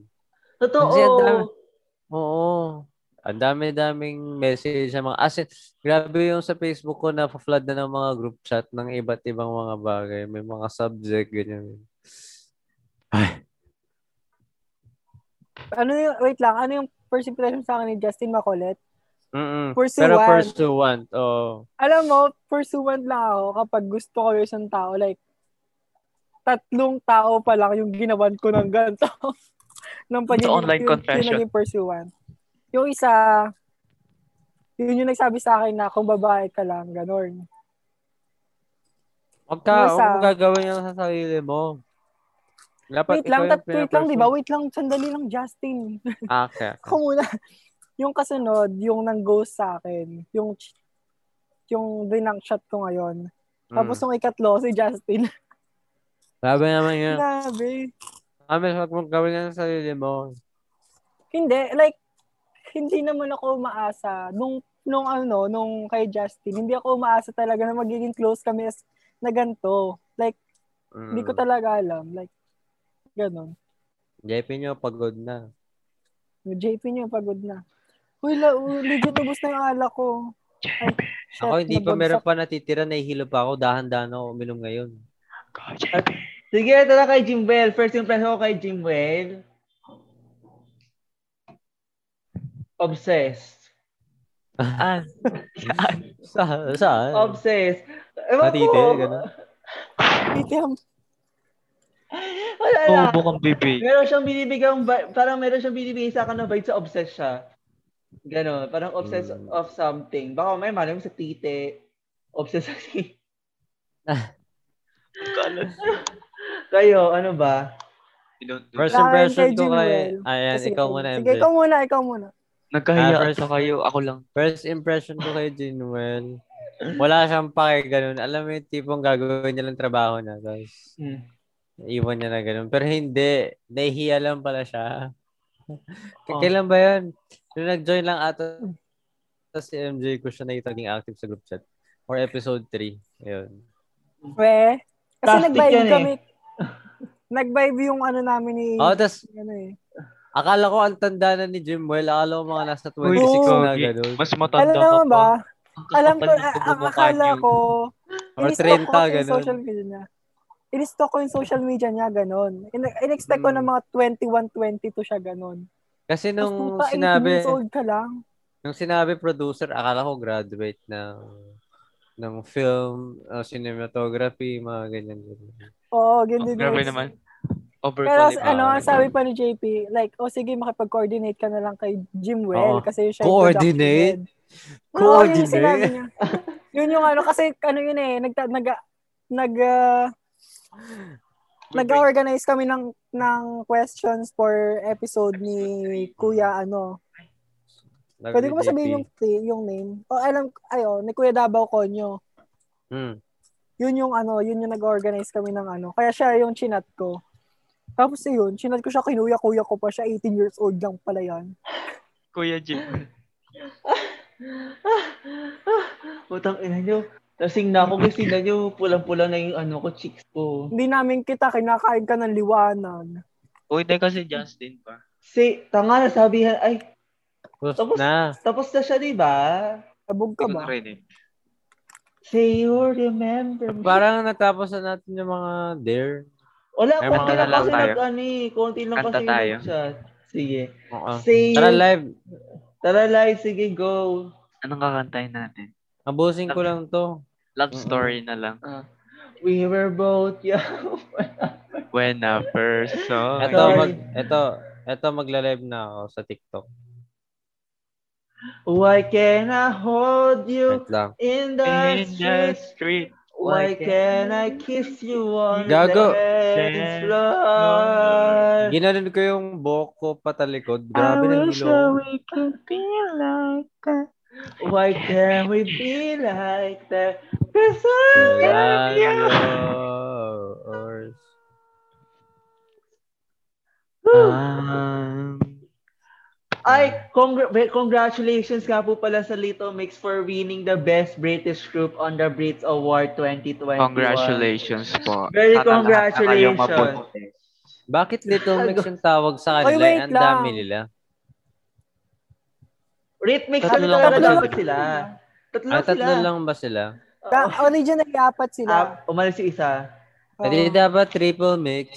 Totoo.
Kasi ang dami- Oo. Ang dami-daming message sa mga... As in, grabe yung sa Facebook ko na flood na ng mga group chat ng iba't ibang mga bagay. May mga subject, ganyan.
Ano yung, wait lang, ano yung first impression sa akin ni Justin Macolet?
Mm-mm.
Pursuant.
Pero pursuant, oo.
Alam mo, pursuant lang ako kapag gusto ko yung isang tao. Like, tatlong tao pa lang yung ginawan ko ng ganito. ng pagiging
online
yung-
confession.
Yung naging pursuant. Yung isa, yun yung nagsabi sa akin na kung babae ka lang, ganun.
Huwag ka,
Yung isa.
huwag mong gagawin yung sa sarili mo. Dapat
wait
ikaw yung
lang, tat- wait lang, di ba?
pinaperson-
Wait lang, sandali lang, Justin.
Ah, okay.
Ako muna. Yung kasunod, yung nang-ghost sa akin. Yung, ch- yung dinang shot ko ngayon. Tapos
Mm.
yung ikatlo, si Justin.
Grabe naman yun.
Grabe.
Amin, huwag mong gawin yan sa sarili mo.
Hindi, like, hindi naman ako umaasa. Nung, nung ano, nung kay Justin, hindi ako umaasa talaga na magiging close kami as, na ganito. Like,
Mm.
hindi ko talaga alam. Like, ganun.
JP nyo, pagod na.
Yung JP niya, pagod na. Uy, la, uy, legit, ubos na yung ala ko.
JP,
Shit,
Ako, hindi pa
nabagsak.
meron pa natitira, nahihilo pa ako. Dahan-dahan ako uminom ngayon.
go JP.
Sige, ito na kay Jimwell. First impression ko kay Jimwell. Obsessed.
Saan? Saan?
Sa, saan?
Obsessed. Ewan
Matite,
ko.
ganun.
Itim.
Wala lang.
Bobo kang bibig.
Meron siyang binibigang, vi- parang meron siyang binibigay sa akin na vibe sa obsessed siya. Ganon, parang obsessed
Mm.
of something. Baka may malam sa tite. Obsessed sa tite.
Kalat.
Kayo, ano ba?
You don't do
First
that.
Akin kay
impression ko kay...
Jimwell.
Ayan,
Kasi
ikaw
itim.
muna,
Sige,
MJ.
ikaw muna, ikaw muna.
Nagkahiya
Ah, first-
sa kayo. Ako lang.
First impression ko kay Jinwell. Wala siyang pake ganun. Alam mo yung tipong gagawin niya lang trabaho na. Tapos,
Hmm.
iwan niya na ganun. Pero hindi. Nahihiya lang pala siya.
Oh.
Kailan ba yun? Nung nag-join lang ata si MJ ko siya nakita naging active sa group chat. Or episode 3. Ayun.
We. Kasi
Plastic
nag-vibe
yan eh.
kami. nag-vibe yung ano namin ni...
Oh, tapos
ano eh.
akala ko ang tanda na ni Jimwell. Akala ko mga nasa 26
Uy,
na
Kogi.
ganun.
Mas
Alam
matanda ka
naman
pa.
ba?
Ang
Alam ko,
kakapal ng
a- ang
pagmumukha
akala
niyo.
ko,
Or
in-stalk
30,
ko kasi yung
ganun.
social media niya. In-stalk ko yung social media niya, ganun. In- in-expect ko
Mm.
na mga 21, 22 siya, ganun.
Kasi
Tapos
nung
puta, 18
sinabi...
years old ka lang.
Nung sinabi producer, akala ko graduate na ng film, uh, cinematography, mga ganyan. ganyan.
Oo,
Oh,
ganun.
Grabe
yun.
naman.
Pero
Overqualified.
ano, ang
Ah.
sabi pa ni JP, like, oh sige, makipag-coordinate ka na lang kay Jim
Oo.
Well kasi yung siya
Coordinate?
Oo, Ano, yun yung
Coordinate?
sinabi niya. yun yung ano, kasi ano yun eh, nag, nag, nag, ah, nag-organize kami ng ng questions for episode ni Kuya ano.
Sabi
Pwede ko
ni
ba sabihin yung
JP.
yung name? O alam ayo ni Kuya Davao Conyo.
Hmm.
Yun yung ano, yun yung nag-organize kami ng ano. Kaya siya yung chinat ko. Tapos yun, chinat ko siya kinuya kuya ko pa siya 18 years old lang pala yan.
Kuya Jim.
Ah, Putang ina nyo. Lasing na ako kasi na yung pulang-pulang na yung ano ko, cheeks ko.
Hindi namin kita, kinakain ka ng liwanag.
Uy, tayo kasi Justin pa.
Si, tanga na sabihan, ay,
Tapos
Tapos-
na.
tapos na siya, di ba?
Sabog ka
Hindi ko
ba?
narinig.
Say you remember me.
Parang natapos na natin yung mga dare.
Wala,
Ay,
konti
mga
lang kasi
lang tayo.
nag, ano eh, konti lang
Kanta
kasi
tayo.
yung chat. Sige.
Oo.
Say
Oh. Tara
you-
live.
Tara live, sige, go.
Anong kakantahin natin?
Abusin ko lang to.
Love
Mm-mm.
story na lang.
Ah. We were both young.
When a person...
Eto,
Sorry.
mag, eto, eto magla-live na ako sa TikTok.
Why can I hold you
Wait lang.
in the
In the
street?
street.
Why can I kiss you on
Gago.
the dance
Dance
floor?
Ginanon ko yung buhok ko patalikod.
I
Ah,
Grabe ng
wish that
ilong.
we could be like that.
Why can't we be like that? Cause I
Ayan,
Yeah.
yours.
Uh-huh. Um,
Ay, congr- wait, congratulations nga po pala sa Little Mix for winning the Best British Group on the Brits Award 2021.
congratulations po.
Very
Sana lahat na kayo
congratulations.
mabuti.
Bakit Little Mix yung tawag sa
Oy,
kanila?
wait
Ang dami
lang.
nila.
Rhythmic
Tatlo
ano
lang
talaga
ba
dapat sila. Tatlo
Ah,
sila.
tatlo lang ba sila?
Oo.
Ka- originally, apat sila. Ah.
Ah, umalis yung isa.
Oo.
Hindi dapat triple mix.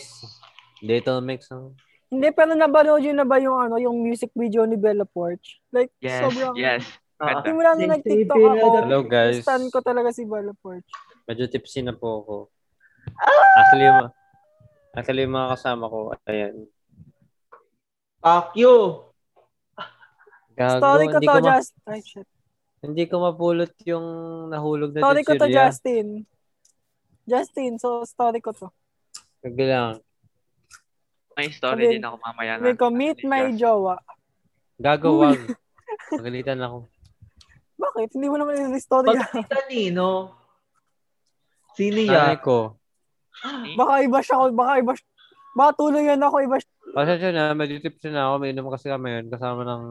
Little mix. no?
Hindi, pero napanood yun na ba yung, ano, yung music video ni Bella Porch? Like,
Yes,
sobrang...
yes.
Ah,
Ganda.
Simula nung nag-TikTok ako,
Hello guys.
stan ko talaga si Bella Porch.
Medyo tipsy na po ako.
Ah!
Actually, yung, actually yung mga kasama ko, ayan.
Fuck you.
Gago,
Story ko
hindi,
to,
ko ma-
Justin. Ay, shit.
hindi ko mapulot yung nahulog na
Story ko to,
dipsirya.
Justin. Justin, so story ko to.
Wag lang.
May story
Sabi-
din ako mamaya na.
May commit my jowa.
Gago, wag. Magalitan ako.
Bakit? Hindi mo naman yung story.
Pag si Tanino, sino yan?
Nanay ko.
Baka iba siya ako, baka iba siya. Baka tuloy yan ako, iba siya.
Pasensya na, medyo tipsy na ako. May inom kasi kami yun. Kasama ng...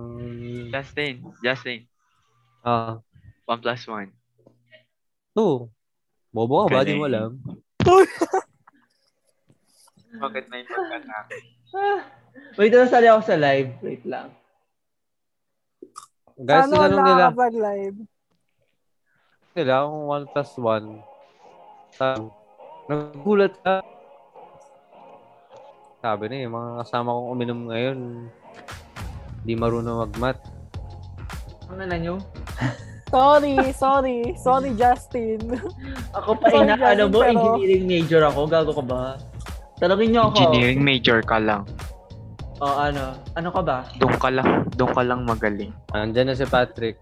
Justin, Justin,
Ah,
one plus one.
two. Bobo ka ba? Di
Galing.
mo alam.
Bakit may pagkatapos?
Ah, wait, nasali ako sa live. Wait lang.
Guys,
Sana
tinanong nila.
nakakapag Ano, live.
nila kung 1 plus 1. Sabi, nagulat ka. Sabi na eh, mga kasama kong uminom ngayon, di marunong magmat.
Ano na nyo?
Sorry, sorry. Sorry, Justin.
Ako pa,
Sorry,
ina, ano mo,
Jasmine, pero-
engineering major ako. Gago ka ba? Tanungin nyo ako.
Engineering major ka lang.
O ano? Ano ka ba?
Doon ka lang, doon ka lang magaling.
Andyan na si Patrick.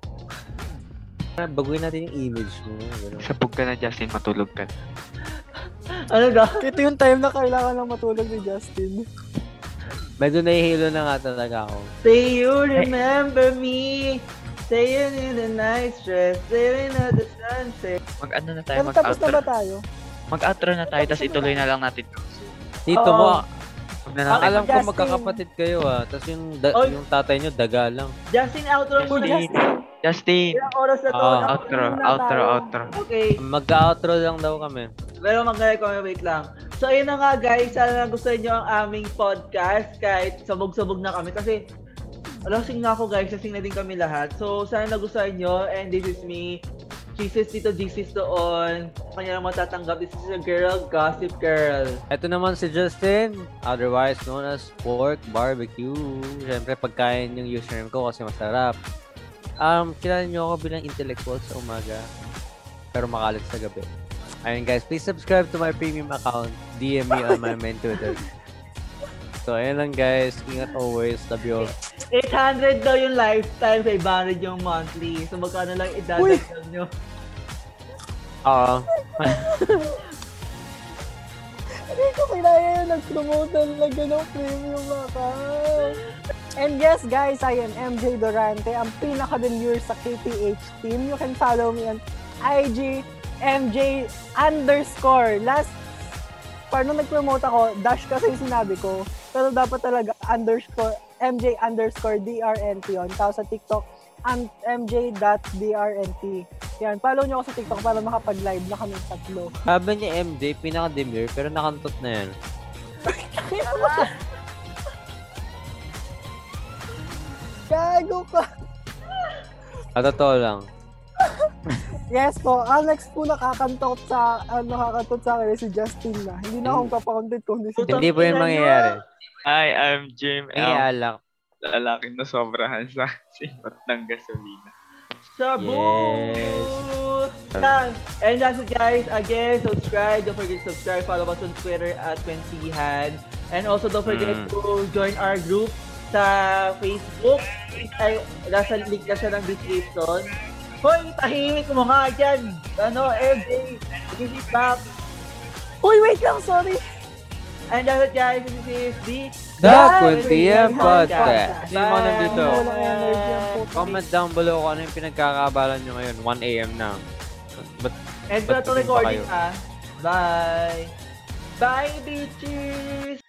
Ah, Baguhin natin yung image mo. Ganun.
Sabog ka na, Justin, matulog ka. na.
Ano ga?
Ito yung time na kailangan ng matulog ni Justin.
Medyo nahihilo na nga talaga ako.
Say you remember me. Staying in the night dress. Staring at the sunset.
Mag-ano na tayo,
Pero tapos na
mag-outro.
ba tayo?
Mag-outro na tayo, tapos ituloy na lang natin.
Dito
Oo.
mo,
Huwag na
ang
natin.
alam ko
Justin.
magkakapatid kayo ah. Tapos yung, da-
Oy.
yung tatay nyo, daga lang.
Justin, outro mo na.
Justin, Justin,
Ilang oras na to?
Ah,
outro,
Outro na
outro,
tayo.
outro.
Okay.
Magka-outro lang daw kami.
Pero mag-recommend, wait lang. So, ayun na nga guys. Sana nagustuhan nyo ang aming podcast kahit sabog-sabog na kami. Kasi, lasing na ako guys. Lasing na din kami lahat. So, sana nagustuhan nyo. And this is me. Jesus dito, Jesus doon. Kanya lang matatanggap. This is a girl, gossip girl.
Ito naman si Justin, otherwise known as Pork Barbecue. Siyempre, pagkain yung username ko kasi masarap. Um, kilala niyo ako bilang intellectual sa umaga, pero makalat sa gabi. Ayun guys, please subscribe to my premium account. DM me on my main Twitter. So, ayun lang guys. Ingat always. Love you all.
800 daw yung lifetime, 500 yung monthly. So, magkano lang idadagdag nyo?
Oo.
Hindi ko kinaya yung nag-promote talaga ng premium account. And yes, guys, I am MJ Dorante, ang pinaka-demure sa KPH team. You can follow me on IG, MJ underscore. Last, paano nag-promote ako, dash kasi yung sinabi ko. Pero dapat talaga underscore, MJ underscore DRNT yun. Tapos sa TikTok, ang MJ.DRNT. Yan, follow nyo ako sa TikTok para makapag-live na kami tatlo.
Sabi ni MJ, pinaka-demure, pero nakantot na yan.
Gago ka!
At totoo lang.
Yes po, ang next po nakakantot sa, ano, nakakantot sa akin ay si Justin na. Hindi na akong papakontent kundi si
Putang
Hindi po
ina
yun
nyo!
mangyayari.
Hi, I'm Jim
May
L.
alak.
Lalaking na sobrahan sa singot ng gasolina.
Sabu!
Yes.
Yan. And that's it guys. Again, subscribe. Don't forget to subscribe. Follow us on Twitter at Kwentihan. And also don't forget
Mm.
to join our group sa Facebook. Ay, nasa link na siya ng description. Hoy, tahimik mo nga dyan. Ano, every This is Pop.
Uy, wait lang, sorry!
And that's it guys. This is the
The
Kwentihan
Kwentihan Podcast.
Podcast.
Sino mga nandito?
Wala ng energy ang puto.
Comment down below kung ano yung pinagkakabalan nyo ngayon. 1 a.m. na. But,
And
Ba't
ito
ganun pa
recording
kayo?
ah. Bye. Bye, bitches!